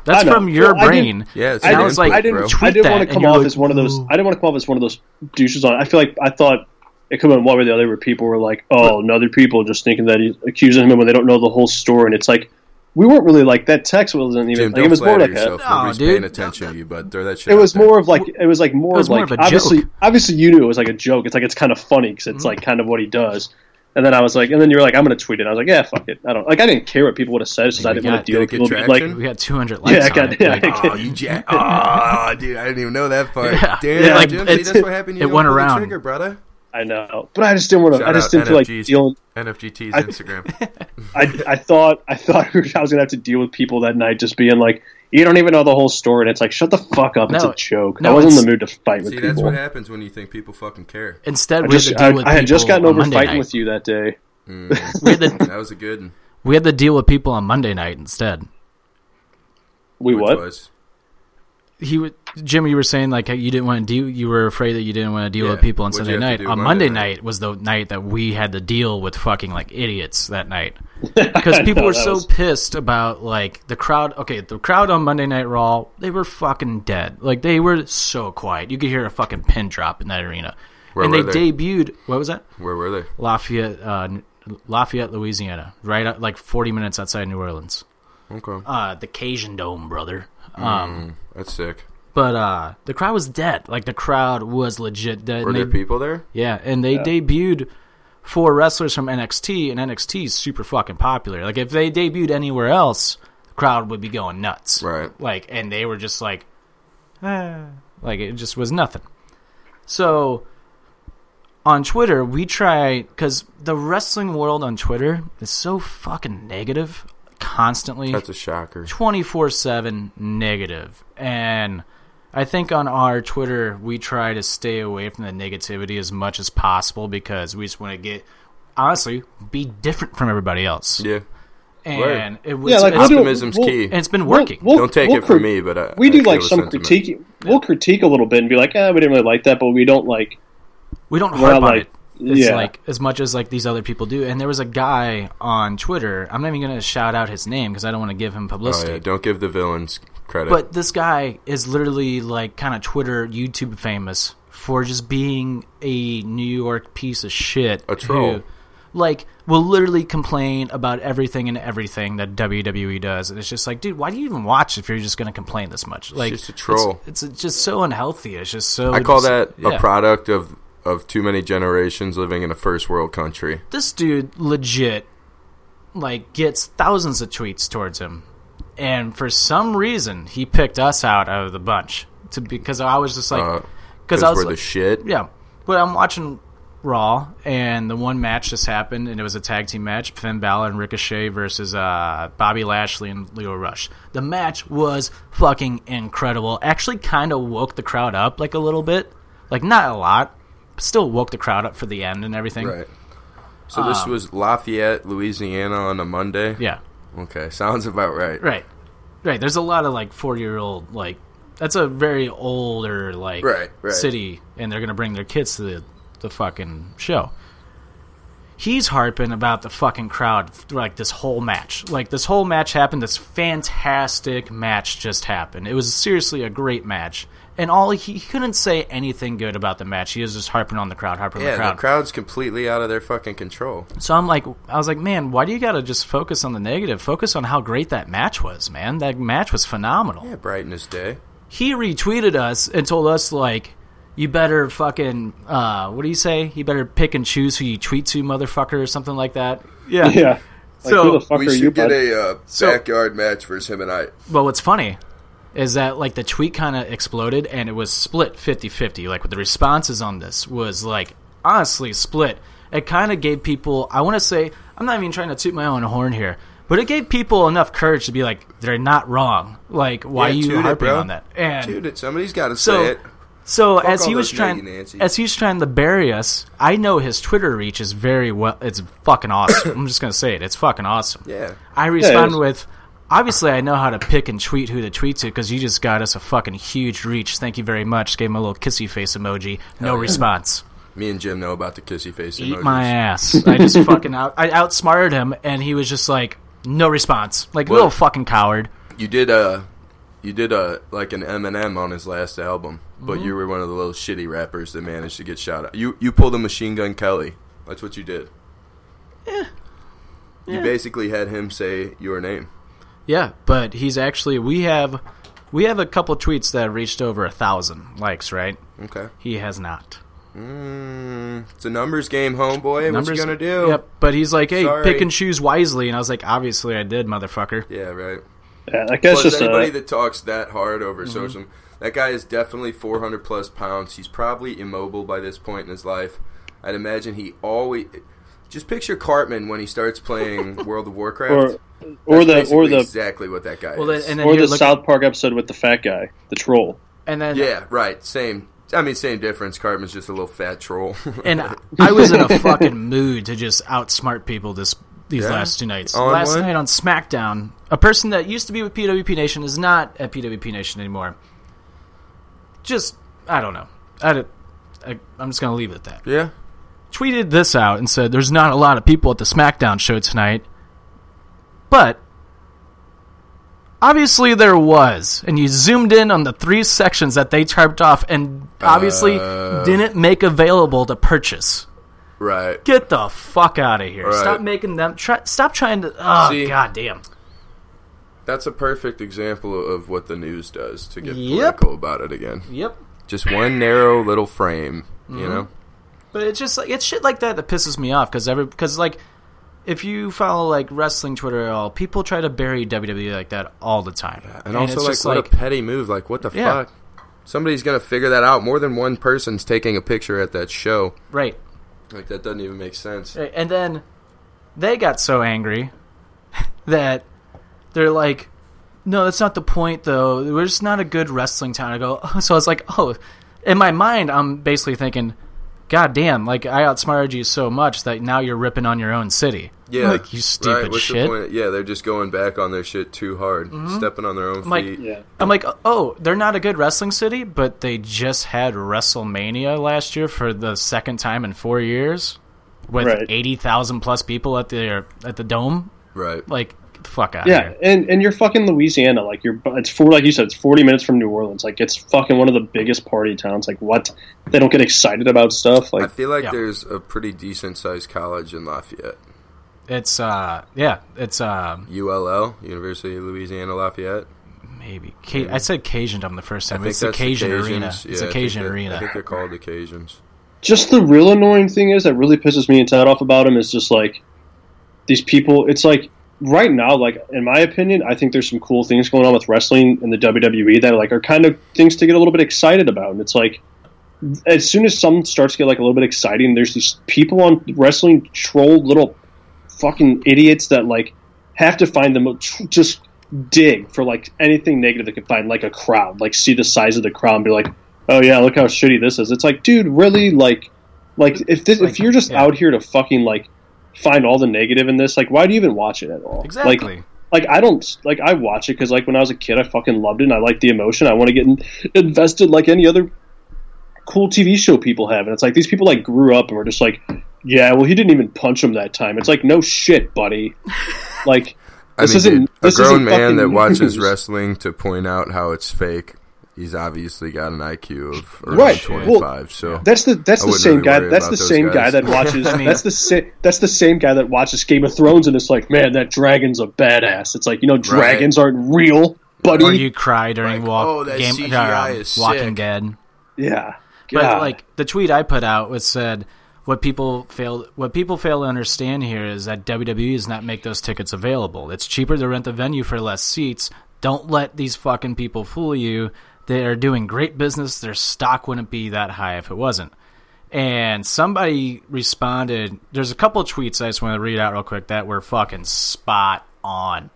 [SPEAKER 5] that's
[SPEAKER 6] I know.
[SPEAKER 5] from your
[SPEAKER 6] Well, I didn't-
[SPEAKER 5] brain.
[SPEAKER 7] Yeah, it's
[SPEAKER 5] And I
[SPEAKER 7] your
[SPEAKER 5] was like,
[SPEAKER 7] input,
[SPEAKER 6] I didn't,
[SPEAKER 7] bro.
[SPEAKER 6] I
[SPEAKER 5] tweet
[SPEAKER 6] didn't
[SPEAKER 5] that,
[SPEAKER 6] want
[SPEAKER 5] and
[SPEAKER 6] to come
[SPEAKER 5] you're
[SPEAKER 6] off
[SPEAKER 5] like,
[SPEAKER 6] as one of those.
[SPEAKER 5] ooh.
[SPEAKER 6] I didn't want to come off as one of those douches on. I feel like I thought it could have been one way or the other, where people were like, "Oh, and other people just thinking that he's accusing him when they don't know the whole story." And it's like we weren't really like that. Text wasn't even.
[SPEAKER 7] Jim,
[SPEAKER 6] like, it
[SPEAKER 7] don't
[SPEAKER 6] was more
[SPEAKER 7] flatter
[SPEAKER 6] like a,
[SPEAKER 7] yourself.
[SPEAKER 5] No,
[SPEAKER 7] Nobody's
[SPEAKER 5] dude.
[SPEAKER 7] paying attention to you, bud. Throw that shit
[SPEAKER 6] it was
[SPEAKER 7] out there.
[SPEAKER 6] more of like it was like more
[SPEAKER 5] was
[SPEAKER 6] of
[SPEAKER 5] more
[SPEAKER 6] like
[SPEAKER 5] of a
[SPEAKER 6] obviously
[SPEAKER 5] joke.
[SPEAKER 6] obviously you knew it was like a joke. It's like it's kind of funny because it's like kind of what he does. And then I was like, and then you were like, I'm gonna tweet it. I was like, yeah, fuck it. I don't like. I didn't care what people would have said. It's just I didn't
[SPEAKER 5] got-
[SPEAKER 6] want to deal with
[SPEAKER 7] did it
[SPEAKER 6] people
[SPEAKER 7] get
[SPEAKER 6] being like,
[SPEAKER 7] traction?
[SPEAKER 5] We got 200 likes.
[SPEAKER 6] I got-
[SPEAKER 5] on it.
[SPEAKER 6] yeah, I
[SPEAKER 5] Like,
[SPEAKER 6] got-
[SPEAKER 7] Oh, you jack! Oh, dude, I didn't even know that part.
[SPEAKER 5] Yeah.
[SPEAKER 7] Damn,
[SPEAKER 6] Yeah, like,
[SPEAKER 7] Jim, see,
[SPEAKER 5] it's-
[SPEAKER 7] that's what happened. You
[SPEAKER 5] it
[SPEAKER 7] don't
[SPEAKER 5] went
[SPEAKER 7] pull the
[SPEAKER 5] around.
[SPEAKER 7] trigger, brother.
[SPEAKER 6] I know, but I just didn't want to. I just didn't feel like dealing.
[SPEAKER 7] NFGT's
[SPEAKER 6] I-
[SPEAKER 7] Instagram.
[SPEAKER 6] I, I thought I thought I was gonna have to deal with people that night, just being like, "You don't even know the whole story," and it's like, "Shut the fuck up! it's
[SPEAKER 5] No,
[SPEAKER 6] a joke."
[SPEAKER 5] no,
[SPEAKER 6] I wasn't in
[SPEAKER 5] it's-
[SPEAKER 6] the mood to fight with
[SPEAKER 7] See, that's
[SPEAKER 6] people.
[SPEAKER 7] what happens when you think people fucking care.
[SPEAKER 5] Instead,
[SPEAKER 6] I,
[SPEAKER 5] we had to
[SPEAKER 6] just,
[SPEAKER 5] deal with
[SPEAKER 6] I, I had
[SPEAKER 5] people
[SPEAKER 6] just gotten
[SPEAKER 5] on
[SPEAKER 6] over
[SPEAKER 5] Monday
[SPEAKER 6] fighting
[SPEAKER 5] night.
[SPEAKER 6] with you that day.
[SPEAKER 5] We had, to,
[SPEAKER 7] That was a good. one.
[SPEAKER 5] we had to deal with people on Monday night instead.
[SPEAKER 6] We
[SPEAKER 7] Which
[SPEAKER 6] what?
[SPEAKER 7] was-
[SPEAKER 5] he would Jim, you were saying like you didn't want to deal. You were afraid that you didn't want to deal
[SPEAKER 7] Yeah,
[SPEAKER 5] with people on
[SPEAKER 7] what'd
[SPEAKER 5] Sunday
[SPEAKER 7] you have to
[SPEAKER 5] night.
[SPEAKER 7] do
[SPEAKER 5] On Monday,
[SPEAKER 7] Monday
[SPEAKER 5] night?
[SPEAKER 7] night?
[SPEAKER 5] was the night that we had to deal with fucking like idiots that night because people
[SPEAKER 6] know,
[SPEAKER 5] were
[SPEAKER 6] that
[SPEAKER 5] so
[SPEAKER 6] was-
[SPEAKER 5] pissed about like the crowd. Okay, the crowd on Monday Night Raw, they were fucking dead. Like they were so quiet, you could hear a fucking pin drop in that arena.
[SPEAKER 7] Where
[SPEAKER 5] and
[SPEAKER 7] were
[SPEAKER 5] they
[SPEAKER 7] they?
[SPEAKER 5] debuted. What was that?
[SPEAKER 7] Where were they?
[SPEAKER 5] Lafayette, uh, Lafayette, Louisiana, right out, like forty minutes outside New Orleans.
[SPEAKER 7] Okay,
[SPEAKER 5] Uh, the Cajun Dome, brother. Um,
[SPEAKER 7] that's sick.
[SPEAKER 5] but uh, the crowd was dead. Like the crowd was legit dead.
[SPEAKER 7] Were
[SPEAKER 5] And
[SPEAKER 7] there
[SPEAKER 5] they-
[SPEAKER 7] people there?
[SPEAKER 5] yeah, and they debuted four wrestlers from NXT, and NXT is super fucking popular. Like if they debuted anywhere else, the crowd would be going nuts.
[SPEAKER 7] Right.
[SPEAKER 5] Like, and they were just like, "Ah." like it just was nothing. So on Twitter, we try because the wrestling world on Twitter is so fucking negative constantly.
[SPEAKER 7] That's a shocker.
[SPEAKER 5] 24 7 negative. And I think on our Twitter, we try to stay away from the negativity as much as possible because we just want to get, honestly, be different from everybody else.
[SPEAKER 7] Yeah,
[SPEAKER 5] And it was,
[SPEAKER 6] Yeah, like,
[SPEAKER 5] it's,
[SPEAKER 6] we'll do-
[SPEAKER 7] optimism's
[SPEAKER 6] we'll-
[SPEAKER 7] key.
[SPEAKER 5] and it's been
[SPEAKER 6] We'll-
[SPEAKER 5] working.
[SPEAKER 6] we'll-
[SPEAKER 7] Don't take
[SPEAKER 6] we'll
[SPEAKER 7] it from me,
[SPEAKER 6] cri-
[SPEAKER 7] but I,
[SPEAKER 6] We
[SPEAKER 7] I
[SPEAKER 6] do
[SPEAKER 7] feel
[SPEAKER 6] like
[SPEAKER 7] the
[SPEAKER 6] some
[SPEAKER 7] sentiment.
[SPEAKER 6] "Eh, critique. We'll critique a little bit and be like, "Ah, we didn't really like that," but we don't like
[SPEAKER 5] we don't
[SPEAKER 6] we're
[SPEAKER 5] harp
[SPEAKER 6] not
[SPEAKER 5] on
[SPEAKER 6] like
[SPEAKER 5] it. It's
[SPEAKER 6] Yeah.
[SPEAKER 5] like as much as like these other people do. And there was a guy on Twitter. I'm not even going to shout out his name because I don't want to give him
[SPEAKER 7] Oh
[SPEAKER 5] publicity.
[SPEAKER 7] yeah, don't give the villains credit.
[SPEAKER 5] But this guy is literally like kind of Twitter, YouTube famous for just being a New York piece of shit.
[SPEAKER 7] A troll.
[SPEAKER 5] who, like, will literally complain about everything and everything that WWE does. And it's just like, dude, why do you even watch if you're just going to complain this much? Like,
[SPEAKER 7] just a troll.
[SPEAKER 5] It's, it's just so unhealthy. It's just so.
[SPEAKER 7] I call
[SPEAKER 5] just-
[SPEAKER 7] that
[SPEAKER 5] yeah.
[SPEAKER 7] a product of of too many generations living in a first world country.
[SPEAKER 5] This dude legit, like, gets thousands of tweets towards him. And for some reason, he picked us out of the bunch. To, because I was just like,
[SPEAKER 7] Uh,
[SPEAKER 5] because
[SPEAKER 7] Because
[SPEAKER 5] I was
[SPEAKER 7] we're
[SPEAKER 5] like,
[SPEAKER 7] the shit.
[SPEAKER 5] yeah. But I'm watching Raw, and the one match just happened, and it was a tag team match: Finn Balor and Ricochet versus uh, Bobby Lashley and Leo Rush. The match was fucking incredible. Actually, kind of woke the crowd up like a little bit, like not a lot, but still woke the crowd up for the end and everything.
[SPEAKER 7] Right. So this was Lafayette, Louisiana, on a Monday.
[SPEAKER 5] Um, Yeah.
[SPEAKER 7] Okay, sounds about right.
[SPEAKER 5] Right. Right. There's a lot of like four year old like that's a very older like
[SPEAKER 7] Right, right.
[SPEAKER 5] city and they're gonna bring their kids to the, the fucking show. He's harping about the fucking crowd like this whole match. Like this whole match happened, this fantastic match just happened. It was seriously a great match. And all he, he couldn't say anything good about the match. He was just harping on the crowd, harping on
[SPEAKER 7] Yeah,
[SPEAKER 5] the crowd.
[SPEAKER 7] the crowd's completely out of their fucking control.
[SPEAKER 5] So I'm like, I was like, man, why do you got to just focus on the negative? Focus on how great that match was, man. That match was phenomenal.
[SPEAKER 7] Yeah, brightness day.
[SPEAKER 5] He retweeted us and told us like, you better fucking, uh, what do you say? You better pick and choose who you tweet to, motherfucker, or something like that. Yeah.
[SPEAKER 6] Yeah. Like,
[SPEAKER 5] So,
[SPEAKER 6] who the fuck are you, bud?
[SPEAKER 7] a uh,
[SPEAKER 5] So-
[SPEAKER 7] backyard match versus him and I.
[SPEAKER 5] But what's funny is that like the tweet kind of exploded and it was split 50-50. Like with the responses on this was like honestly split. It kind of gave people I want to say I'm not even trying to toot my own horn here, but it gave people enough courage to be like they're not wrong. Like why
[SPEAKER 7] Yeah,
[SPEAKER 5] you
[SPEAKER 7] toot it,
[SPEAKER 5] harping
[SPEAKER 7] bro.
[SPEAKER 5] on that? And
[SPEAKER 7] Dude, it- somebody's got to
[SPEAKER 5] So-
[SPEAKER 7] say it.
[SPEAKER 5] so as
[SPEAKER 7] all
[SPEAKER 5] he was
[SPEAKER 7] those
[SPEAKER 5] trying,
[SPEAKER 7] Maggie Nancy's.
[SPEAKER 5] as he was trying to bury us, I know his Twitter reach is very well. It's fucking awesome. I'm just gonna say it. It's fucking awesome.
[SPEAKER 7] Yeah.
[SPEAKER 5] I respond
[SPEAKER 6] is.
[SPEAKER 5] with, obviously I know how to pick and tweet who to tweet to because you just got us a fucking huge reach. Thank you very much. Gave him a little kissy face emoji. No response.
[SPEAKER 7] Me and Jim know about the kissy face
[SPEAKER 5] Eat
[SPEAKER 7] Oh, emojis.
[SPEAKER 5] my ass. I just fucking out. I outsmarted him, and he was just like, no response. Like
[SPEAKER 7] What?
[SPEAKER 5] little fucking coward.
[SPEAKER 7] You did a, you did a like an Eminem on his last album, but you were one of the little shitty rappers that managed to get shot out. You you pulled a Machine Gun Kelly. That's what you did. Yeah. You basically had him say your name.
[SPEAKER 5] Yeah, but he's actually we have we have a couple tweets that reached over a thousand likes, right?
[SPEAKER 7] Okay.
[SPEAKER 5] He has not.
[SPEAKER 7] Mm, it's a numbers game, homeboy. what you gonna do?
[SPEAKER 5] Yep. But he's like, hey,
[SPEAKER 7] Sorry.
[SPEAKER 5] pick and choose wisely, and I was like, obviously I did, motherfucker.
[SPEAKER 7] Yeah, right.
[SPEAKER 6] Yeah, that guy's
[SPEAKER 7] Plus,
[SPEAKER 6] just uh,
[SPEAKER 7] anybody
[SPEAKER 6] a,
[SPEAKER 7] that talks that hard over
[SPEAKER 5] Mm-hmm.
[SPEAKER 7] social, that guy is definitely 400 plus pounds. He's probably immobile by this point in his life. I'd imagine he always. Just picture Cartman when he starts playing World of Warcraft.
[SPEAKER 6] or or
[SPEAKER 7] That's
[SPEAKER 6] the or
[SPEAKER 7] basically
[SPEAKER 6] the
[SPEAKER 7] exactly what that guy
[SPEAKER 5] Well,
[SPEAKER 7] is.
[SPEAKER 5] then, and then
[SPEAKER 6] or
[SPEAKER 5] here,
[SPEAKER 6] the
[SPEAKER 5] look,
[SPEAKER 6] South Park episode with the fat guy, the troll.
[SPEAKER 5] and then
[SPEAKER 7] yeah, right. Same. I mean, same difference. Cartman's just a little fat troll.
[SPEAKER 5] and I- I was in a fucking mood to just outsmart people this these
[SPEAKER 7] Yeah?
[SPEAKER 5] last two nights.
[SPEAKER 7] On
[SPEAKER 5] last
[SPEAKER 7] one?
[SPEAKER 5] night on SmackDown, a person that used to be with PWP Nation is not at PWP Nation anymore. Just I don't know. I, don't- I I'm just gonna leave it at that.
[SPEAKER 7] yeah.
[SPEAKER 5] tweeted this out and said there's not a lot of people at the SmackDown show tonight. But obviously there was. And you zoomed in on the three sections that they tarped off and obviously
[SPEAKER 7] Uh.
[SPEAKER 5] didn't make available to purchase.
[SPEAKER 7] Right.
[SPEAKER 5] Get the fuck out of here.
[SPEAKER 7] Right.
[SPEAKER 5] Stop making them try stop trying to Oh
[SPEAKER 7] See?
[SPEAKER 5] goddamn.
[SPEAKER 7] That's a perfect example of what the news does to get
[SPEAKER 5] Yep.
[SPEAKER 7] political about it again.
[SPEAKER 5] Yep.
[SPEAKER 7] Just one narrow little frame, you
[SPEAKER 5] Mm-hmm.
[SPEAKER 7] know?
[SPEAKER 5] But it's just like it's shit like that that pisses me off because every because like if you follow like wrestling Twitter at all, people try to bury WWE like that all the time.
[SPEAKER 7] And, also, like, what a petty move. Like, what the
[SPEAKER 5] Yeah.
[SPEAKER 7] fuck? Somebody's going to figure that out. More than one person's taking a picture at that show.
[SPEAKER 5] right,
[SPEAKER 7] Like, that doesn't even make sense.
[SPEAKER 5] right, and then they got so angry that they're like, "No, that's not the point, though. We're just not a good wrestling town." I go, oh. so I was like, "Oh," in my mind, I'm basically thinking, God damn, like I outsmarted you so much that now you're ripping on your own city.
[SPEAKER 7] Yeah,
[SPEAKER 5] Like, you stupid
[SPEAKER 7] What's the
[SPEAKER 5] shit. Mm-hmm.
[SPEAKER 7] point? Yeah, they're just going back on their shit too hard, stepping on their own
[SPEAKER 5] Like-
[SPEAKER 7] feet.
[SPEAKER 6] Yeah.
[SPEAKER 5] I'm like, oh, they're not a good wrestling city, but they just had WrestleMania last year for the second time in four years with
[SPEAKER 6] Right.
[SPEAKER 5] eighty thousand plus people at their at the dome.
[SPEAKER 7] Right.
[SPEAKER 5] Like, get the fuck out
[SPEAKER 6] Yeah,
[SPEAKER 5] here.
[SPEAKER 6] and, and you're fucking Louisiana. Like you're, it's four. Like you said, it's 40 minutes from New Orleans. Like it's fucking one of the biggest party towns. Like what? They don't get excited about stuff.
[SPEAKER 7] I
[SPEAKER 6] Like
[SPEAKER 7] feel like
[SPEAKER 5] Yeah.
[SPEAKER 7] there's a pretty decent sized college in Lafayette.
[SPEAKER 5] It's uh, yeah, it's um,
[SPEAKER 7] ULL, University of Louisiana Lafayette.
[SPEAKER 5] maybe Ca- I said Cajun Dome the first time.
[SPEAKER 7] I think
[SPEAKER 5] It's the
[SPEAKER 7] that's
[SPEAKER 5] Cajun
[SPEAKER 7] Cajuns.
[SPEAKER 5] Arena.
[SPEAKER 7] Yeah,
[SPEAKER 5] It's
[SPEAKER 7] I
[SPEAKER 5] the
[SPEAKER 7] think
[SPEAKER 5] Cajun
[SPEAKER 7] they- I
[SPEAKER 5] Arena.
[SPEAKER 7] think they're called the Cajuns.
[SPEAKER 6] just the real annoying thing is that really pisses me and Tad off about him is just like these people. It's like right now, like in my opinion, I think there's some cool things going on with wrestling and the WWE that like are kind of things to get a little bit excited about. And it's like as soon as some starts to get like a little bit exciting, there's these people on wrestling troll little fucking idiots that like have to find them just dig for like anything negative they can find, like a crowd, like see the size of the crowd and be like, oh yeah, look how shitty this is. It's like, dude, really, like, like if this, if you're just
[SPEAKER 5] yeah.
[SPEAKER 6] out here to fucking like find all the negative in this, like, why do you even watch it at all?
[SPEAKER 5] Exactly.
[SPEAKER 6] Like, like I don't like I watch it because like when I was a kid, I fucking loved it and I liked the emotion. I want to get in, invested like any other cool TV show people have, and it's like these people like grew up and were just like, yeah, well, he didn't even punch him that time. It's like no shit, buddy. Like
[SPEAKER 7] I
[SPEAKER 6] This
[SPEAKER 7] mean,
[SPEAKER 6] isn't-
[SPEAKER 7] dude,
[SPEAKER 6] this
[SPEAKER 7] a grown
[SPEAKER 6] isn't
[SPEAKER 7] man
[SPEAKER 6] fucking
[SPEAKER 7] that watches
[SPEAKER 6] news.
[SPEAKER 7] wrestling to point out how it's fake. He's obviously got an IQ of around
[SPEAKER 6] Right, well,
[SPEAKER 7] 25. so
[SPEAKER 6] that's the that's
[SPEAKER 7] I
[SPEAKER 6] the
[SPEAKER 7] wouldn't
[SPEAKER 6] same
[SPEAKER 7] really
[SPEAKER 6] guy.
[SPEAKER 7] worry
[SPEAKER 6] That's
[SPEAKER 7] about
[SPEAKER 6] the
[SPEAKER 7] those
[SPEAKER 6] same guy
[SPEAKER 7] guys.
[SPEAKER 6] that watches.
[SPEAKER 5] I mean-
[SPEAKER 6] that's the sa- that's the same guy that watches Game of Thrones and it's like, man, that dragon's a badass. It's like you know, dragons aren't real, buddy.
[SPEAKER 5] or you cry during
[SPEAKER 7] Like,
[SPEAKER 5] walk
[SPEAKER 7] oh, that
[SPEAKER 5] game
[SPEAKER 7] CGI
[SPEAKER 5] or, um,
[SPEAKER 7] is
[SPEAKER 5] Walking
[SPEAKER 7] sick.
[SPEAKER 5] Dead.
[SPEAKER 6] yeah,
[SPEAKER 5] But
[SPEAKER 6] God.
[SPEAKER 5] like the tweet I put out was said what people fail what people fail to understand here is that WWE does not make those tickets available. It's cheaper to rent the venue for less seats. Don't let these fucking people fool you. They are doing great business. Their stock wouldn't be that high if it wasn't. And somebody responded. There's a couple tweets I just want to read out real quick that were fucking spot on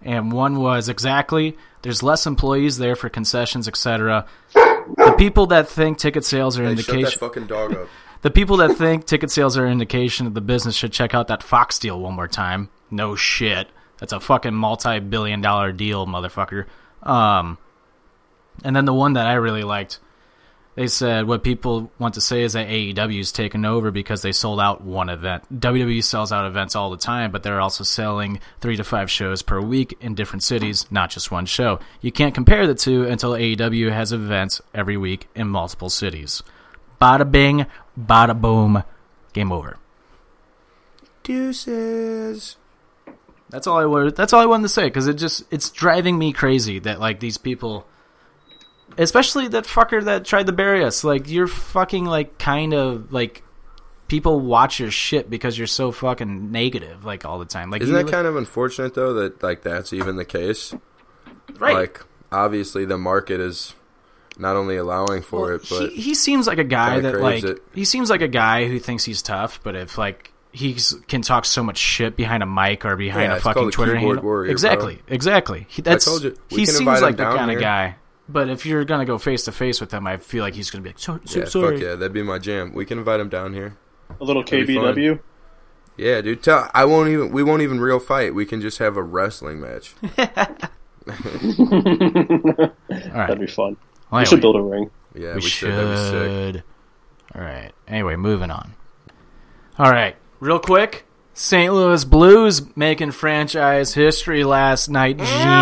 [SPEAKER 5] and one was exactly there's less employees there for concessions etc the people that think ticket sales are
[SPEAKER 7] Hey, shut that
[SPEAKER 5] indication
[SPEAKER 7] fucking dog up.
[SPEAKER 5] the people that think ticket sales are indication of the business should check out that fox deal one more time no shit that's a fucking multi-billion dollar deal motherfucker um and then the one that i really liked they said what people want to say is that AEW's taken over because they sold out one event. WWE sells out events all the time, but they're also selling three to five shows per week in different cities, not just one show. You can't compare the two until AEW has events every week in multiple cities. Bada bing, bada boom, game over.
[SPEAKER 7] Deuces.
[SPEAKER 5] That's all I wanted. That's all I wanted to say because it just it's driving me crazy that like these people, especially that fucker that tried to bury us. Like you're fucking like kind of like people watch your shit because you're so fucking negative like all the time. Like
[SPEAKER 7] Isn't
[SPEAKER 5] you,
[SPEAKER 7] that kind of unfortunate though that like that's even the case?
[SPEAKER 5] right?
[SPEAKER 7] Like obviously the market is not only allowing for
[SPEAKER 5] Well,
[SPEAKER 7] it, but
[SPEAKER 5] he, he seems like a guy
[SPEAKER 7] kinda
[SPEAKER 5] that like
[SPEAKER 7] craves it.
[SPEAKER 5] he seems like a guy who thinks he's tough, but if like he can talk so much shit behind a mic or behind
[SPEAKER 7] Yeah,
[SPEAKER 5] a
[SPEAKER 7] it's
[SPEAKER 5] fucking
[SPEAKER 7] called a
[SPEAKER 5] Twitter
[SPEAKER 7] keyboard
[SPEAKER 5] handle,
[SPEAKER 7] warrior, bro.
[SPEAKER 5] exactly, exactly. He, that's
[SPEAKER 7] told you, we
[SPEAKER 5] he
[SPEAKER 7] can
[SPEAKER 5] seems
[SPEAKER 7] invite
[SPEAKER 5] like
[SPEAKER 7] him
[SPEAKER 5] the
[SPEAKER 7] down
[SPEAKER 5] kind of
[SPEAKER 7] here.
[SPEAKER 5] guy. But if you're gonna go face to face with him, I feel like he's gonna be like, so, so,
[SPEAKER 7] yeah,
[SPEAKER 5] sorry.
[SPEAKER 7] fuck yeah, that'd be my jam. We can invite him down here.
[SPEAKER 6] a little
[SPEAKER 7] that'd be fun.
[SPEAKER 6] KBW.
[SPEAKER 7] Yeah, dude. Tell I won't even. We won't even real fight. We can just have a wrestling match.
[SPEAKER 5] All right,
[SPEAKER 6] That'd be fun.
[SPEAKER 5] Well,
[SPEAKER 6] We
[SPEAKER 5] anyway,
[SPEAKER 6] should build a ring.
[SPEAKER 7] Yeah,
[SPEAKER 5] we
[SPEAKER 7] That'd be sick.
[SPEAKER 5] should. All right. Anyway, moving on. All right, real quick. St. Louis Blues making franchise history last night,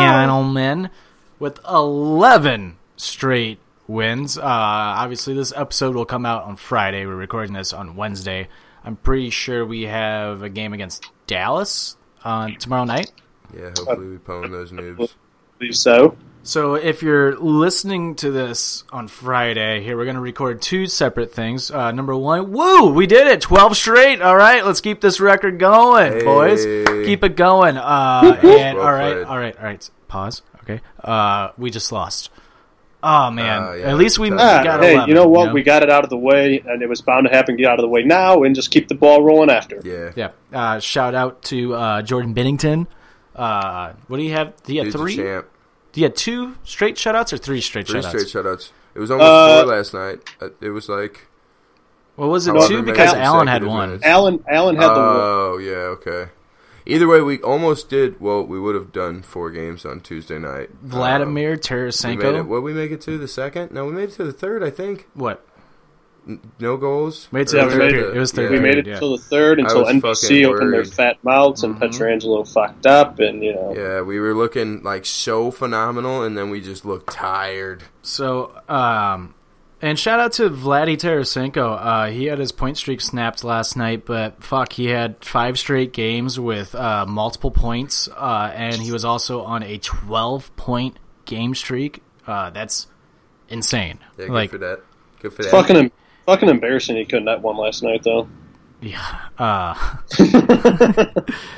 [SPEAKER 5] gentlemen, with 11 straight wins. Uh, obviously, this episode will come out on Friday. We're recording this on Wednesday. I'm pretty sure we have a game against Dallas on tomorrow night.
[SPEAKER 7] Yeah, hopefully we pwn those noobs.
[SPEAKER 6] believe so.
[SPEAKER 5] So if you're listening to this on Friday, here we're going to record two separate things. Uh, number one, woo, we did it, twelve straight. All right, let's keep this record going, boys.
[SPEAKER 7] Hey.
[SPEAKER 5] Keep it going. Uh, and
[SPEAKER 7] Well
[SPEAKER 5] all right,
[SPEAKER 7] played.
[SPEAKER 5] all right, all right. Pause. Okay. Uh, we just lost. Oh man.
[SPEAKER 7] Uh, yeah,
[SPEAKER 5] At least we
[SPEAKER 7] tough.
[SPEAKER 6] Ah,
[SPEAKER 5] got
[SPEAKER 6] hey,
[SPEAKER 5] 11,
[SPEAKER 6] you know what? We got it out of the way, and it was bound to happen. Get out of the way now, and just keep the ball rolling after.
[SPEAKER 7] Yeah,
[SPEAKER 5] yeah. Uh, shout out to uh, Jordan Bennington. Uh, what do you have? Do you have
[SPEAKER 7] Dude's a
[SPEAKER 5] three? Do
[SPEAKER 7] champ.
[SPEAKER 5] you have two straight shutouts or three straight
[SPEAKER 7] Three
[SPEAKER 5] shutouts?
[SPEAKER 7] straight shutouts. It was almost
[SPEAKER 6] Uh,
[SPEAKER 7] four last night. Uh, It was like
[SPEAKER 5] Well, was it
[SPEAKER 7] However
[SPEAKER 5] two?
[SPEAKER 7] many
[SPEAKER 5] Because Alan had
[SPEAKER 7] consecutive
[SPEAKER 5] one.
[SPEAKER 7] minutes.
[SPEAKER 6] Alan Alan had the one.
[SPEAKER 7] Oh yeah, okay. Either way, we almost did. Well, we would have done four games on Tuesday night.
[SPEAKER 5] Vladimir
[SPEAKER 7] Um, we made it.
[SPEAKER 5] Tarasenko.
[SPEAKER 7] What we make it to the second? No, we made it to the third. I think
[SPEAKER 5] What?
[SPEAKER 7] no goals.
[SPEAKER 5] Made it to
[SPEAKER 7] Or
[SPEAKER 6] the
[SPEAKER 7] was
[SPEAKER 6] third made
[SPEAKER 5] period. It was third
[SPEAKER 6] we
[SPEAKER 5] Yeah,
[SPEAKER 6] made it
[SPEAKER 5] yeah. Mm-hmm.
[SPEAKER 6] until the third until
[SPEAKER 7] was
[SPEAKER 6] NBC
[SPEAKER 7] fucking
[SPEAKER 6] opened their
[SPEAKER 7] worried.
[SPEAKER 6] fat mouths and Petrangelo fucked up and you know
[SPEAKER 7] Yeah, we were looking like so phenomenal, and then we just looked tired.
[SPEAKER 5] So, um, and shout out to Vladdy Tarasenko. Uh, he had his point streak snapped last night, but fuck, he had five straight games with uh, multiple points, uh, and he was also on a 12 point game streak. Uh, that's insane.
[SPEAKER 7] Yeah, good
[SPEAKER 5] like,
[SPEAKER 7] for that. Good for that.
[SPEAKER 6] fucking em- fucking embarrassing he couldn't have won last night though.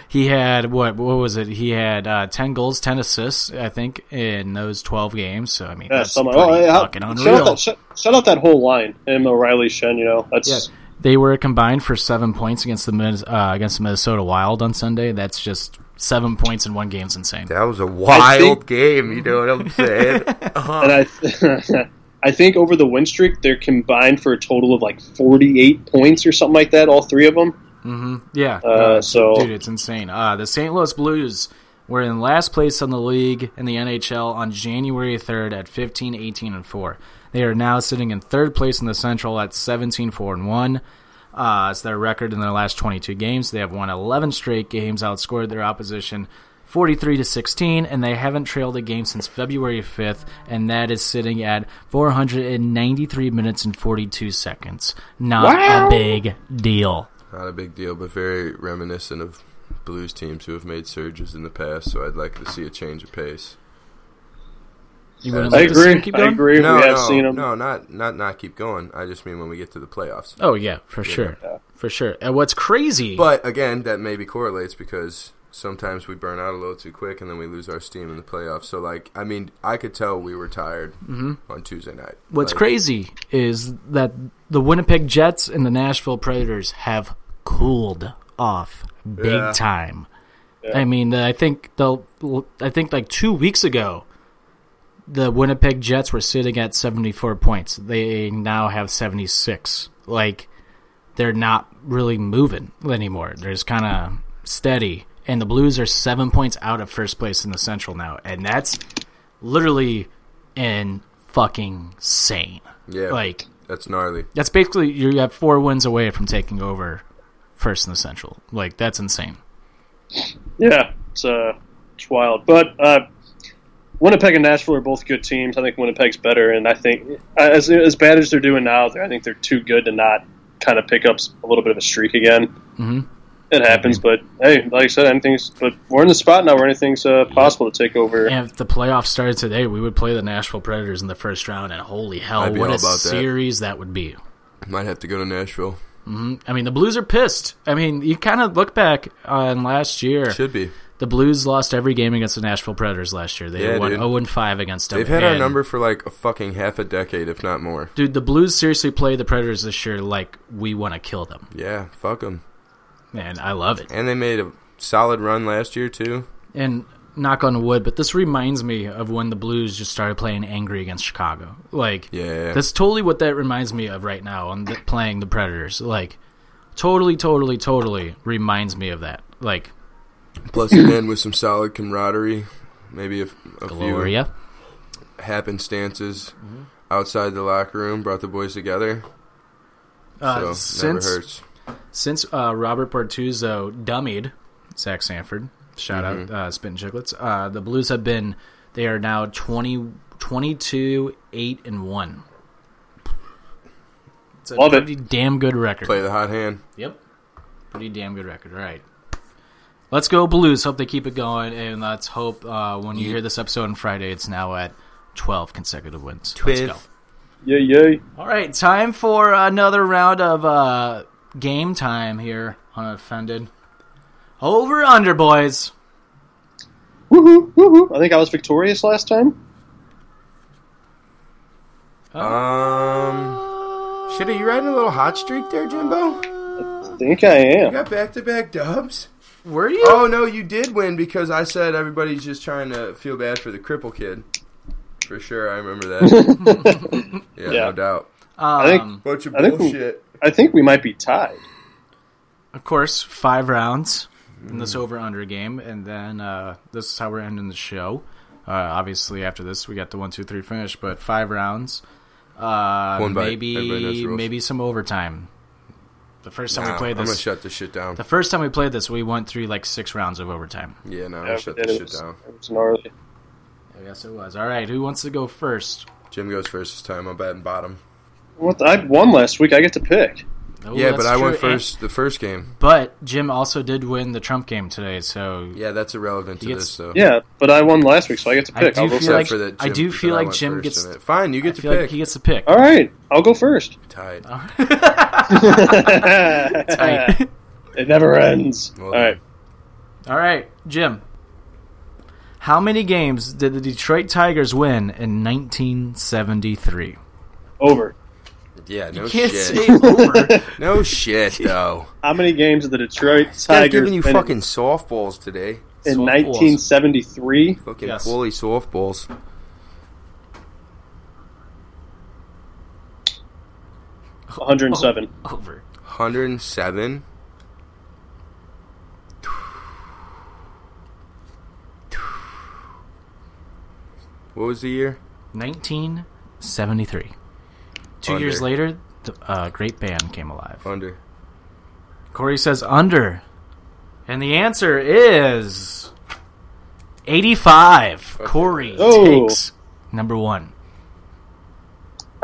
[SPEAKER 5] he had what? What was it? He had uh, 10 goals, 10 assists, I think, in those 12 games. So I mean,
[SPEAKER 6] Yeah,
[SPEAKER 5] that's
[SPEAKER 6] some-
[SPEAKER 5] pretty
[SPEAKER 6] oh, yeah,
[SPEAKER 5] fucking
[SPEAKER 6] shout, out
[SPEAKER 5] unreal.
[SPEAKER 6] that, shout, shout out that whole line and O'Reilly Shen. You know that's
[SPEAKER 5] Yeah. They were combined for seven points against the Min- uh, against the Minnesota Wild on Sunday. That's just seven points in one game is insane.
[SPEAKER 7] That was a
[SPEAKER 6] I
[SPEAKER 7] wild
[SPEAKER 6] think-
[SPEAKER 7] game. You know what I'm saying? Uh-huh.
[SPEAKER 6] and I. I think over the win streak, they're combined for a total of like 48 points or something like that, all three of them.
[SPEAKER 5] Yeah,
[SPEAKER 6] Uh, so-
[SPEAKER 5] dude, it's insane. Uh, the St. Louis Blues were in last place on the league in the NHL on January 3rd at 15, 18, and 4. They are now sitting in third place in the Central at 17, 4, and 1. Uh, it's their record in their last 22 games. They have won 11 straight games, outscored their opposition 43 to 16, and they haven't trailed a game since February 5th, and that is sitting at 493 minutes and 42 seconds. Not a big deal.
[SPEAKER 7] Not a big deal, but very reminiscent of Blues teams who have made surges in the past. So I'd like to see a change of pace.
[SPEAKER 5] You wouldn't
[SPEAKER 6] I
[SPEAKER 5] like to see
[SPEAKER 6] agree.
[SPEAKER 5] him keep
[SPEAKER 6] I
[SPEAKER 5] going?
[SPEAKER 6] agree.
[SPEAKER 7] No,
[SPEAKER 6] we have
[SPEAKER 7] no,
[SPEAKER 6] seen them.
[SPEAKER 7] no, not not not keep going. I just mean when we get to the playoffs.
[SPEAKER 5] Oh yeah, for sure, for sure. And what's crazy?
[SPEAKER 7] But again, that maybe correlates because sometimes we burn out a little too quick and then we lose our steam in the playoffs. So like, I mean, I could tell we were tired on Tuesday night.
[SPEAKER 5] Mm-hmm. what's
[SPEAKER 7] Like,
[SPEAKER 5] crazy is that the Winnipeg Jets and the Nashville Predators have cooled off big
[SPEAKER 7] Yeah.
[SPEAKER 5] time. I mean, I think the I think like two weeks ago, the Winnipeg Jets were sitting at seventy four points. They now have seventy six. Like they're not really moving anymore. They're just kind of steady. And the Blues are seven points out of first place in the Central now, and that's literally in fucking sane.
[SPEAKER 7] Yeah,
[SPEAKER 5] Like
[SPEAKER 7] that's gnarly.
[SPEAKER 5] that's basically you have four wins away from taking over first in the Central. Like that's insane.
[SPEAKER 6] Yeah, it's uh, it's wild. But uh, Winnipeg and Nashville are both good teams. I think Winnipeg's better, and I think as as bad as they're doing now, I think they're too good to not kind of pick up a little bit of a streak again. Mm-hmm. It happens, but hey, like I said, anything's. But we're in the spot now where anything's uh, possible to take over.
[SPEAKER 5] And if the playoffs started today, we would play the Nashville Predators in the first round, and holy hell,
[SPEAKER 7] I'd be
[SPEAKER 5] what
[SPEAKER 7] all
[SPEAKER 5] a
[SPEAKER 7] about that.
[SPEAKER 5] series that would be.
[SPEAKER 7] Might have to go to Nashville.
[SPEAKER 5] I mean, the Blues are pissed. I mean, you kind of look back on last year.
[SPEAKER 7] Should be.
[SPEAKER 5] The Blues lost every game against the Nashville Predators last year. They
[SPEAKER 7] Yeah,
[SPEAKER 5] won
[SPEAKER 7] dude.
[SPEAKER 5] 0 and 5 against them.
[SPEAKER 7] They've had our
[SPEAKER 5] And,
[SPEAKER 7] number for like a fucking half a decade, if not more.
[SPEAKER 5] Dude, the Blues seriously play the Predators this year like we want to kill them.
[SPEAKER 7] Yeah, fuck them.
[SPEAKER 5] And I love it.
[SPEAKER 7] And they made a solid run last year too.
[SPEAKER 5] And knock on wood, but this reminds me of when the Blues just started playing angry against Chicago. Like,
[SPEAKER 7] Yeah.
[SPEAKER 5] that's totally what that reminds me of right now on the, playing the Predators. Like, totally, totally, totally reminds me of that. Like,
[SPEAKER 7] Plus, again, with some solid camaraderie, maybe a, a few
[SPEAKER 5] Gloria. Mm-hmm.
[SPEAKER 7] happenstances outside the locker room brought the boys together.
[SPEAKER 5] Uh,
[SPEAKER 7] so
[SPEAKER 5] since
[SPEAKER 7] never hurts.
[SPEAKER 5] since uh, Robert Bortuzzo dummied Zach Sanford, shout
[SPEAKER 7] Mm-hmm.
[SPEAKER 5] out uh, Spittin' Chicklets, uh, the Blues have been, they are now 20, 22, 8, and 1. It's a
[SPEAKER 6] Love it.
[SPEAKER 5] pretty damn good record.
[SPEAKER 7] Play the hot hand.
[SPEAKER 5] Yep. Pretty damn good record. All right. Let's go Blues. Hope they keep it going, and let's hope uh, when you hear this episode on Friday, it's now at 12 consecutive wins. Let's go.
[SPEAKER 6] Yay, yay!
[SPEAKER 5] All right, time for another round of uh, game time here on Offended. Over under, boys.
[SPEAKER 6] Woohoo, woohoo! I think I was victorious last time.
[SPEAKER 5] Oh.
[SPEAKER 7] Um, shit, are you riding a little hot streak there, Jimbo? You
[SPEAKER 6] I think I am.
[SPEAKER 7] got back to back dubs.
[SPEAKER 5] Were you?
[SPEAKER 7] Oh no, you did win because I said everybody's just trying to feel bad for the cripple kid. For sure, I remember that. yeah,
[SPEAKER 6] Yeah.
[SPEAKER 7] no doubt.
[SPEAKER 5] um,
[SPEAKER 6] I think
[SPEAKER 7] Bunch of
[SPEAKER 6] I think we-
[SPEAKER 7] bullshit.
[SPEAKER 6] I think we might be tied.
[SPEAKER 5] Of course, five rounds in
[SPEAKER 7] Hmm.
[SPEAKER 5] this over under game, and then uh, this is how we're ending the show. Uh, obviously, after this, we got the one, two, three finish, but five rounds. Uh,
[SPEAKER 7] One bite. Everybody knows the
[SPEAKER 5] maybe
[SPEAKER 7] rules.
[SPEAKER 5] maybe some overtime. The first time
[SPEAKER 7] Nah,
[SPEAKER 5] we played
[SPEAKER 7] I'm gonna
[SPEAKER 5] this,
[SPEAKER 7] shut this shit down.
[SPEAKER 5] the first time we played this, we went through like six rounds of overtime.
[SPEAKER 7] yeah, no, I'm gonna Oh, shut
[SPEAKER 6] it
[SPEAKER 7] this shit
[SPEAKER 6] was-
[SPEAKER 7] down.
[SPEAKER 6] it was gnarly.
[SPEAKER 5] Yes, it was. All right, who wants to go first?
[SPEAKER 7] Jim goes first this time. I'm batting bottom.
[SPEAKER 6] What the- I won last week. I get to pick.
[SPEAKER 5] Oh,
[SPEAKER 7] yeah,
[SPEAKER 5] that's
[SPEAKER 7] but I went
[SPEAKER 5] true. And-
[SPEAKER 7] first the first game.
[SPEAKER 5] but Jim also did win the Trump game today, so
[SPEAKER 7] Yeah, that's irrelevant to
[SPEAKER 5] He gets-
[SPEAKER 7] this though.
[SPEAKER 6] Yeah, but I won last week, so I get to
[SPEAKER 5] I
[SPEAKER 6] pick.
[SPEAKER 5] do
[SPEAKER 6] I'll go
[SPEAKER 5] feel
[SPEAKER 6] first.
[SPEAKER 5] like- I do feel
[SPEAKER 7] that
[SPEAKER 5] like
[SPEAKER 7] went
[SPEAKER 5] Jim
[SPEAKER 7] first
[SPEAKER 5] gets-
[SPEAKER 7] in it. Fine, you
[SPEAKER 5] I
[SPEAKER 7] get to
[SPEAKER 5] feel
[SPEAKER 7] pick.
[SPEAKER 5] like he Uh, gets to pick.
[SPEAKER 6] All right, I'll go first.
[SPEAKER 7] Tied.
[SPEAKER 5] Tight.
[SPEAKER 6] It never ends.
[SPEAKER 7] Well
[SPEAKER 6] All right.
[SPEAKER 5] All right, Jim. How many games did the Detroit Tigers win in 1973?
[SPEAKER 6] Over.
[SPEAKER 7] Yeah, no
[SPEAKER 5] Can't
[SPEAKER 7] shit.
[SPEAKER 5] say over.
[SPEAKER 7] No shit though.
[SPEAKER 6] How many games did the Detroit
[SPEAKER 7] Guys
[SPEAKER 6] Tigers
[SPEAKER 7] giving you
[SPEAKER 6] win
[SPEAKER 7] fucking softballs today.
[SPEAKER 6] in
[SPEAKER 5] softballs.
[SPEAKER 6] 1973?
[SPEAKER 7] Fucking
[SPEAKER 5] Yes.
[SPEAKER 7] poorly softballs.
[SPEAKER 5] Oh,
[SPEAKER 6] 107.
[SPEAKER 5] Over.
[SPEAKER 7] 107. What was the year?
[SPEAKER 5] 1973. Two
[SPEAKER 7] Under.
[SPEAKER 5] years later, the uh, great band came alive.
[SPEAKER 7] Under.
[SPEAKER 5] Corey says under. And the answer is 85. Corey
[SPEAKER 6] Oh.
[SPEAKER 5] takes number one.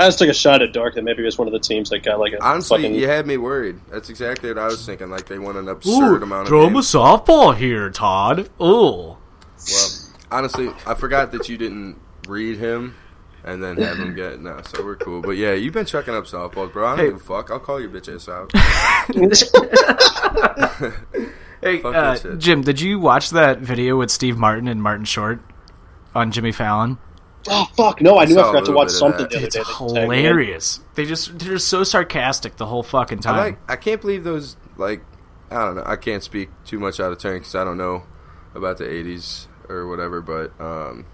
[SPEAKER 6] I just took a shot at Dark that maybe it was one of the teams that got like a
[SPEAKER 7] Honestly,
[SPEAKER 6] fucking.
[SPEAKER 7] you had me worried. That's exactly what I was thinking. Like they won an absurd amount of
[SPEAKER 5] throw him a
[SPEAKER 7] games.
[SPEAKER 5] softball here, Todd. Ooh.
[SPEAKER 7] Well, honestly, I forgot that you didn't read him and then have him get no. So we're cool. But yeah, you've been chucking up softballs, bro. I don't
[SPEAKER 5] Hey.
[SPEAKER 7] give a fuck. I'll call your bitch ass out.
[SPEAKER 5] Hey,
[SPEAKER 7] Fuck
[SPEAKER 5] uh,
[SPEAKER 7] that shit.
[SPEAKER 5] Jim, did you watch that video with Steve Martin and Martin Short on Jimmy Fallon?
[SPEAKER 6] oh fuck! No, I knew
[SPEAKER 7] Saw
[SPEAKER 6] I
[SPEAKER 7] a
[SPEAKER 6] forgot to
[SPEAKER 7] little
[SPEAKER 6] watch
[SPEAKER 7] bit of
[SPEAKER 6] something
[SPEAKER 7] that.
[SPEAKER 6] the other
[SPEAKER 5] It's
[SPEAKER 6] day. that you tagged me in.
[SPEAKER 5] hilarious. They just they're so sarcastic the whole fucking time.
[SPEAKER 7] I like. I can't believe those. Like, I don't know. I can't speak too much out of turn because I don't know about the '80s or whatever. But um,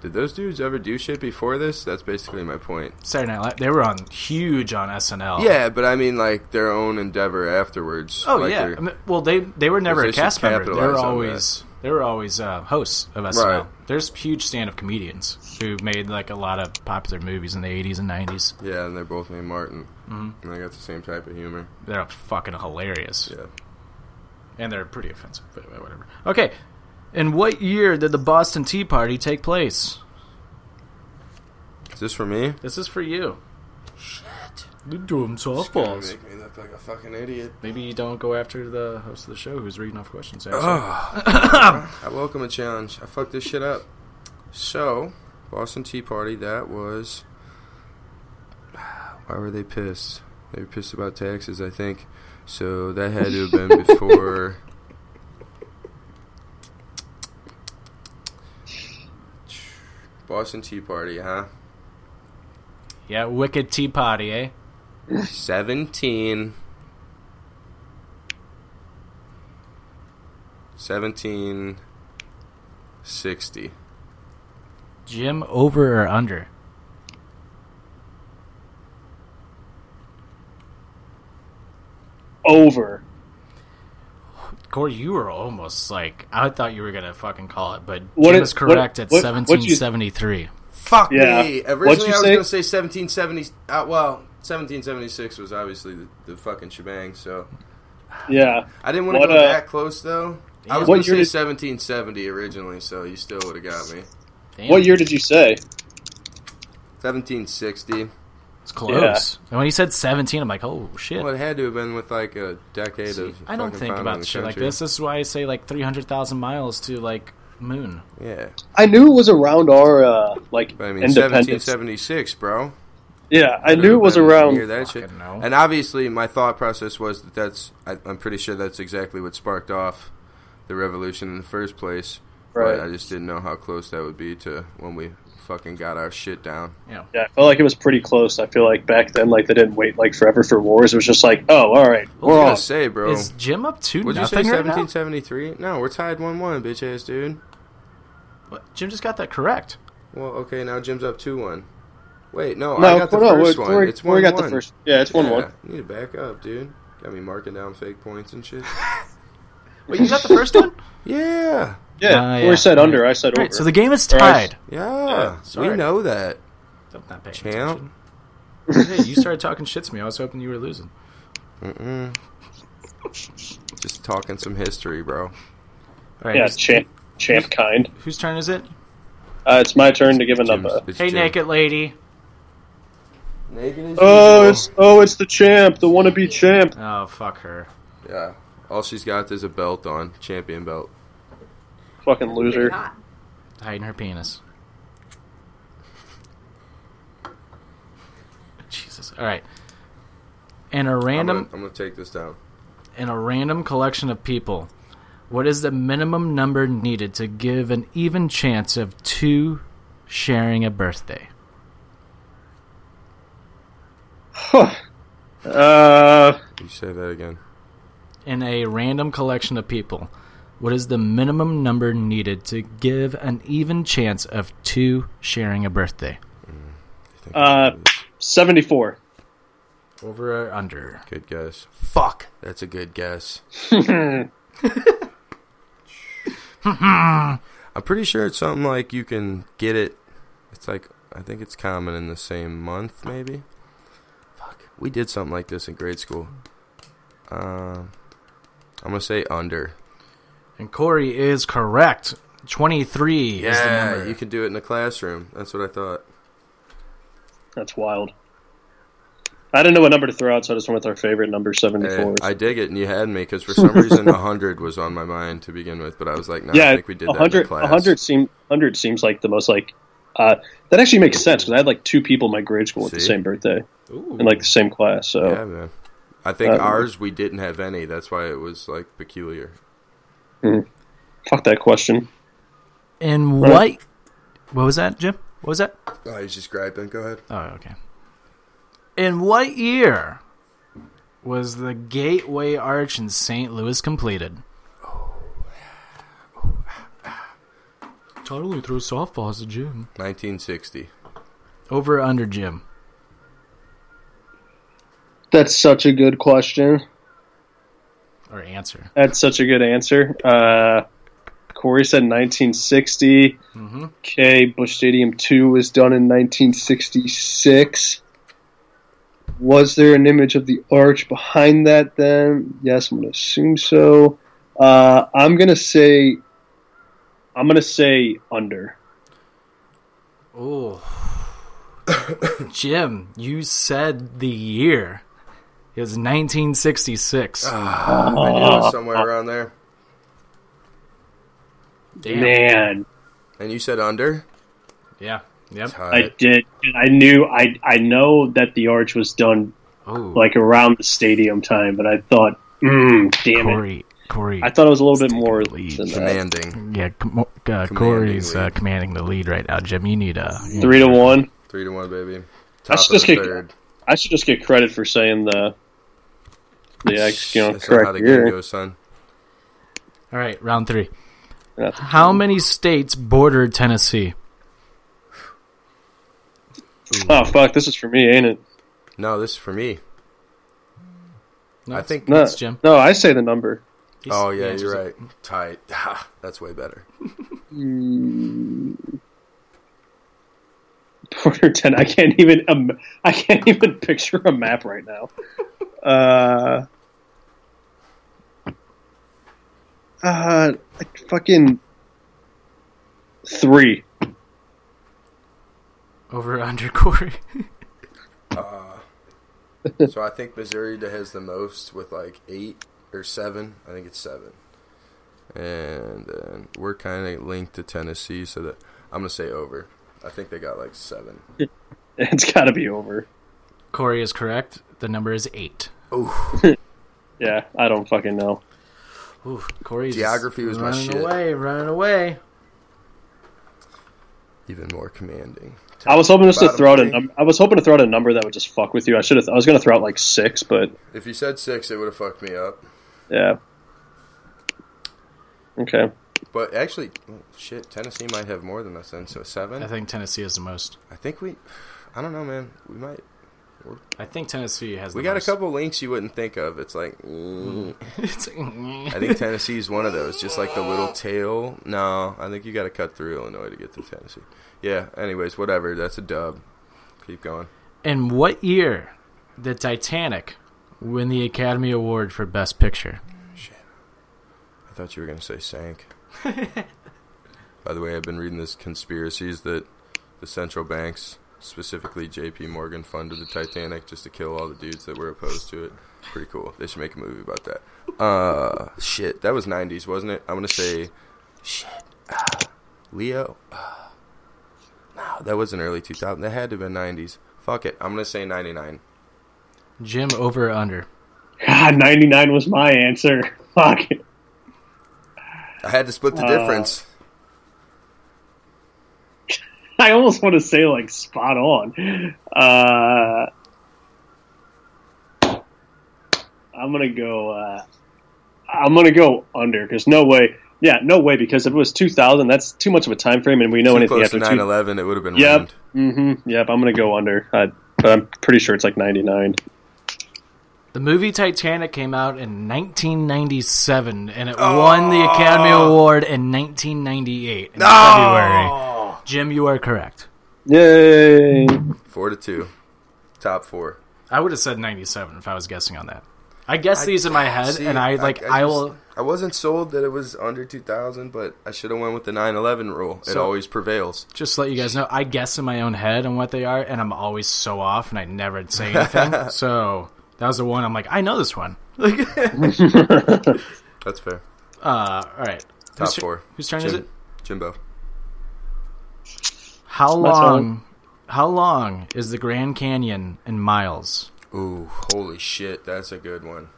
[SPEAKER 7] did those dudes ever do shit before this? That's basically my point.
[SPEAKER 5] Saturday Night Live. They were on huge on SNL.
[SPEAKER 7] Yeah, but I mean, like their own endeavor afterwards.
[SPEAKER 5] Oh
[SPEAKER 7] like
[SPEAKER 5] yeah.
[SPEAKER 7] their-
[SPEAKER 5] I mean, well, they they were never a
[SPEAKER 7] they should
[SPEAKER 5] cast member. They were
[SPEAKER 7] capitalize on
[SPEAKER 5] always they were always uh, hosts of SNL.
[SPEAKER 7] Right.
[SPEAKER 5] There's huge stand-up comedians who made like a lot of popular movies in the 80s and 90s.
[SPEAKER 7] yeah, and they're both named Martin, and they got the same type of humor.
[SPEAKER 5] They're fucking hilarious.
[SPEAKER 7] Yeah.
[SPEAKER 5] and they're pretty offensive, but whatever. Okay, in what year did the Boston Tea Party take place?
[SPEAKER 7] Is this for me?
[SPEAKER 5] This is for you. Shit. They're doing softballs.
[SPEAKER 7] Make me look like a fucking idiot.
[SPEAKER 5] Maybe you don't go after the host of the show who's reading off questions.
[SPEAKER 7] Ah. I welcome a challenge. I fucked this shit up. So, Boston Tea Party, that was. Why were they pissed? They were pissed about taxes, I think. So, that had to have been before. Boston Tea Party, huh?
[SPEAKER 5] yeah, wicked Tea Party, eh?
[SPEAKER 7] 17. 17. 60.
[SPEAKER 5] Jim, over or under?
[SPEAKER 6] Over.
[SPEAKER 5] Corey, you were almost like I thought you were gonna fucking call it, but
[SPEAKER 6] What
[SPEAKER 5] Jim
[SPEAKER 6] it-
[SPEAKER 5] is correct at
[SPEAKER 6] what- what- what'd you-
[SPEAKER 5] 1773.
[SPEAKER 7] Fuck
[SPEAKER 6] Yeah.
[SPEAKER 7] me.
[SPEAKER 6] What'd
[SPEAKER 7] Originally,
[SPEAKER 6] you
[SPEAKER 7] I was
[SPEAKER 6] say?
[SPEAKER 7] going to say 1770. Uh, well, 1776 was obviously the, the fucking shebang, so.
[SPEAKER 6] Yeah.
[SPEAKER 7] I didn't want to
[SPEAKER 6] What,
[SPEAKER 7] go
[SPEAKER 6] uh,
[SPEAKER 7] that close, though. I was
[SPEAKER 6] What
[SPEAKER 7] going to say
[SPEAKER 6] year did-
[SPEAKER 7] 1770 originally, so you still would have got me.
[SPEAKER 5] Damn,
[SPEAKER 6] What year did you say?
[SPEAKER 7] 1760.
[SPEAKER 5] It's close. And when he said 17, I'm like, oh shit.
[SPEAKER 7] Well, it had to have been with like a decade of.
[SPEAKER 5] I don't
[SPEAKER 7] fucking
[SPEAKER 5] think
[SPEAKER 7] founding
[SPEAKER 5] about
[SPEAKER 7] the
[SPEAKER 5] shit like
[SPEAKER 7] country.
[SPEAKER 5] this. This is why I say like three hundred thousand miles to like moon.
[SPEAKER 7] Yeah.
[SPEAKER 6] I knew it was around our uh, like
[SPEAKER 7] But I mean,
[SPEAKER 6] independence.
[SPEAKER 7] 1776 bro.
[SPEAKER 6] Yeah, I knew it was
[SPEAKER 7] Better
[SPEAKER 6] around.
[SPEAKER 7] hear that shit.
[SPEAKER 5] Fucking no.
[SPEAKER 7] And obviously, my thought process was that that's. I, I'm pretty sure that's exactly what sparked off the revolution in the first place.
[SPEAKER 6] Right.
[SPEAKER 7] But I just didn't know how close that would be to when we fucking got our shit down.
[SPEAKER 5] Yeah.
[SPEAKER 6] Yeah, I felt like it was pretty close. I feel like back then, like they didn't wait like forever for wars. It was just like, oh, all right,
[SPEAKER 7] I was
[SPEAKER 6] we're
[SPEAKER 7] gonna
[SPEAKER 6] on.
[SPEAKER 7] say, bro.
[SPEAKER 5] Is Jim up to
[SPEAKER 7] Would you say
[SPEAKER 5] nothing right now?
[SPEAKER 7] 1773? no, we're tied one-one, bitch ass dude.
[SPEAKER 5] What? Jim just got that correct.
[SPEAKER 7] Well, okay, now Jim's up two-one. Wait, no,
[SPEAKER 6] No,
[SPEAKER 7] I got the
[SPEAKER 6] no,
[SPEAKER 7] 1st
[SPEAKER 6] we're-
[SPEAKER 7] one.
[SPEAKER 6] we're-
[SPEAKER 7] it's
[SPEAKER 6] we
[SPEAKER 7] one
[SPEAKER 6] got the
[SPEAKER 7] one.
[SPEAKER 6] first- yeah, it's one
[SPEAKER 7] yeah,
[SPEAKER 6] one.
[SPEAKER 7] You need to back up, dude. Got me marking down fake points and shit.
[SPEAKER 5] Wait, you got the first one?
[SPEAKER 7] yeah,
[SPEAKER 6] Yeah,
[SPEAKER 5] Ah,
[SPEAKER 6] Corey
[SPEAKER 5] yeah.
[SPEAKER 6] said under. I said over.
[SPEAKER 5] Right, so the game is
[SPEAKER 6] Or I-
[SPEAKER 5] tied.
[SPEAKER 7] yeah. we
[SPEAKER 5] sorry.
[SPEAKER 7] know that.
[SPEAKER 5] I'm not paying
[SPEAKER 7] Champ.
[SPEAKER 5] attention. Hey, you started talking shit to me. I was hoping you were losing.
[SPEAKER 7] Just talking some history, bro.
[SPEAKER 5] All right,
[SPEAKER 6] yeah,
[SPEAKER 5] who's-
[SPEAKER 6] champ, champ kind.
[SPEAKER 5] whose turn is it?
[SPEAKER 6] Uh, it's my turn to give a number.
[SPEAKER 7] Jim's- it's
[SPEAKER 5] Hey,
[SPEAKER 7] Jim.
[SPEAKER 5] naked lady.
[SPEAKER 7] Naked as
[SPEAKER 6] Oh,
[SPEAKER 7] usual.
[SPEAKER 6] it's oh, it's the champ, the wannabe champ.
[SPEAKER 5] Oh, fuck her.
[SPEAKER 7] Yeah. All she's got is a belt on, champion belt.
[SPEAKER 6] Fucking loser.
[SPEAKER 5] Hiding her penis. Jesus. All right. And a
[SPEAKER 7] I'm
[SPEAKER 5] random
[SPEAKER 7] gonna, I'm gonna take this down.
[SPEAKER 5] and a random collection of people. What is the minimum number needed to give an even chance of two sharing a birthday?
[SPEAKER 6] Uh,
[SPEAKER 7] You say that again.
[SPEAKER 5] In a random collection of people, what is the minimum number needed to give an even chance of two sharing a birthday?
[SPEAKER 6] uh, seventy-four.
[SPEAKER 5] Over or under?
[SPEAKER 7] Good guess. Fuck. That's a good guess. I'm pretty sure it's something like you can get it. It's like I think it's common in the same month, maybe. Fuck. We did something like this in grade school. Um, I'm gonna say under.
[SPEAKER 5] And Corey is correct. 23 is the number.
[SPEAKER 7] you can do it in the classroom. That's what I thought.
[SPEAKER 6] That's wild. I didn't know what number to throw out, so I just went with our favorite number,
[SPEAKER 7] Hey,
[SPEAKER 6] seventy-four.
[SPEAKER 7] Eh, I dig it, and you had me because for some reason 100 was on my mind to begin with, but I was like, no, I
[SPEAKER 6] yeah,
[SPEAKER 7] think we did that in the
[SPEAKER 6] 100,
[SPEAKER 7] class.
[SPEAKER 6] 100 seem hundred seems like the most like. Uh, that actually makes sense because I had like two people in my grade school with the
[SPEAKER 7] See?
[SPEAKER 6] same birthday in like the same class. So
[SPEAKER 7] Yeah, man. I think
[SPEAKER 6] Uh,
[SPEAKER 7] ours we didn't have any. That's why it was like peculiar.
[SPEAKER 6] fuck that question.
[SPEAKER 5] And what? What was that, Jim? What was that?
[SPEAKER 7] Oh, he's just griping. Go ahead.
[SPEAKER 5] Oh, okay. In what year was the Gateway Arch in St. Louis completed? Totally threw softballs at Jim.
[SPEAKER 7] 1960.
[SPEAKER 5] Over or under Jim?
[SPEAKER 6] That's such a good question.
[SPEAKER 5] Or answer.
[SPEAKER 6] That's such a good answer. Uh, Corey said 1960. Okay, Bush Stadium 2 was done in 1966. Was there an image of the arch behind that then? Yes, I'm going to assume so. Uh, I'm going to say. I'm gonna say under.
[SPEAKER 5] Oh. Jim, you said the year. It was 1966.
[SPEAKER 6] Ah, Uh,
[SPEAKER 7] I knew it was somewhere around there.
[SPEAKER 5] Damn.
[SPEAKER 6] Man,
[SPEAKER 7] And you said under?
[SPEAKER 5] Yeah. Yep.
[SPEAKER 7] Tied.
[SPEAKER 6] I did. I knew. I I know that the arch was done
[SPEAKER 5] Oh,
[SPEAKER 6] like around the stadium time, but I thought, mm, damn it,
[SPEAKER 5] Corey. Corey.
[SPEAKER 6] I thought it was a little bit more
[SPEAKER 5] lead.
[SPEAKER 6] than that.
[SPEAKER 7] Commanding.
[SPEAKER 5] Yeah, com- uh, Corey's uh,
[SPEAKER 7] lead.
[SPEAKER 5] commanding the lead right now, Jim. You need a
[SPEAKER 6] Three to one.
[SPEAKER 7] Three to one, baby. Top
[SPEAKER 6] That's
[SPEAKER 7] of
[SPEAKER 6] just
[SPEAKER 7] the
[SPEAKER 6] kick-
[SPEAKER 7] third.
[SPEAKER 6] I should just get credit for saying the the ex, you know,
[SPEAKER 7] That's not how
[SPEAKER 6] correct
[SPEAKER 7] the game
[SPEAKER 6] year.
[SPEAKER 7] goes, son.
[SPEAKER 5] All right, round three.
[SPEAKER 6] That's-
[SPEAKER 5] How many states border Tennessee?
[SPEAKER 6] Oh fuck, this is for me, ain't it?
[SPEAKER 7] No, this is for me.
[SPEAKER 5] No,
[SPEAKER 7] I think.
[SPEAKER 6] No,
[SPEAKER 5] It's Jim.
[SPEAKER 6] no, I say the number.
[SPEAKER 5] he's-
[SPEAKER 7] Oh,
[SPEAKER 5] the
[SPEAKER 7] yeah,
[SPEAKER 5] answer's
[SPEAKER 7] you're right. Tight. Ha, That's way better.
[SPEAKER 6] Border ten. I can't even. Um, I can't even picture a map right now. Uh. Uh, like fucking three.
[SPEAKER 5] Over or under Corey.
[SPEAKER 7] so I think Missouri has the most with like eight or seven. I think it's seven. And then we're kind of linked to Tennessee, so that I'm gonna say over. I think they got like seven.
[SPEAKER 6] It's got to be over.
[SPEAKER 5] Corey is correct. The number is eight.
[SPEAKER 6] Yeah, I don't fucking know.
[SPEAKER 5] Ooh, Corey's
[SPEAKER 7] Geography was my
[SPEAKER 5] running
[SPEAKER 7] shit.
[SPEAKER 5] away, running away.
[SPEAKER 7] Even more commanding.
[SPEAKER 6] I was hoping just to
[SPEAKER 7] Bottom
[SPEAKER 6] throw out a
[SPEAKER 7] three.
[SPEAKER 6] num- I was hoping to throw out a number that would just fuck with you. I should have. I was going to throw out like six, but
[SPEAKER 7] If you said six, it would have fucked me up.
[SPEAKER 6] yeah. Okay.
[SPEAKER 7] But actually, oh, shit, Tennessee might have more than us then. So seven.
[SPEAKER 5] I think Tennessee is the most.
[SPEAKER 7] I think we. I don't know, man. We might.
[SPEAKER 5] I think Tennessee has.
[SPEAKER 7] We
[SPEAKER 5] the
[SPEAKER 7] got a
[SPEAKER 5] most.
[SPEAKER 7] couple links you wouldn't think of. It's like, mm.
[SPEAKER 5] It's like- "Mm."
[SPEAKER 7] I think Tennessee is one of those, just like the little tail. No, I think you got to cut through Illinois to get to Tennessee. Yeah. Anyways, whatever. That's a dub. Keep going.
[SPEAKER 5] In what year did Titanic win the Academy Award for Best Picture?
[SPEAKER 7] I thought you were gonna say sank. By the way, I've been reading this conspiracies that the central banks, specifically J.P. Morgan, funded the Titanic just to kill all the dudes that were opposed to it. Pretty cool. They should make a movie about that. Uh, shit, that was '90s, wasn't it? I'm gonna say, shit, ah, Leo. ah. no, that wasn't early 2000. That had to have been '90s. Fuck it. I'm gonna say '99.
[SPEAKER 5] Jim over or under?
[SPEAKER 6] God, 99 was my answer. Fuck.
[SPEAKER 7] I had to split the difference.
[SPEAKER 6] I almost want to say, like, spot on. Uh, I'm going to go, uh, I'm going to go under because no way. Yeah, no way because if it was 2000, that's too much of a time frame and we know
[SPEAKER 7] Too
[SPEAKER 6] anything
[SPEAKER 7] close
[SPEAKER 6] after
[SPEAKER 7] to
[SPEAKER 6] 2000.
[SPEAKER 7] 9/11, it would have been.
[SPEAKER 6] Yep.
[SPEAKER 7] ruined.
[SPEAKER 6] Mm-hmm. Yep. I'm gonna go under. I, but I'm pretty sure it's like 99.
[SPEAKER 5] The movie Titanic came out in 1997, and it won the Academy Award in 1998 in February. Jim, you are correct.
[SPEAKER 6] Yay!
[SPEAKER 7] Four to two. Top four.
[SPEAKER 5] I would have said 97 if I was guessing on that. I guess these in my head,
[SPEAKER 7] See,
[SPEAKER 5] and I like I,
[SPEAKER 7] just-
[SPEAKER 5] will.
[SPEAKER 7] I wasn't sold that it was under 2,000, but I should have went with the 9/11 rule. It
[SPEAKER 5] So-
[SPEAKER 7] always prevails.
[SPEAKER 5] Just to let you guys know, I guess in my own head on what they are, and I'm always so off, and I never say anything. so that was the one I'm like, I know this one.
[SPEAKER 7] That's fair.
[SPEAKER 5] Uh, all right.
[SPEAKER 7] Top
[SPEAKER 5] Whose tu-
[SPEAKER 7] four.
[SPEAKER 5] Whose turn is
[SPEAKER 7] Jim-
[SPEAKER 5] it?
[SPEAKER 7] Jimbo.
[SPEAKER 5] How
[SPEAKER 6] my turn.
[SPEAKER 5] long? How long is the Grand Canyon in miles?
[SPEAKER 7] Ooh, holy shit, that's a good one.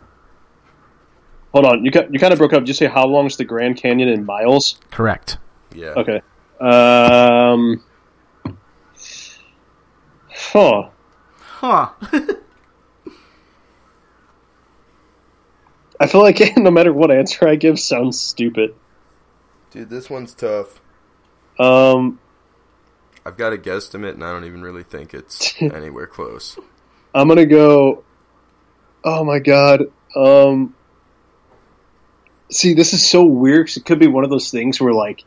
[SPEAKER 6] Hold on. You got, you kind of broke up. Did you say how long is the Grand Canyon in miles?
[SPEAKER 5] Correct.
[SPEAKER 7] Yeah.
[SPEAKER 6] Okay. Um. Huh.
[SPEAKER 5] Huh.
[SPEAKER 6] I feel like no matter what answer I give, sounds stupid.
[SPEAKER 7] Dude, this one's tough.
[SPEAKER 6] Um.
[SPEAKER 7] I've got a guesstimate, and I don't even really think it's anywhere close.
[SPEAKER 6] I'm gonna go. Oh my god. Um. See, this is so weird. 'cause it could be one of those things where, like,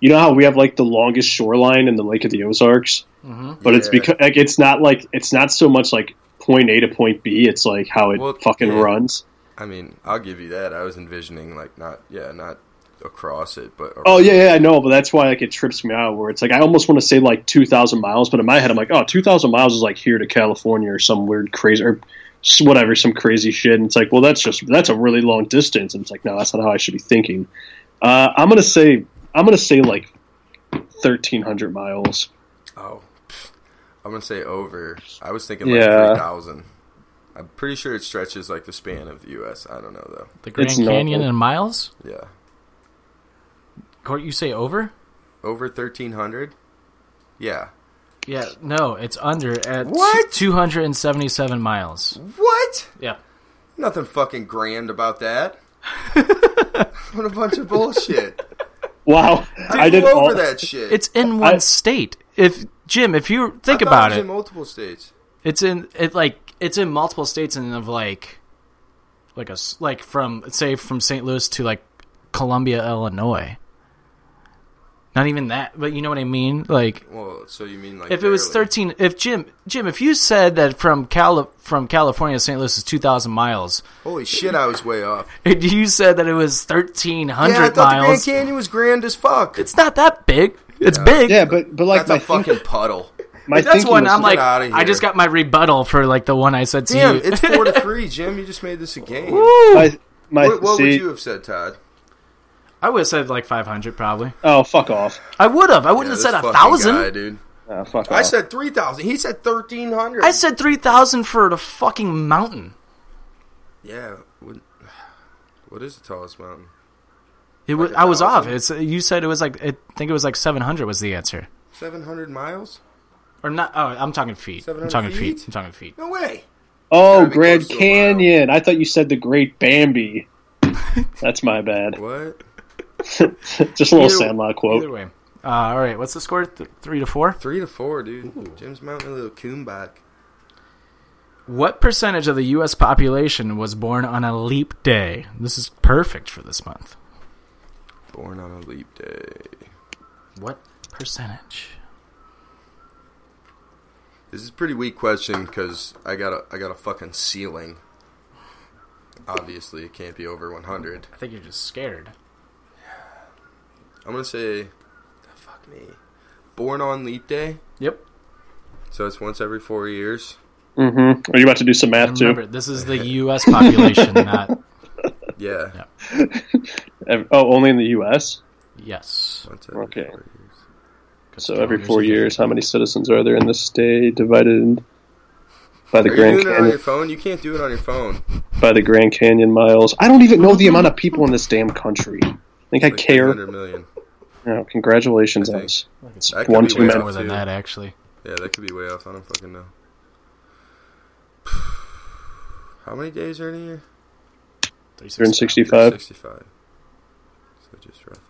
[SPEAKER 6] you know how we have like the longest shoreline in the Lake of the Ozarks, but it's
[SPEAKER 7] Yeah.
[SPEAKER 6] because like it's not like it's not so much like point A to point B. It's like how it
[SPEAKER 7] Well,
[SPEAKER 6] fucking
[SPEAKER 7] yeah.
[SPEAKER 6] runs.
[SPEAKER 7] I mean, I'll give you that. I was envisioning, like, not, yeah, not across it, but.
[SPEAKER 6] Oh yeah, yeah, I know, but that's why like it trips me out. Where it's like I almost want to say like two thousand miles, but in my head I'm like, oh, 2,000 miles is like here to California or some weird crazy or s- whatever, some crazy shit. And it's like, well, that's just that's a really long distance. And it's like, no, that's not how I should be thinking. Uh, I'm gonna say I'm gonna say like thirteen hundred miles.
[SPEAKER 7] Oh, pfft. I'm gonna say over. I was thinking like
[SPEAKER 6] Yeah.
[SPEAKER 7] three thousand. I'm pretty sure it stretches like the span of the U.S. I don't know though.
[SPEAKER 5] The Grand
[SPEAKER 6] It's normal.
[SPEAKER 5] Canyon in miles?
[SPEAKER 7] Yeah,
[SPEAKER 5] Court, you say over?
[SPEAKER 7] over thirteen hundred. Yeah.
[SPEAKER 5] Yeah, no, it's under at
[SPEAKER 7] What?
[SPEAKER 5] 277 miles.
[SPEAKER 7] What?
[SPEAKER 5] Yeah.
[SPEAKER 7] Nothing fucking grand about that. what a bunch of bullshit.
[SPEAKER 6] Wow, I did
[SPEAKER 7] Go over
[SPEAKER 6] all.
[SPEAKER 7] that shit.
[SPEAKER 5] It's in one
[SPEAKER 6] I-
[SPEAKER 5] state. If Jim, if you think
[SPEAKER 7] I thought
[SPEAKER 5] about
[SPEAKER 7] was
[SPEAKER 5] it,
[SPEAKER 7] In multiple states.
[SPEAKER 5] it's in it like it's in multiple states and of like like a s- like from say from St. Louis to like Columbia, Illinois. Not even that, but you know what I mean? Like
[SPEAKER 7] Well, so you mean like
[SPEAKER 5] if it was
[SPEAKER 7] barely.
[SPEAKER 5] 13 if Jim Jim, if you said that from Cali- from California to St. Louis is 2000 miles,
[SPEAKER 7] Holy shit! I was way off.
[SPEAKER 5] and you said that it was 1300
[SPEAKER 7] Yeah, I thought the Grand
[SPEAKER 5] miles.
[SPEAKER 7] Canyon was grand as fuck.
[SPEAKER 5] It's not that big. It's big.
[SPEAKER 6] Yeah, but but like
[SPEAKER 7] That's a
[SPEAKER 6] my think-
[SPEAKER 7] fucking puddle.
[SPEAKER 6] my
[SPEAKER 5] That's
[SPEAKER 6] thinking
[SPEAKER 5] one
[SPEAKER 6] was-
[SPEAKER 5] I'm like
[SPEAKER 7] outta
[SPEAKER 5] I just
[SPEAKER 7] here.
[SPEAKER 5] got my rebuttal for like the one I said to
[SPEAKER 7] Damn,
[SPEAKER 5] you.
[SPEAKER 7] it's four to three, Jim. You just made this a game.
[SPEAKER 6] my, my
[SPEAKER 7] What, what would
[SPEAKER 6] see-
[SPEAKER 7] you have said, Todd?
[SPEAKER 5] I would have said like 500 probably.
[SPEAKER 6] oh fuck off,
[SPEAKER 5] I would have. I wouldn't have
[SPEAKER 7] Yeah, this
[SPEAKER 5] said a
[SPEAKER 7] fucking
[SPEAKER 5] thousand.
[SPEAKER 7] guy, dude.
[SPEAKER 6] oh, fuck
[SPEAKER 7] I
[SPEAKER 6] off.
[SPEAKER 7] said three thousand. He said thirteen hundred.
[SPEAKER 5] I said 3,000 for the fucking mountain.
[SPEAKER 7] yeah. What, what is the tallest mountain?
[SPEAKER 5] It was,
[SPEAKER 7] Like a
[SPEAKER 5] I was off.
[SPEAKER 7] thousand?
[SPEAKER 5] It's you said it was like I think it was like 700 was the answer.
[SPEAKER 7] Seven hundred miles?
[SPEAKER 5] Or not oh, I'm talking feet. I'm
[SPEAKER 7] 700
[SPEAKER 5] talking feet.
[SPEAKER 7] feet?
[SPEAKER 5] I'm talking feet.
[SPEAKER 7] No way.
[SPEAKER 6] Oh,
[SPEAKER 7] Gotta be
[SPEAKER 6] Grand
[SPEAKER 7] close to a mile.
[SPEAKER 6] Canyon. I thought you said the Great Bambi. That's my bad.
[SPEAKER 7] What?
[SPEAKER 6] Just a little
[SPEAKER 5] Either-
[SPEAKER 6] Sandlot quote.
[SPEAKER 5] Either way. Uh, all right, what's the score? Th- three to four.
[SPEAKER 7] Three to four, dude. Jim's mounting a little coon back.
[SPEAKER 5] What percentage of the U.S. population was born on a leap day? This is perfect for this month.
[SPEAKER 7] Born on a leap day.
[SPEAKER 5] What percentage?
[SPEAKER 7] This is a pretty weak question because I got a I got a fucking ceiling. Obviously, it can't be over 100.
[SPEAKER 5] I think you're just scared.
[SPEAKER 7] I'm gonna say, oh, fuck me. Born on leap day,
[SPEAKER 5] Yep.
[SPEAKER 7] so it's once every four years.
[SPEAKER 6] Mm-hmm. Are you about to do some math
[SPEAKER 5] And
[SPEAKER 6] too?
[SPEAKER 5] remember, this is the U.S. population, not
[SPEAKER 7] Yeah.
[SPEAKER 5] Yeah.
[SPEAKER 6] Ev- Oh, only in the U.S.
[SPEAKER 5] yes.
[SPEAKER 7] Once every
[SPEAKER 6] Okay.
[SPEAKER 7] four years.
[SPEAKER 6] So every four years, how many citizens are there in this state divided in- by the
[SPEAKER 7] Are
[SPEAKER 6] Grand
[SPEAKER 7] you doing it on your
[SPEAKER 6] Canyon?
[SPEAKER 7] phone? You can't do it on your phone.
[SPEAKER 6] By the Grand Canyon miles. I don't even know the amount of people in this damn country. I think I
[SPEAKER 7] Like
[SPEAKER 6] care.
[SPEAKER 7] 300 million.
[SPEAKER 6] No, congratulations,
[SPEAKER 7] I think.
[SPEAKER 6] us.
[SPEAKER 7] That
[SPEAKER 6] One
[SPEAKER 7] could
[SPEAKER 6] too
[SPEAKER 7] be way
[SPEAKER 6] many.
[SPEAKER 7] off,
[SPEAKER 5] More than
[SPEAKER 7] too.
[SPEAKER 5] that, actually.
[SPEAKER 7] Yeah, that could be way off. I don't fucking know. How many days are in a year?
[SPEAKER 6] 365.
[SPEAKER 7] 65. So just roughly.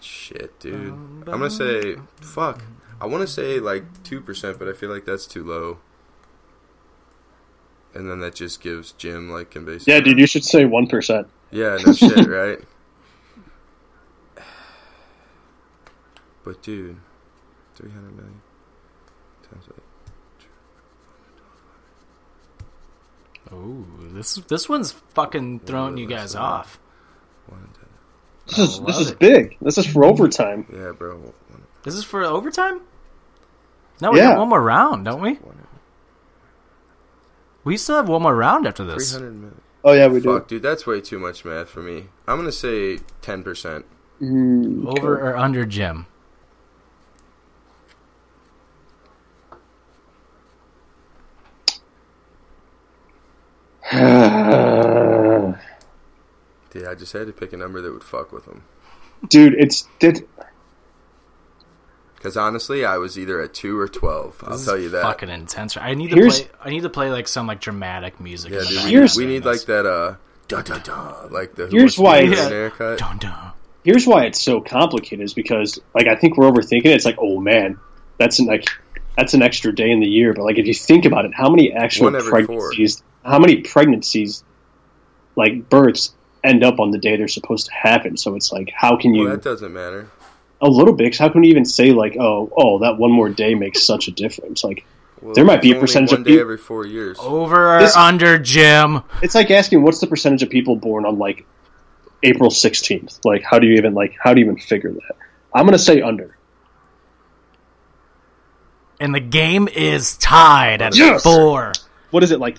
[SPEAKER 7] Shit, dude. I'm gonna say fuck. I want to say like two percent, but I feel like that's too low. And then that just gives Jim like and basically.
[SPEAKER 6] Yeah, dude, you should say one percent.
[SPEAKER 7] Yeah, no shit, right? But dude, three hundred million times eight.
[SPEAKER 5] Oh, this this one's fucking throwing you guys off.
[SPEAKER 7] One times.
[SPEAKER 6] This is
[SPEAKER 5] I
[SPEAKER 6] this
[SPEAKER 5] love
[SPEAKER 6] is
[SPEAKER 5] it.
[SPEAKER 6] big. This is for overtime.
[SPEAKER 7] Yeah, bro. One,
[SPEAKER 5] This is for overtime. No, we
[SPEAKER 6] Yeah.
[SPEAKER 5] got one more round, don't we?
[SPEAKER 7] one,
[SPEAKER 5] We still have one more round after
[SPEAKER 7] three
[SPEAKER 5] this.
[SPEAKER 7] hundred million.
[SPEAKER 6] Oh yeah, we do.
[SPEAKER 7] Fuck, dude, that's way too much math for me. I'm gonna say ten percent.
[SPEAKER 6] Mm,
[SPEAKER 5] Over or under, Jim?
[SPEAKER 7] Dude, I just had to pick a number that would fuck with them.
[SPEAKER 6] dude, it's it,
[SPEAKER 7] Because honestly, I was either at two or twelve. I'll
[SPEAKER 5] This
[SPEAKER 7] tell
[SPEAKER 5] is
[SPEAKER 7] you that.
[SPEAKER 5] Fucking intense. I need to
[SPEAKER 6] Here's-
[SPEAKER 5] play. I need to play like some like dramatic music.
[SPEAKER 7] yeah,
[SPEAKER 5] in the
[SPEAKER 7] dude, we,
[SPEAKER 5] background
[SPEAKER 7] need,
[SPEAKER 6] Here's-
[SPEAKER 7] we need
[SPEAKER 5] during
[SPEAKER 7] like that. Uh, da da da. Like the Who Wants
[SPEAKER 6] Here's
[SPEAKER 7] to Be
[SPEAKER 6] why
[SPEAKER 7] a
[SPEAKER 6] it's-
[SPEAKER 7] Millionaire cut.
[SPEAKER 5] Dun, dun.
[SPEAKER 6] here's why it's so complicated is because like I think we're overthinking it. It's like, oh man, that's an like that's an extra day in the year. But like if you think about it, how many actual
[SPEAKER 7] One every four.
[SPEAKER 6] pregnancies how many pregnancies like births end up on the day they're supposed to happen? So it's like how can you
[SPEAKER 7] Well, that doesn't matter.
[SPEAKER 6] a little bit 'cause how can you even say like, oh, oh, that one more day makes such a difference? Like
[SPEAKER 7] Well,
[SPEAKER 6] There might be a
[SPEAKER 7] it's only
[SPEAKER 6] percentage of
[SPEAKER 7] one day
[SPEAKER 6] peop- Oh,
[SPEAKER 7] every four years.
[SPEAKER 5] Over or
[SPEAKER 6] This-
[SPEAKER 5] under, Jim?
[SPEAKER 6] it's like asking what's the percentage of people born on like April sixteenth? Like how do you even like how do you even figure that? I'm gonna say under.
[SPEAKER 5] And the game is tied at
[SPEAKER 6] Yes!
[SPEAKER 5] four.
[SPEAKER 6] What is it like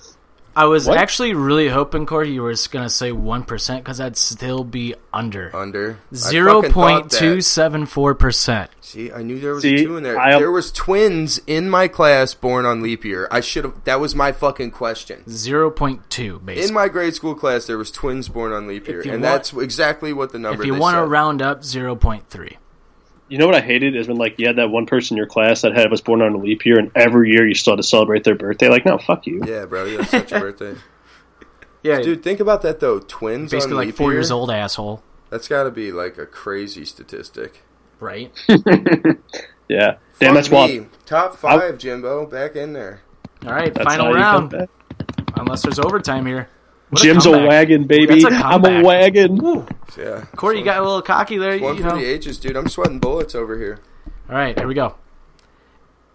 [SPEAKER 5] I was
[SPEAKER 6] What?
[SPEAKER 5] actually really hoping, Corey, you were just gonna say one percent because I'd still be under
[SPEAKER 7] Under Uh, I
[SPEAKER 5] zero
[SPEAKER 7] fucking thought
[SPEAKER 5] point
[SPEAKER 7] that.
[SPEAKER 5] two seven four percent.
[SPEAKER 7] See, I knew there was
[SPEAKER 6] See,
[SPEAKER 7] a two in there.
[SPEAKER 6] I-
[SPEAKER 7] there was twins in my class born on leap year. I should have. That was my fucking question.
[SPEAKER 5] Zero point two, basically.
[SPEAKER 7] In my grade school class, there was twins born on leap year,
[SPEAKER 5] you
[SPEAKER 7] and
[SPEAKER 5] want-
[SPEAKER 7] that's exactly what the number.
[SPEAKER 5] if you
[SPEAKER 7] they
[SPEAKER 5] want to
[SPEAKER 7] said.
[SPEAKER 5] round up, zero point three.
[SPEAKER 6] You know what I hated is when like you had that one person in your class that had was born on a leap year, and every year you still had to celebrate their birthday. Like, no, fuck you.
[SPEAKER 7] yeah, bro, you have such a birthday,
[SPEAKER 5] Yeah,
[SPEAKER 7] dude. Think about that though. Twins,
[SPEAKER 5] basically
[SPEAKER 7] on
[SPEAKER 5] like
[SPEAKER 7] leap
[SPEAKER 5] four
[SPEAKER 7] year?
[SPEAKER 5] years old asshole,
[SPEAKER 7] That's got to be like a crazy statistic.
[SPEAKER 5] right?
[SPEAKER 6] Yeah, damn,
[SPEAKER 7] Fuck
[SPEAKER 6] that's why.
[SPEAKER 7] me. Top five, Jimbo, back in there.
[SPEAKER 5] All right,
[SPEAKER 6] That's how
[SPEAKER 5] final
[SPEAKER 6] you
[SPEAKER 5] round.
[SPEAKER 6] come back.
[SPEAKER 5] Unless there's overtime here. What
[SPEAKER 6] Jim's a
[SPEAKER 5] comeback.
[SPEAKER 6] wagon, baby.
[SPEAKER 5] That's a
[SPEAKER 6] I'm a
[SPEAKER 5] comeback.
[SPEAKER 6] wagon.
[SPEAKER 5] Woo.
[SPEAKER 7] Yeah,
[SPEAKER 5] Corey, you got a little cocky there. You
[SPEAKER 7] one for
[SPEAKER 5] know.
[SPEAKER 7] the ages, dude. I'm sweating bullets over here.
[SPEAKER 5] All right, here we go.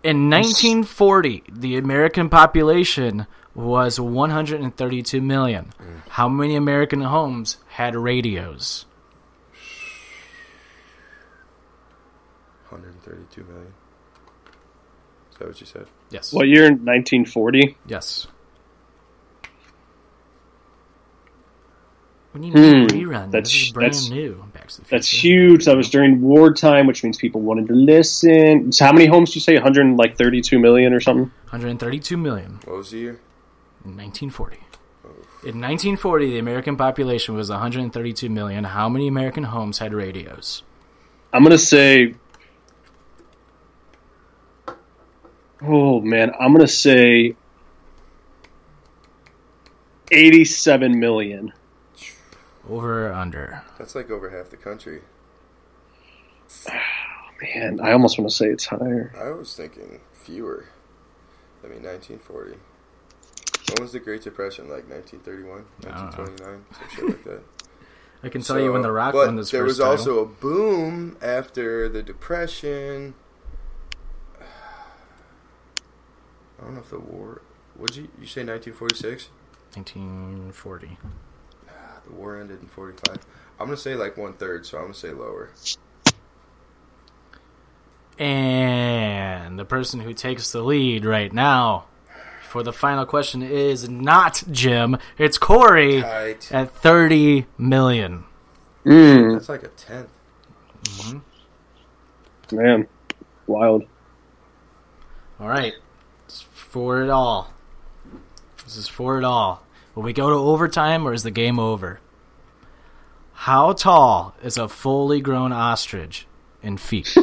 [SPEAKER 5] In 1940, the American population was 132 million. How many American homes had radios?
[SPEAKER 7] 132 million. Is that what you said?
[SPEAKER 5] Yes.
[SPEAKER 6] What year? 1940.
[SPEAKER 5] Yes. We need a
[SPEAKER 6] Hmm,
[SPEAKER 5] rerun.
[SPEAKER 6] that's-
[SPEAKER 5] this is brand
[SPEAKER 6] that's-
[SPEAKER 5] new. Back to the
[SPEAKER 6] That's
[SPEAKER 5] Future.
[SPEAKER 6] huge. That was during wartime, which means people wanted to listen. So how many homes do you say? 132 million or something?
[SPEAKER 5] 132 million
[SPEAKER 7] What was the year?
[SPEAKER 5] in 1940. In 1940, the American population was 132 million. How many American homes had radios?
[SPEAKER 6] I'm gonna say. Oh man, I'm gonna say. 87 million.
[SPEAKER 5] Over or under?
[SPEAKER 7] That's like over half the country.
[SPEAKER 6] man, I almost want to say it's higher.
[SPEAKER 7] I was thinking fewer. I mean, 1940. When was the Great Depression? Like 1931,
[SPEAKER 5] I don't
[SPEAKER 7] 1929, some shit like that.
[SPEAKER 5] I can tell you when
[SPEAKER 7] So-
[SPEAKER 5] The Rock
[SPEAKER 7] but
[SPEAKER 5] won this
[SPEAKER 7] there
[SPEAKER 5] first
[SPEAKER 7] was
[SPEAKER 5] title.
[SPEAKER 7] also a boom after the Depression. I don't know if the war. Would you you say 1946?
[SPEAKER 5] 1940.
[SPEAKER 7] Ah, The war ended in 45. I'm gonna say like one third, so I'm gonna say lower.
[SPEAKER 5] And the person who takes the lead right now for the final question is not Jim. It's Corey
[SPEAKER 7] Tight.
[SPEAKER 5] at 30 million.
[SPEAKER 7] That's like a tenth.
[SPEAKER 6] Man, wild.
[SPEAKER 5] All right. It's for it all. This is for it all. Will we go to overtime or is the game over? How tall is a fully grown ostrich in feet?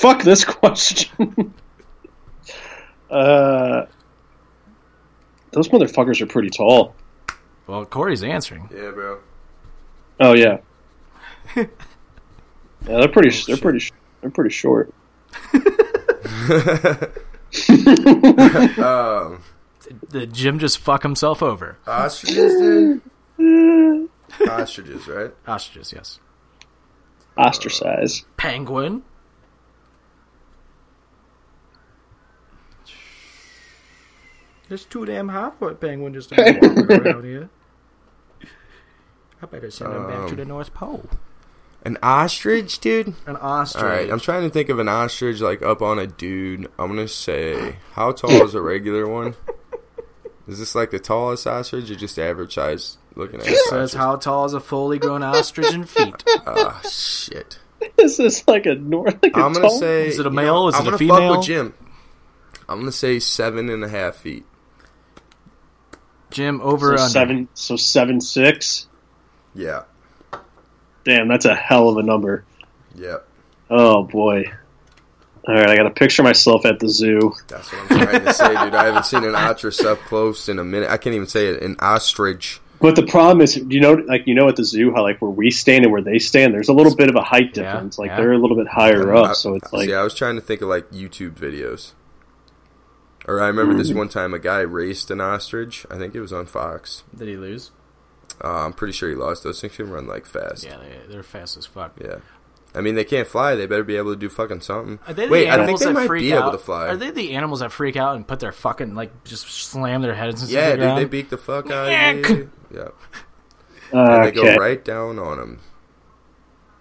[SPEAKER 6] Fuck this question. uh, those motherfuckers are pretty tall.
[SPEAKER 5] well, Corey's answering.
[SPEAKER 7] Yeah, bro.
[SPEAKER 6] Oh yeah. Yeah, they're pretty.
[SPEAKER 7] Oh,
[SPEAKER 6] they're pretty. sh- They're pretty short.
[SPEAKER 5] Did Jim just fuck himself over?
[SPEAKER 7] Ostriches, dude. Ostriches, right?
[SPEAKER 5] Ostriches, yes.
[SPEAKER 6] Ostracized.
[SPEAKER 5] Penguin. There's two damn half foot penguin just walking around here. I better send them back
[SPEAKER 7] Um,
[SPEAKER 5] to the North Pole.
[SPEAKER 7] An ostrich, dude.
[SPEAKER 5] An ostrich.
[SPEAKER 7] All right, I'm trying to think of an ostrich like up on a dude. I'm gonna say, how tall is a regular one? Is this like the tallest ostrich or just average size? Looking at
[SPEAKER 5] Says
[SPEAKER 7] ostrich?
[SPEAKER 5] how tall is a fully grown ostrich in feet?
[SPEAKER 7] Ah, shit.
[SPEAKER 6] This is like a north. Like a
[SPEAKER 7] I'm gonna
[SPEAKER 6] tall-
[SPEAKER 7] say,
[SPEAKER 5] Is it a
[SPEAKER 7] you
[SPEAKER 5] male?
[SPEAKER 7] know,
[SPEAKER 5] Is
[SPEAKER 7] I'm
[SPEAKER 5] it a
[SPEAKER 7] gonna
[SPEAKER 5] female?
[SPEAKER 7] Fuck with Jim. I'm gonna say seven and a half feet.
[SPEAKER 5] Jim
[SPEAKER 6] so
[SPEAKER 5] over under.
[SPEAKER 6] seven. So seven six.
[SPEAKER 7] Yeah,
[SPEAKER 6] Damn, that's a hell of a number.
[SPEAKER 7] yeah.
[SPEAKER 6] Oh boy. All right, I got to picture myself at the zoo.
[SPEAKER 7] That's what I'm trying to say, dude. I haven't seen an ostrich up close in a minute. I can't even say it. An ostrich.
[SPEAKER 6] But the problem is, you know, like you know, at the zoo, how like where we stand and where they stand, there's a little bit of a height
[SPEAKER 5] Yeah,
[SPEAKER 6] difference. like
[SPEAKER 5] yeah.
[SPEAKER 6] they're a little bit higher
[SPEAKER 7] I-
[SPEAKER 6] up, so it's like
[SPEAKER 7] see, I was trying to think of like YouTube videos. Or I remember
[SPEAKER 6] Mm.
[SPEAKER 7] this one time a guy raced an ostrich. I think it was on Fox.
[SPEAKER 5] Did he lose?
[SPEAKER 7] Uh, I'm pretty sure he lost. Those things can run like fast.
[SPEAKER 5] Yeah, they, they're fast as fuck.
[SPEAKER 7] Yeah. I mean, they can't fly. They better be able to do fucking something.
[SPEAKER 5] Are they
[SPEAKER 7] Wait,
[SPEAKER 5] the
[SPEAKER 7] I think
[SPEAKER 5] animals
[SPEAKER 7] they
[SPEAKER 5] that
[SPEAKER 7] might
[SPEAKER 5] freak
[SPEAKER 7] be
[SPEAKER 5] out?
[SPEAKER 7] able to fly.
[SPEAKER 5] Are they the animals that freak out and put their fucking like just slam their heads? Into
[SPEAKER 7] yeah,
[SPEAKER 5] the
[SPEAKER 7] dude,
[SPEAKER 5] ground?
[SPEAKER 7] they beat the fuck out of you. Yeah,
[SPEAKER 6] uh,
[SPEAKER 7] and they
[SPEAKER 6] okay.
[SPEAKER 7] go right down on him.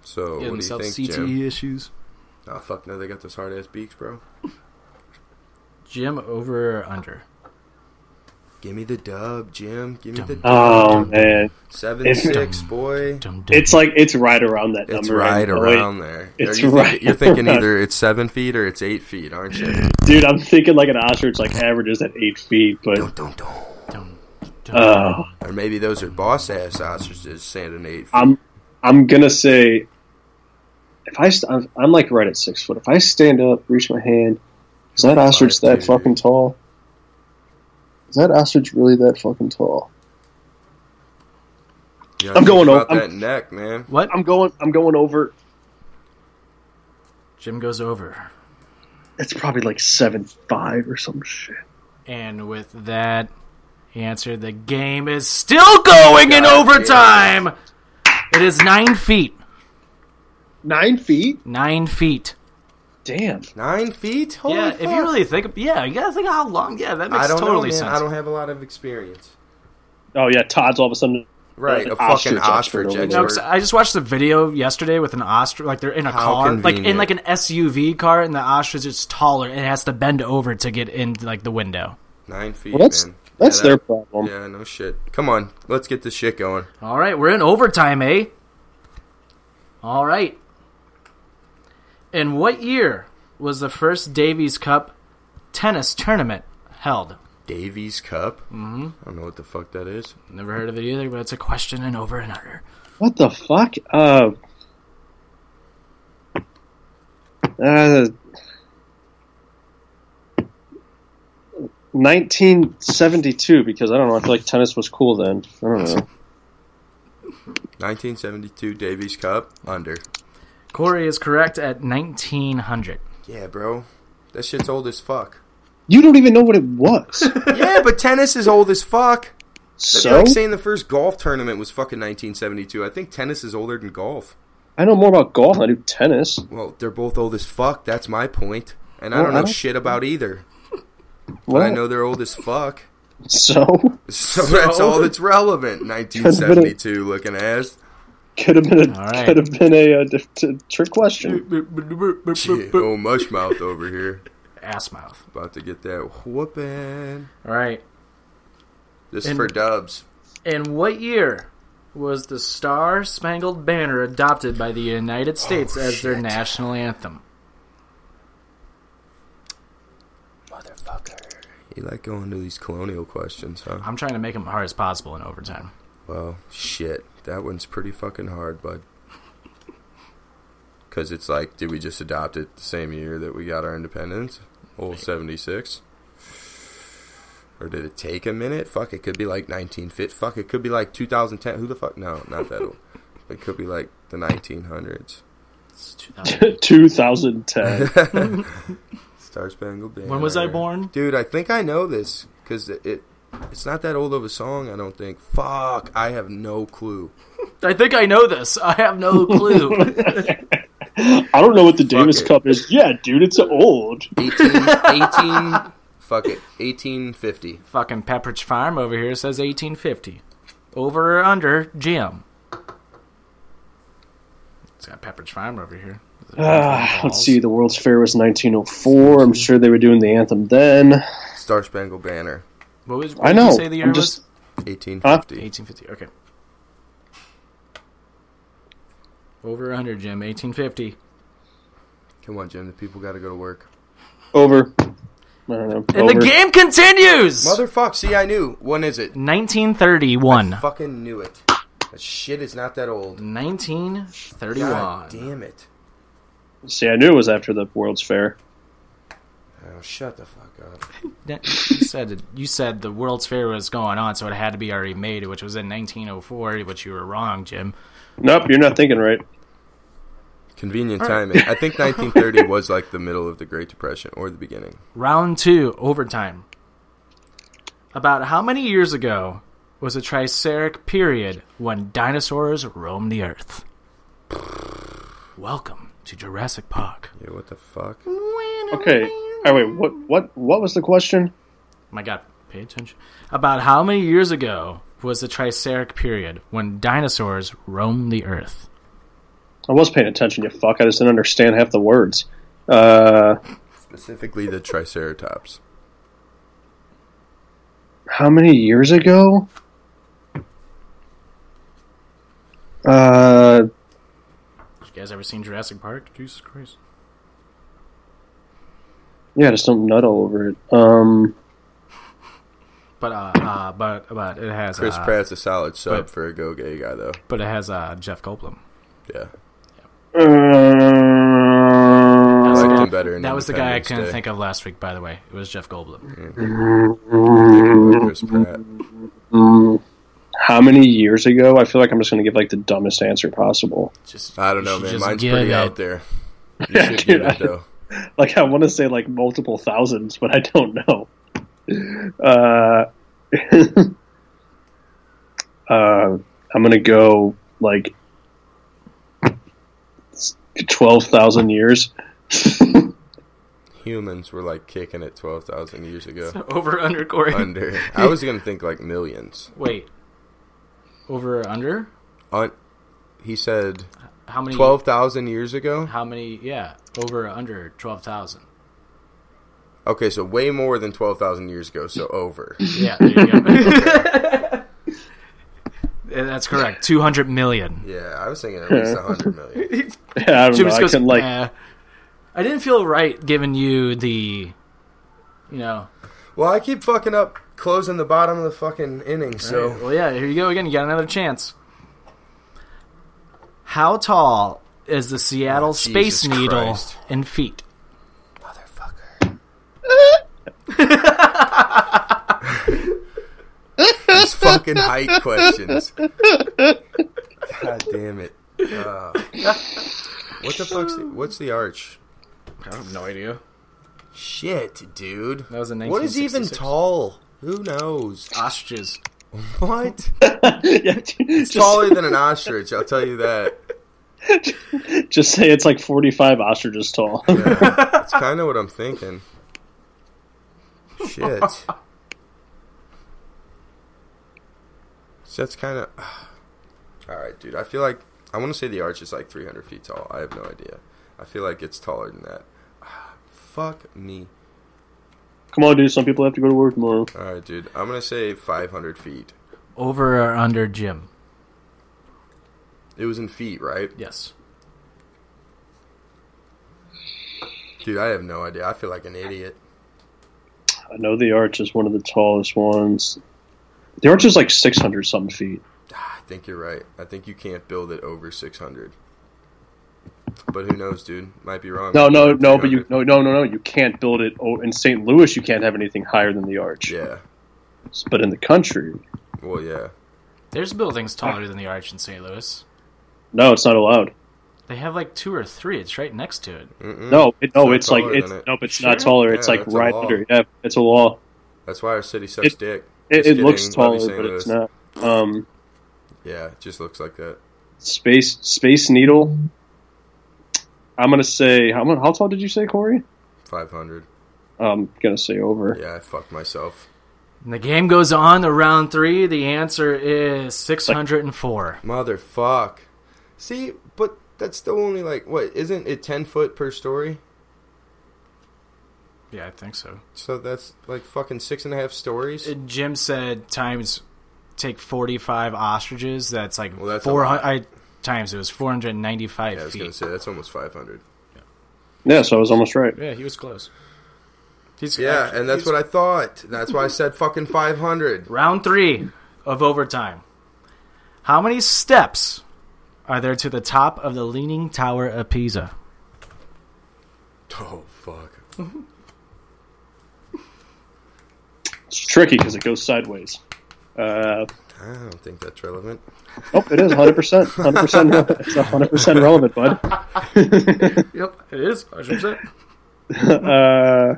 [SPEAKER 7] So
[SPEAKER 5] Give
[SPEAKER 7] what do you
[SPEAKER 5] themselves E
[SPEAKER 7] think,
[SPEAKER 5] CTE
[SPEAKER 7] Jim?
[SPEAKER 5] issues.
[SPEAKER 7] Oh fuck no, they got those hard ass beaks, bro.
[SPEAKER 5] Jim over um, or under?
[SPEAKER 7] Give me the dub, Jim. Give me the dub.
[SPEAKER 6] Oh man,
[SPEAKER 7] seven
[SPEAKER 6] If-
[SPEAKER 7] six boy.
[SPEAKER 5] Dum dum.
[SPEAKER 6] it's like it's right around that number.
[SPEAKER 7] It's right
[SPEAKER 6] and, like,
[SPEAKER 7] around there.
[SPEAKER 6] It's
[SPEAKER 7] you're,
[SPEAKER 6] right
[SPEAKER 7] thinking, you're thinking
[SPEAKER 6] around-
[SPEAKER 7] either it's seven feet or it's eight feet, aren't you?
[SPEAKER 6] dude. I'm thinking like an ostrich, like averages at eight feet, but
[SPEAKER 7] Dun, dun, dun.
[SPEAKER 5] dum.
[SPEAKER 6] uh,
[SPEAKER 7] Or maybe those are boss ass ostriches standing eight feet.
[SPEAKER 6] I'm I'm gonna say if I st- I'm, I'm like right at six foot. If I stand up, reach my hand, is that ostrich that
[SPEAKER 7] two.
[SPEAKER 6] fucking tall? Is that ostrich really that fucking tall?
[SPEAKER 7] You
[SPEAKER 6] I'm going
[SPEAKER 7] about
[SPEAKER 6] over-
[SPEAKER 7] that neck, man.
[SPEAKER 5] What?
[SPEAKER 6] I'm going. I'm going over.
[SPEAKER 5] Jim goes over.
[SPEAKER 6] It's probably like seven five or some shit.
[SPEAKER 5] And with that answer, the game is still going in overtime. It is nine feet.
[SPEAKER 6] Nine feet.
[SPEAKER 5] Nine feet.
[SPEAKER 6] Damn.
[SPEAKER 7] Nine feet? Holy
[SPEAKER 5] yeah,
[SPEAKER 7] fuck.
[SPEAKER 5] if you really think, ab- yeah, you gotta think of how long. Yeah, that makes
[SPEAKER 7] I don't
[SPEAKER 5] totally
[SPEAKER 7] know, man.
[SPEAKER 5] sense.
[SPEAKER 7] I don't have a lot of experience.
[SPEAKER 6] Oh yeah, Todd's all of a sudden.
[SPEAKER 7] Right,
[SPEAKER 6] An
[SPEAKER 7] a fucking
[SPEAKER 6] ostrich expert
[SPEAKER 7] ostrich
[SPEAKER 6] over
[SPEAKER 7] expert.
[SPEAKER 6] there.
[SPEAKER 5] No, 'cause I just watched the video yesterday with an ostrich. Like they're in a
[SPEAKER 7] How
[SPEAKER 5] car, like in
[SPEAKER 7] convenient.
[SPEAKER 5] like an SUV car, and the ostrich is taller. and It has to bend over to get in like the window.
[SPEAKER 7] Nine feet,
[SPEAKER 6] Well, that's
[SPEAKER 7] man.
[SPEAKER 6] that's
[SPEAKER 7] Yeah,
[SPEAKER 6] their
[SPEAKER 7] that-
[SPEAKER 6] problem.
[SPEAKER 7] Yeah, no shit. Come on, let's get this shit going.
[SPEAKER 5] All right, we're in overtime, eh? All right. In what year was the first Davies Cup tennis tournament held?
[SPEAKER 7] Davies Cup. Mm-hmm. I don't know what the fuck that is.
[SPEAKER 5] Never heard of it either, but it's a question and over and under.
[SPEAKER 6] What the fuck? Uh, uh, 1972, because I don't know. I feel like tennis was cool then. I don't know.
[SPEAKER 7] 1972 Davies Cup under.
[SPEAKER 5] Corey is correct at 1900.
[SPEAKER 7] Yeah, bro. That shit's old as fuck.
[SPEAKER 6] You don't even know what it was.
[SPEAKER 7] Yeah, but tennis is old as fuck. That'd be
[SPEAKER 6] so
[SPEAKER 7] like saying the first golf tournament was fucking 1972. I think tennis is older than golf.
[SPEAKER 6] I know more about golf than I do tennis.
[SPEAKER 7] Well, they're both old as fuck. That's my point. And I
[SPEAKER 6] Well,
[SPEAKER 7] don't
[SPEAKER 6] I
[SPEAKER 7] know
[SPEAKER 6] don't-
[SPEAKER 7] shit about either. But
[SPEAKER 6] Well,
[SPEAKER 7] I know they're old as fuck.
[SPEAKER 6] so
[SPEAKER 7] So, that's all that's relevant. 1972 looking ass.
[SPEAKER 6] could have been a
[SPEAKER 5] All right.
[SPEAKER 6] could have been a, uh, d- t- trick question.
[SPEAKER 7] Shit, oh, mush mouth over here.
[SPEAKER 5] Ass mouth.
[SPEAKER 7] About to get that whooping.
[SPEAKER 5] All right.
[SPEAKER 7] This
[SPEAKER 5] And-
[SPEAKER 7] is for dubs.
[SPEAKER 5] In what year was the Star Spangled Banner adopted by the United States as their national anthem?
[SPEAKER 7] You like going to these colonial questions, huh?
[SPEAKER 5] I'm trying to make them hard as possible in overtime.
[SPEAKER 7] Well, shit. That one's pretty fucking hard, bud. Because it's like, did we just adopt it the same year that we got our independence? Old 76? Or did it take a minute? Fuck, it could be like 1950. Fuck, it could be like 2010. Who the fuck? No, not that old. It could be like the 1900s.
[SPEAKER 5] It's 2000.
[SPEAKER 6] 2010.
[SPEAKER 7] Star Spangled Banner.
[SPEAKER 5] When was I born?
[SPEAKER 7] Dude, I think I know this because it, it it's not that old of a song. I don't think. Fuck, I have no clue.
[SPEAKER 5] I think I know this. I have no clue.
[SPEAKER 6] I don't know what the Davis
[SPEAKER 7] it.
[SPEAKER 6] Cup is. Yeah, dude, it's old.
[SPEAKER 7] 18, 18 fuck it, eighteen fifty.
[SPEAKER 5] Fucking Pepperidge Farm over here says 1850. Over or under, Jim. It's got Pepperidge Farm over here.
[SPEAKER 6] Ah, let's see. The World's Fair was 1904. I'm sure they were doing the anthem then.
[SPEAKER 7] Star Spangled Banner,
[SPEAKER 5] What was, what
[SPEAKER 6] I
[SPEAKER 5] did you
[SPEAKER 6] know.
[SPEAKER 5] say the year
[SPEAKER 6] I'm just
[SPEAKER 5] was?
[SPEAKER 7] eighteen fifty.
[SPEAKER 5] 1850. Okay. Over or under, Jim. 1850.
[SPEAKER 7] Come on, Jim. The people got to go to work.
[SPEAKER 6] over. I don't know.
[SPEAKER 5] And
[SPEAKER 6] over.
[SPEAKER 5] the game continues!
[SPEAKER 7] Motherfuck. See, I knew. When is it?
[SPEAKER 5] 1931.
[SPEAKER 7] Fucking knew it. That shit is not that old.
[SPEAKER 5] 1931.
[SPEAKER 7] God damn it.
[SPEAKER 6] See, I knew it was after the World's Fair.
[SPEAKER 7] Oh, shut the fuck up.
[SPEAKER 5] That- You said it- you said the World's Fair was going on, so it had to be already made, which was in 1904. Which you were wrong, Jim.
[SPEAKER 6] Nope, you're not thinking right.
[SPEAKER 7] Convenient timing. I think 1930 was like the middle of the Great Depression or the beginning.
[SPEAKER 5] Round two, overtime. About how many years ago was the Triceric period when dinosaurs roamed the Earth? Welcome to Jurassic Park.
[SPEAKER 7] Yeah, what the fuck?
[SPEAKER 6] Okay. All right. What? What? What was the question?
[SPEAKER 5] My God, pay attention. About how many years ago was the Triceric period when dinosaurs roamed the Earth?
[SPEAKER 6] I was paying attention. You fuck. I just didn't understand half the words. Uh,
[SPEAKER 7] Specifically, the Triceratops.
[SPEAKER 6] how many years ago? Uh,
[SPEAKER 5] You guys ever seen Jurassic Park? Jesus Christ.
[SPEAKER 6] yeah. I just don't nut all over it. Um,
[SPEAKER 5] But uh, uh but but it has
[SPEAKER 7] Chris
[SPEAKER 5] uh,
[SPEAKER 7] Pratt's a solid sub
[SPEAKER 5] but-
[SPEAKER 7] for a go gay guy, though.
[SPEAKER 5] but it has uh Jeff Goldblum.
[SPEAKER 7] Yeah. I
[SPEAKER 6] uh,
[SPEAKER 7] liked him better in
[SPEAKER 5] That was the guy I
[SPEAKER 7] Independence
[SPEAKER 5] couldn't
[SPEAKER 7] Day. Mm.
[SPEAKER 5] think of last week, by the way. It was Jeff Goldblum.
[SPEAKER 7] Chris Pratt.
[SPEAKER 6] how many years ago? I feel like I'm just going to give like the dumbest answer possible.
[SPEAKER 5] Just
[SPEAKER 7] I don't know,
[SPEAKER 5] you
[SPEAKER 7] man.
[SPEAKER 5] just
[SPEAKER 7] Mine's
[SPEAKER 5] give
[SPEAKER 7] pretty
[SPEAKER 5] it.
[SPEAKER 7] out there. You should
[SPEAKER 6] dude,
[SPEAKER 7] give it
[SPEAKER 6] I-
[SPEAKER 7] though.
[SPEAKER 6] like I want to say like multiple thousands, but I don't know. Uh, uh, I'm gonna go like twelve thousand years.
[SPEAKER 7] Humans were like kicking it twelve thousand years ago.
[SPEAKER 5] Over under Corey.
[SPEAKER 7] Under. I was gonna think like millions.
[SPEAKER 5] Wait. Over or under?
[SPEAKER 7] On, he said
[SPEAKER 5] How many
[SPEAKER 7] twelve thousand years ago.
[SPEAKER 5] how many yeah, over or under twelve thousand.
[SPEAKER 7] Okay, so way more than twelve thousand years ago. So over.
[SPEAKER 5] Yeah, there you go. Yeah, That's correct. Two hundred million.
[SPEAKER 7] Yeah, I was thinking at least hundred million.
[SPEAKER 6] Yeah, I don't
[SPEAKER 5] Jim
[SPEAKER 6] know.
[SPEAKER 5] just
[SPEAKER 6] I
[SPEAKER 5] goes,
[SPEAKER 6] couldn't like
[SPEAKER 5] "Nah." eh, I didn't feel right giving you the you know
[SPEAKER 7] Well, I keep fucking up closing the bottom of the fucking inning. So
[SPEAKER 5] Alright, well, yeah, here you go again. You got another chance. How tall is the Seattle Space
[SPEAKER 7] Jesus
[SPEAKER 5] Needle
[SPEAKER 7] Christ.
[SPEAKER 5] in feet?
[SPEAKER 7] these fucking height questions. God damn it. Uh, What the fuck's the, what's the arch?
[SPEAKER 5] I have no idea.
[SPEAKER 7] Shit, dude.
[SPEAKER 5] That was in
[SPEAKER 7] What is even
[SPEAKER 5] 1966.
[SPEAKER 7] tall? Who knows?
[SPEAKER 5] Ostriches.
[SPEAKER 7] What?
[SPEAKER 6] yeah, just,
[SPEAKER 7] Taller than an ostrich, I'll tell you that.
[SPEAKER 6] just say it's like 45 ostriches tall.
[SPEAKER 7] Yeah, that's kind of what I'm thinking. Shit. So that's kind of. All right, dude. I feel like I want to say the arch is like 300 feet tall. I have no idea. I feel like it's taller than that. Fuck me.
[SPEAKER 6] Come on, dude. Some people have to go to work tomorrow.
[SPEAKER 7] All right, dude. I'm gonna say 500 feet.
[SPEAKER 5] Over or under Jim?
[SPEAKER 7] It was in feet, right?
[SPEAKER 5] Yes.
[SPEAKER 7] Dude, I have no idea. I feel like an idiot.
[SPEAKER 6] I know the arch is one of the tallest ones. The arch is like 600 something feet.
[SPEAKER 7] I think you're right. I think you can't build it over 600. But who knows, dude? Might be wrong.
[SPEAKER 6] No, no, no. But
[SPEAKER 7] 300.
[SPEAKER 6] you no, no, no, no. You can't build it oh, in St. Louis. You can't have anything higher than the arch.
[SPEAKER 7] Yeah.
[SPEAKER 6] But in the country,
[SPEAKER 7] Well, yeah.
[SPEAKER 5] There's buildings taller than the arch in St. Louis.
[SPEAKER 6] no, it's not allowed.
[SPEAKER 5] They have like two or three. It's right next to it.
[SPEAKER 6] No, it, no,
[SPEAKER 7] Hmm. not
[SPEAKER 6] it's like
[SPEAKER 7] taller
[SPEAKER 6] it's
[SPEAKER 7] than it.
[SPEAKER 6] no, but it's not taller. It's
[SPEAKER 7] Yeah,
[SPEAKER 6] like
[SPEAKER 7] that's a
[SPEAKER 6] right
[SPEAKER 7] law.
[SPEAKER 6] under. Yeah, it's a law.
[SPEAKER 7] That's why our city sucks
[SPEAKER 6] It-
[SPEAKER 7] dick.
[SPEAKER 6] It,
[SPEAKER 7] Just
[SPEAKER 6] it looks
[SPEAKER 7] kidding. Love you,
[SPEAKER 6] taller,
[SPEAKER 7] St.
[SPEAKER 6] but it's
[SPEAKER 7] Louis.
[SPEAKER 6] not. Um,
[SPEAKER 7] Yeah, it just looks like that.
[SPEAKER 6] space Space Needle. I'm gonna say how mu- how tall did you say, Corey?
[SPEAKER 7] 500.
[SPEAKER 6] I'm gonna say over.
[SPEAKER 7] Yeah, I fucked myself.
[SPEAKER 5] And the game goes on to round three. The answer is 604.
[SPEAKER 7] Motherfuck. See, but that's still only like, what, isn't it 10 foot per story?
[SPEAKER 5] Yeah, I think so.
[SPEAKER 7] So that's like fucking six and a half stories?
[SPEAKER 5] Uh, Jim said times take 45 ostriches. That's like
[SPEAKER 7] Well, that's a
[SPEAKER 5] 400.
[SPEAKER 7] lot.
[SPEAKER 5] I, times it was 495
[SPEAKER 7] yeah, I was going
[SPEAKER 5] feet.
[SPEAKER 7] to say, that's almost 500.
[SPEAKER 6] Yeah, so I was almost right.
[SPEAKER 5] Yeah, he was close. He's,
[SPEAKER 7] Yeah, and that's what I thought. That's why I said fucking 500.
[SPEAKER 5] Round three of overtime. How many steps are there to the top of the Leaning Tower of Pisa?
[SPEAKER 7] Oh, fuck.
[SPEAKER 6] It's tricky because it goes sideways. Uh,
[SPEAKER 7] I don't think that's relevant.
[SPEAKER 6] oh, it is 100 percent, 100 percent, 100 percent relevant, bud.
[SPEAKER 5] Yep, it is. I should say.
[SPEAKER 6] Uh,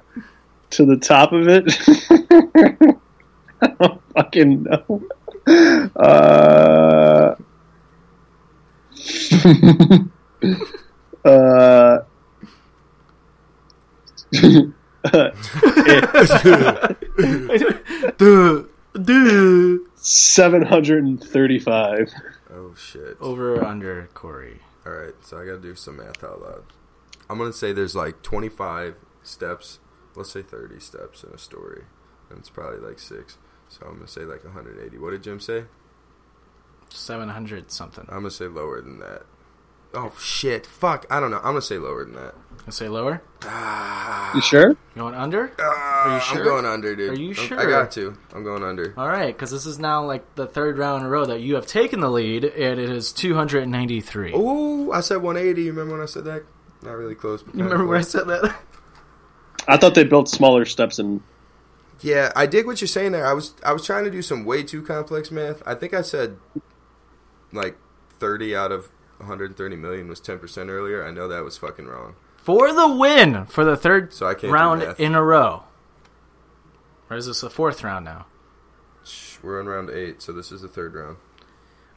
[SPEAKER 6] to the top of it. I don't fucking know. Uh, uh, seven hundred and thirty-five.
[SPEAKER 7] Oh, shit.
[SPEAKER 5] Over or under Corey?
[SPEAKER 7] All right, so I gotta do some math out loud. I'm gonna say there's like 25 steps. Let's say 30 steps in a story, and it's probably like six. So I'm gonna say like 180. What did Jim say?
[SPEAKER 5] Seven hundred something.
[SPEAKER 7] I'm gonna say lower than that. Oh shit! Fuck! I don't know. I'm gonna say lower than that.
[SPEAKER 5] I say lower.
[SPEAKER 6] You sure?
[SPEAKER 5] You going under?
[SPEAKER 7] Are
[SPEAKER 5] you sure?
[SPEAKER 7] I'm going under, dude.
[SPEAKER 5] Are you
[SPEAKER 7] I'm- I
[SPEAKER 5] sure?
[SPEAKER 7] got to. I'm going under.
[SPEAKER 5] All right, because this is now like the third round in a row that you have taken the lead, and it is two hundred and ninety-three.
[SPEAKER 7] Ooh! I said 180. You remember when I said that? Not really close. But
[SPEAKER 5] you remember when I said that?
[SPEAKER 6] I thought they built smaller steps in
[SPEAKER 7] Yeah, I dig what you're saying there. I was I was trying to do some way too complex math. I think I said like 30 out of 130 million was 10% earlier. I know that was fucking wrong.
[SPEAKER 5] for the win for the third
[SPEAKER 7] So I can't do
[SPEAKER 5] round
[SPEAKER 7] math.
[SPEAKER 5] in a row. Or is this the fourth round now?
[SPEAKER 7] Shh, We're on round 8, so this is the third round.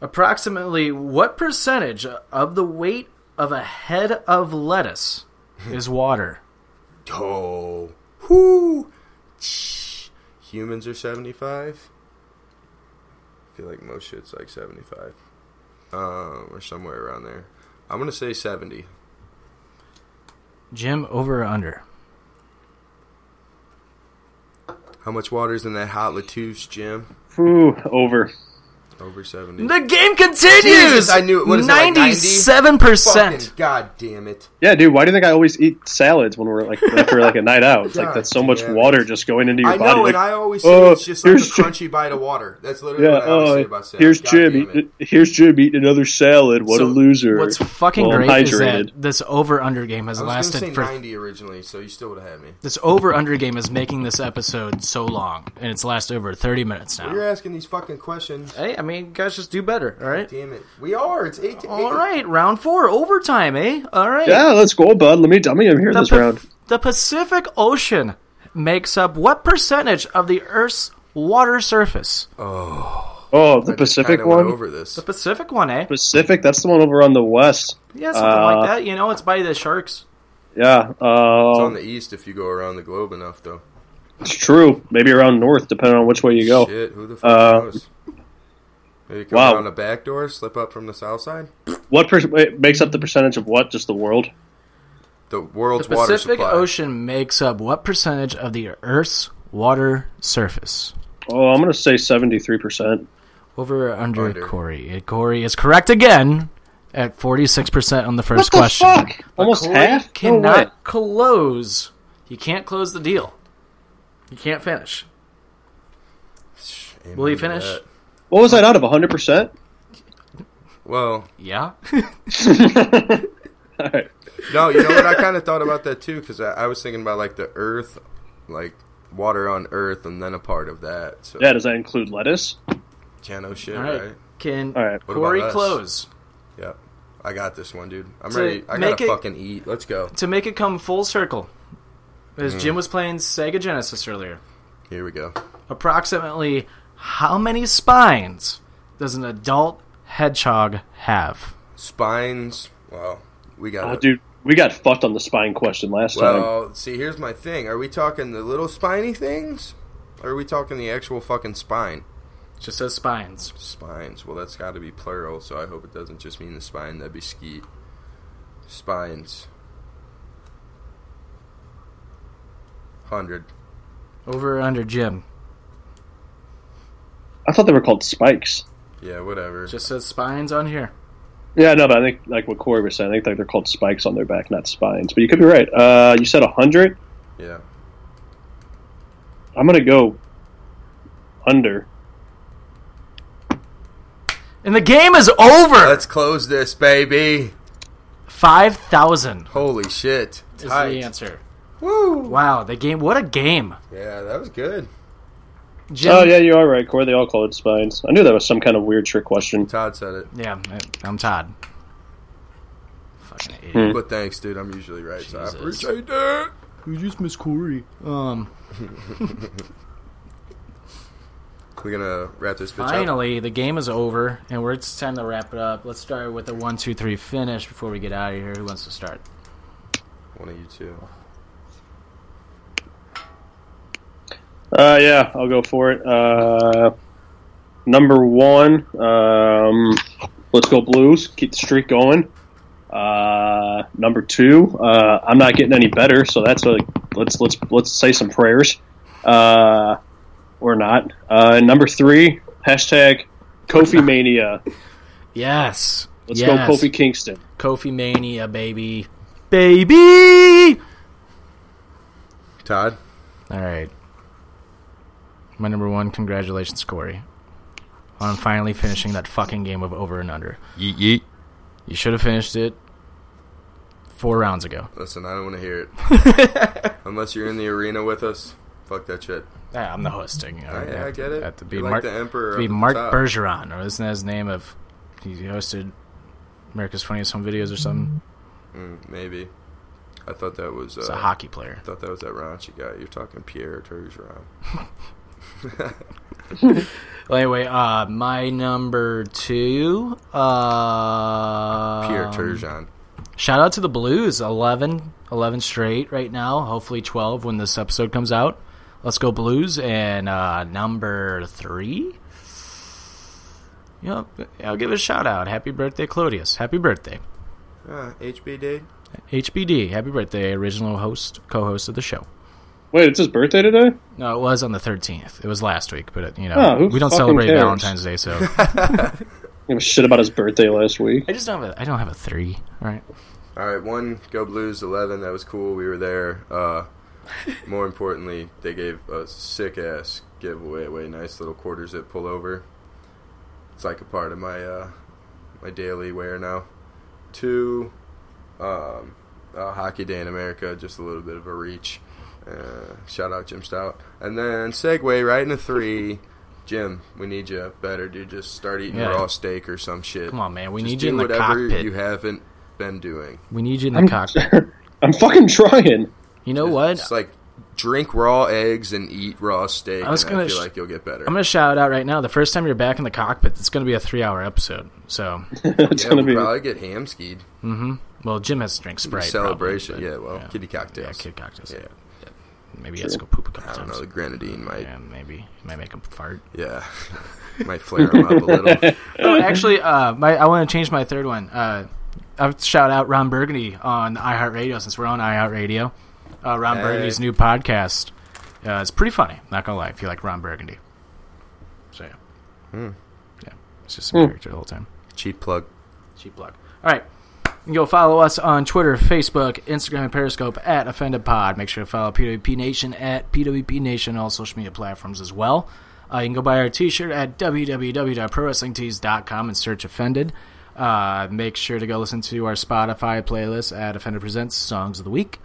[SPEAKER 5] Approximately what percentage of the weight of a head of lettuce is water?
[SPEAKER 7] Oh. Whoo. Shh. Humans are 75. I feel like most shit's like 75. Um, or somewhere around there. I'm going to say 70.
[SPEAKER 5] Jim, over or under?
[SPEAKER 7] How much water's in that hot Latouche, Jim?
[SPEAKER 6] Ooh, over.
[SPEAKER 7] Over 70.
[SPEAKER 5] The game continues.
[SPEAKER 7] Jesus, I knew it. What is it, like 90?
[SPEAKER 5] Ninety-seven percent.
[SPEAKER 7] Fucking God damn it.
[SPEAKER 6] Yeah, dude. Why do you think I always eat salads when we're like after like a night out? It's like
[SPEAKER 7] God
[SPEAKER 6] that's so much
[SPEAKER 7] damn it.
[SPEAKER 6] water just going into your
[SPEAKER 7] I know,
[SPEAKER 6] body. like,
[SPEAKER 7] and I always say
[SPEAKER 6] "Oh,
[SPEAKER 7] it's just like a
[SPEAKER 6] here's Jim."
[SPEAKER 7] crunchy bite of water. That's literally
[SPEAKER 6] yeah.
[SPEAKER 7] what I always say
[SPEAKER 6] Oh,
[SPEAKER 7] about salad.
[SPEAKER 6] here's
[SPEAKER 7] God
[SPEAKER 6] Jim.
[SPEAKER 7] damn it.
[SPEAKER 6] Eating, here's Jim eating another salad. What
[SPEAKER 5] So,
[SPEAKER 6] a loser.
[SPEAKER 5] What's fucking
[SPEAKER 6] Well, I'm
[SPEAKER 5] great is
[SPEAKER 6] hydrated.
[SPEAKER 5] that this over/under game has
[SPEAKER 7] I was going to say
[SPEAKER 5] lasted for
[SPEAKER 7] 90 originally, so you still would have had me.
[SPEAKER 5] this over/under game is making this episode so long, and it's lasted over thirty minutes now.
[SPEAKER 7] You're asking these fucking questions.
[SPEAKER 5] Hey, I mean, you guys just do better. All right.
[SPEAKER 7] Damn it. We are. It's 18.
[SPEAKER 5] All right. Round four, overtime, eh? All right.
[SPEAKER 6] Yeah, let's go, bud. Let me dummy him here this
[SPEAKER 5] Paf-
[SPEAKER 6] round.
[SPEAKER 5] the Pacific Ocean makes up what percentage of the Earth's water surface?
[SPEAKER 6] Oh, the Pacific
[SPEAKER 7] Kinda went
[SPEAKER 6] one.
[SPEAKER 7] over this.
[SPEAKER 5] The Pacific one, eh?
[SPEAKER 6] Pacific. That's the one over on the west.
[SPEAKER 5] Yeah, something
[SPEAKER 6] Uh,
[SPEAKER 5] like that. You know, it's by the sharks.
[SPEAKER 6] Yeah,
[SPEAKER 7] It's
[SPEAKER 6] uh,
[SPEAKER 7] on the east if you go around the globe enough, though.
[SPEAKER 6] it's true. Maybe around north, depending on which way you go.
[SPEAKER 7] Shit, who the fuck
[SPEAKER 6] Uh,
[SPEAKER 7] knows? Maybe come
[SPEAKER 6] wow.
[SPEAKER 7] around the back door, slip up from the south side.
[SPEAKER 6] What per- wait, makes up the percentage of what? Just the world?
[SPEAKER 7] The
[SPEAKER 5] The
[SPEAKER 7] world's water
[SPEAKER 5] Pacific
[SPEAKER 7] supply.
[SPEAKER 5] Ocean makes up what percentage of the Earth's water surface?
[SPEAKER 6] Oh, I'm gonna say seventy-three percent.
[SPEAKER 5] Over or under,
[SPEAKER 7] Under.
[SPEAKER 5] Corey? Uh, Corey is correct again at 46% on the first question.
[SPEAKER 6] Almost
[SPEAKER 5] Corey
[SPEAKER 6] half. No
[SPEAKER 5] cannot
[SPEAKER 6] way.
[SPEAKER 5] close. He can't close the deal. He can't finish.
[SPEAKER 7] Amen
[SPEAKER 5] Will he
[SPEAKER 7] to
[SPEAKER 5] finish?
[SPEAKER 7] that.
[SPEAKER 6] What was that out of hundred percent?
[SPEAKER 7] Well,
[SPEAKER 5] Yeah.
[SPEAKER 7] no, you know what? I kind of thought about that too because I, I was thinking about like the Earth, like water on Earth, and then a part of that. So
[SPEAKER 6] Yeah. Does that include lettuce?
[SPEAKER 7] Uh, Chano shit,
[SPEAKER 5] All
[SPEAKER 7] right?
[SPEAKER 5] right. Can
[SPEAKER 6] All right.
[SPEAKER 7] What
[SPEAKER 5] Corey
[SPEAKER 7] about us?
[SPEAKER 5] close?
[SPEAKER 7] Yep. I got this one, dude. I'm
[SPEAKER 5] To
[SPEAKER 7] ready. I
[SPEAKER 5] make
[SPEAKER 7] gotta
[SPEAKER 5] it-
[SPEAKER 7] fucking eat. Let's go.
[SPEAKER 5] To make it come full circle, as Jim was playing Sega Genesis earlier,
[SPEAKER 7] Here we go.
[SPEAKER 5] approximately how many spines does an adult hedgehog have?
[SPEAKER 7] Spines. Wow. We got.
[SPEAKER 6] Oh,
[SPEAKER 7] it.
[SPEAKER 6] dude, we got fucked on the spine question last time.
[SPEAKER 7] Well, see, here's my thing. Are we talking the little spiny things? Or are we talking the actual fucking spine?
[SPEAKER 5] It just says spines.
[SPEAKER 7] Spines. Well, that's got to be plural, so I hope it doesn't just mean the spine. That'd be skeet. Spines. 100.
[SPEAKER 5] Over or under Jim?
[SPEAKER 6] I thought they were called spikes.
[SPEAKER 7] Yeah, whatever.
[SPEAKER 5] Just says spines on here.
[SPEAKER 6] Yeah, no, but I think like what Corey was saying, I think like they're called spikes on their back, not spines. But you could be right. Uh, you said hundred.
[SPEAKER 7] yeah.
[SPEAKER 6] I'm gonna go under.
[SPEAKER 5] And the game is over.
[SPEAKER 7] Let's close this, baby.
[SPEAKER 5] Five thousand
[SPEAKER 7] Holy shit.
[SPEAKER 5] is
[SPEAKER 7] Tight.
[SPEAKER 5] the answer.
[SPEAKER 7] Woo!
[SPEAKER 5] Wow, the game! What a game!
[SPEAKER 7] Yeah, that was good.
[SPEAKER 5] Jim,
[SPEAKER 6] Oh yeah, you are right, Corey. They all call it spines. I knew that was some kind of weird trick question.
[SPEAKER 7] Todd said it.
[SPEAKER 5] yeah. I'm Todd. Fucking idiot.
[SPEAKER 6] Hmm.
[SPEAKER 7] But thanks, dude. I'm usually right, so I
[SPEAKER 5] Jesus.
[SPEAKER 7] appreciate that.
[SPEAKER 5] We just miss Corey. Um.
[SPEAKER 7] We're gonna wrap this bitch up.
[SPEAKER 5] Finally, the game is over, and we're, it's time to wrap it up. Let's start with a one, two, three finish before we get out of here. Who wants to start?
[SPEAKER 7] One of you two.
[SPEAKER 6] Uh, yeah, I'll go for it. Uh, number one, um, let's go Blues. Keep the streak going. Uh, number two, uh, I'm not getting any better, so that's like let's let's let's say some prayers, uh, or not. Uh, number three, hashtag Kofi Mania.
[SPEAKER 5] Yes.
[SPEAKER 6] Let's
[SPEAKER 5] yes.
[SPEAKER 6] go Kofi Kingston.
[SPEAKER 5] Kofi Mania, baby. Baby!
[SPEAKER 7] Todd.
[SPEAKER 5] All right. My number one, congratulations, Corey. On finally finishing that fucking game of over and under.
[SPEAKER 9] Yeet yeet.
[SPEAKER 5] You should have finished it four rounds ago.
[SPEAKER 7] Listen, I don't want to hear it. Unless you're in the arena with us, fuck that shit.
[SPEAKER 5] Ah, I'm the hosting.
[SPEAKER 7] I,
[SPEAKER 5] have
[SPEAKER 7] Oh, I
[SPEAKER 5] to-
[SPEAKER 7] get it.
[SPEAKER 5] have to be
[SPEAKER 7] You're
[SPEAKER 5] Mark-
[SPEAKER 7] like the emperor.
[SPEAKER 5] to be
[SPEAKER 7] of the
[SPEAKER 5] Mark
[SPEAKER 7] top.
[SPEAKER 5] Bergeron, or isn't that his name? Of he hosted America's Funniest Home Videos or something.
[SPEAKER 7] Mm, maybe. I thought that was. Uh,
[SPEAKER 5] He's a hockey player.
[SPEAKER 7] I thought that was that raunchy guy. You're talking Pierre Bergeron.
[SPEAKER 5] Well, anyway, uh, my number two. Uh,
[SPEAKER 7] Pierre Turgeon.
[SPEAKER 5] Shout out to the Blues. 11, 11 straight right now. Hopefully twelve when this episode comes out. Let's go Blues and uh, number three. Yep, I'll give it a shout out. Happy birthday, Claudius. Happy birthday.
[SPEAKER 7] Ah, HB dude.
[SPEAKER 5] HBD, happy birthday, original host, co-host of the show.
[SPEAKER 6] Wait, it's his birthday today.
[SPEAKER 5] No, it was on the 13th. It was last week, but it, you know,
[SPEAKER 6] Oh, who
[SPEAKER 5] we don't
[SPEAKER 6] fucking
[SPEAKER 5] celebrate
[SPEAKER 6] cares?
[SPEAKER 5] Valentine's Day, so
[SPEAKER 6] Give a shit about his birthday last week.
[SPEAKER 5] I just don't have a I don't have a 3, all right?
[SPEAKER 7] All right, one go Blues eleven. That was cool. We were there. Uh, more importantly, they gave a sick ass giveaway. Away nice little quarter zip pullover. It's like a part of my uh, my daily wear now. Two, um, uh, Hockey Day in America. Just a little bit of a reach. Uh, shout out Jim Stout. And then segue right into three. Jim, we need you better, dude. Just start eating
[SPEAKER 5] Yeah.
[SPEAKER 7] raw steak or some shit.
[SPEAKER 5] Come on, man. We
[SPEAKER 7] Just
[SPEAKER 5] need
[SPEAKER 7] do
[SPEAKER 5] you in the
[SPEAKER 7] whatever
[SPEAKER 5] cockpit.
[SPEAKER 7] you haven't been doing.
[SPEAKER 5] We need you in the
[SPEAKER 6] I'm,
[SPEAKER 5] cockpit.
[SPEAKER 6] I'm fucking trying.
[SPEAKER 5] You know what?
[SPEAKER 7] It's like drink raw eggs and eat raw steak.
[SPEAKER 5] I was
[SPEAKER 7] and
[SPEAKER 5] gonna
[SPEAKER 7] I feel
[SPEAKER 5] sh-
[SPEAKER 7] like you'll get better.
[SPEAKER 5] I'm gonna shout out right now. The first time you're back in the cockpit, it's gonna be a three-hour episode. So,
[SPEAKER 6] it's
[SPEAKER 7] yeah,
[SPEAKER 6] gonna
[SPEAKER 7] we'll
[SPEAKER 6] be.
[SPEAKER 7] probably get ham skied.
[SPEAKER 5] well, Jim has to drink Sprite.
[SPEAKER 7] celebration.
[SPEAKER 5] probably, but-
[SPEAKER 7] yeah, well, kitty
[SPEAKER 5] yeah,
[SPEAKER 7] cocktails.
[SPEAKER 5] kid cocktails. Yeah.
[SPEAKER 7] Yeah.
[SPEAKER 5] Maybe he has to go poop a couple
[SPEAKER 7] I don't know.
[SPEAKER 5] times.
[SPEAKER 7] The grenadine might,
[SPEAKER 5] Yeah, maybe it might make him fart.
[SPEAKER 7] yeah, might flare him up a little.
[SPEAKER 5] Oh, actually, uh, my, I want to change my third one. Uh, I have to shout out Ron Burgundy on iHeartRadio since we're on iHeartRadio. Uh, Ron
[SPEAKER 7] Hey.
[SPEAKER 5] Burgundy's new podcast. Uh, it's pretty funny. Not gonna lie, if you like Ron Burgundy. So yeah,
[SPEAKER 7] Hmm.
[SPEAKER 5] yeah, it's just some character the whole time.
[SPEAKER 7] Cheap plug.
[SPEAKER 5] Cheap plug. All right. You can go follow us on Twitter, Facebook, Instagram, and Periscope at Offended Pod. Make sure to follow PWP Nation at PWP Nation on all social media platforms as well. Uh, you can go buy our t-shirt at www.prowrestlingtees.com and search Offended. Uh, make sure to go listen to our Spotify playlist at Offended Presents Songs of the Week.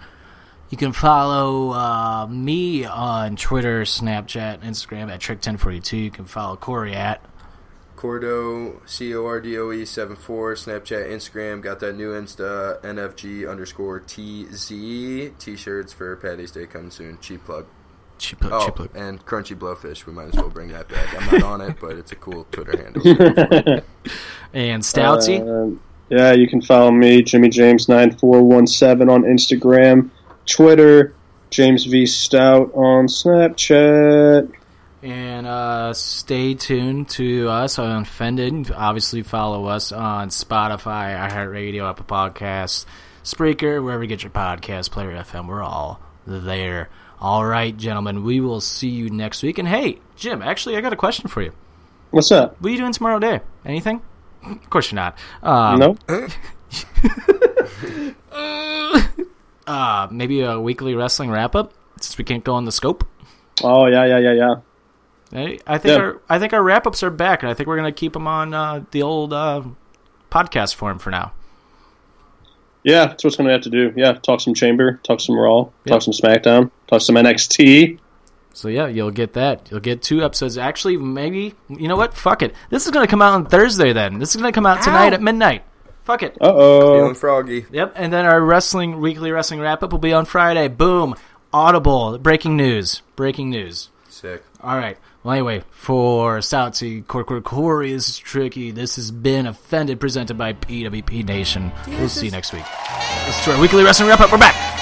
[SPEAKER 5] You can follow uh, me on Twitter, Snapchat, Instagram at Trick1042. You can follow Corey at
[SPEAKER 7] Cordo, C O R D O E 7 4, Snapchat, Instagram. Got that new Insta, NFG underscore TZ. T shirts for Patty's Day coming soon. Cheap plug.
[SPEAKER 5] Chip, Chip,
[SPEAKER 7] Oh,
[SPEAKER 5] Chip.
[SPEAKER 7] and Crunchy Blowfish. We might as well bring that back. I'm not on it, but it's a cool Twitter handle. so go for it.
[SPEAKER 5] and Stoutsy.
[SPEAKER 6] Um, yeah, you can follow me, Jimmy James nine four one seven on Instagram, Twitter, James V Stout on Snapchat.
[SPEAKER 5] And uh, stay tuned to us on Fended. Obviously, follow us on Spotify, iHeartRadio, Apple Podcasts, Spreaker, wherever you get your podcast, Player FM. We're all there. All right, gentlemen, we will see you next week. And hey, Jim, actually, I got a question for you.
[SPEAKER 6] What's up?
[SPEAKER 5] What are you doing tomorrow day? Anything? Of course you're not. Um,
[SPEAKER 6] no,
[SPEAKER 5] uh, maybe a weekly wrestling wrap up since we can't go on the scope.
[SPEAKER 6] Oh yeah, yeah, yeah, yeah.
[SPEAKER 5] Hey, I think
[SPEAKER 6] Yeah.
[SPEAKER 5] our I think our wrap ups are back, and I think we're gonna keep them on uh, the old uh, podcast form for now.
[SPEAKER 6] Yeah, that's what's going to have to do. Yeah, talk some Chamber, talk some Raw, talk some SmackDown, talk some NXT.
[SPEAKER 5] So yeah, you'll get that. You'll get two episodes. Actually, maybe you know what? Fuck it. This is gonna come out on Thursday. Then this is gonna come out tonight at midnight. Fuck it.
[SPEAKER 6] Uh
[SPEAKER 7] Feeling
[SPEAKER 6] oh.
[SPEAKER 7] froggy.
[SPEAKER 5] Yep. And then our wrestling weekly wrestling wrap up will be on Friday. Boom. Audible. Breaking news. Breaking news.
[SPEAKER 7] Sick.
[SPEAKER 5] All right. Well, anyway, for Soutsy Corkor Corey, this is tricky. This has been Offended, presented by PWP Nation. We'll see you next week. This is our weekly wrestling wrap up. We're back.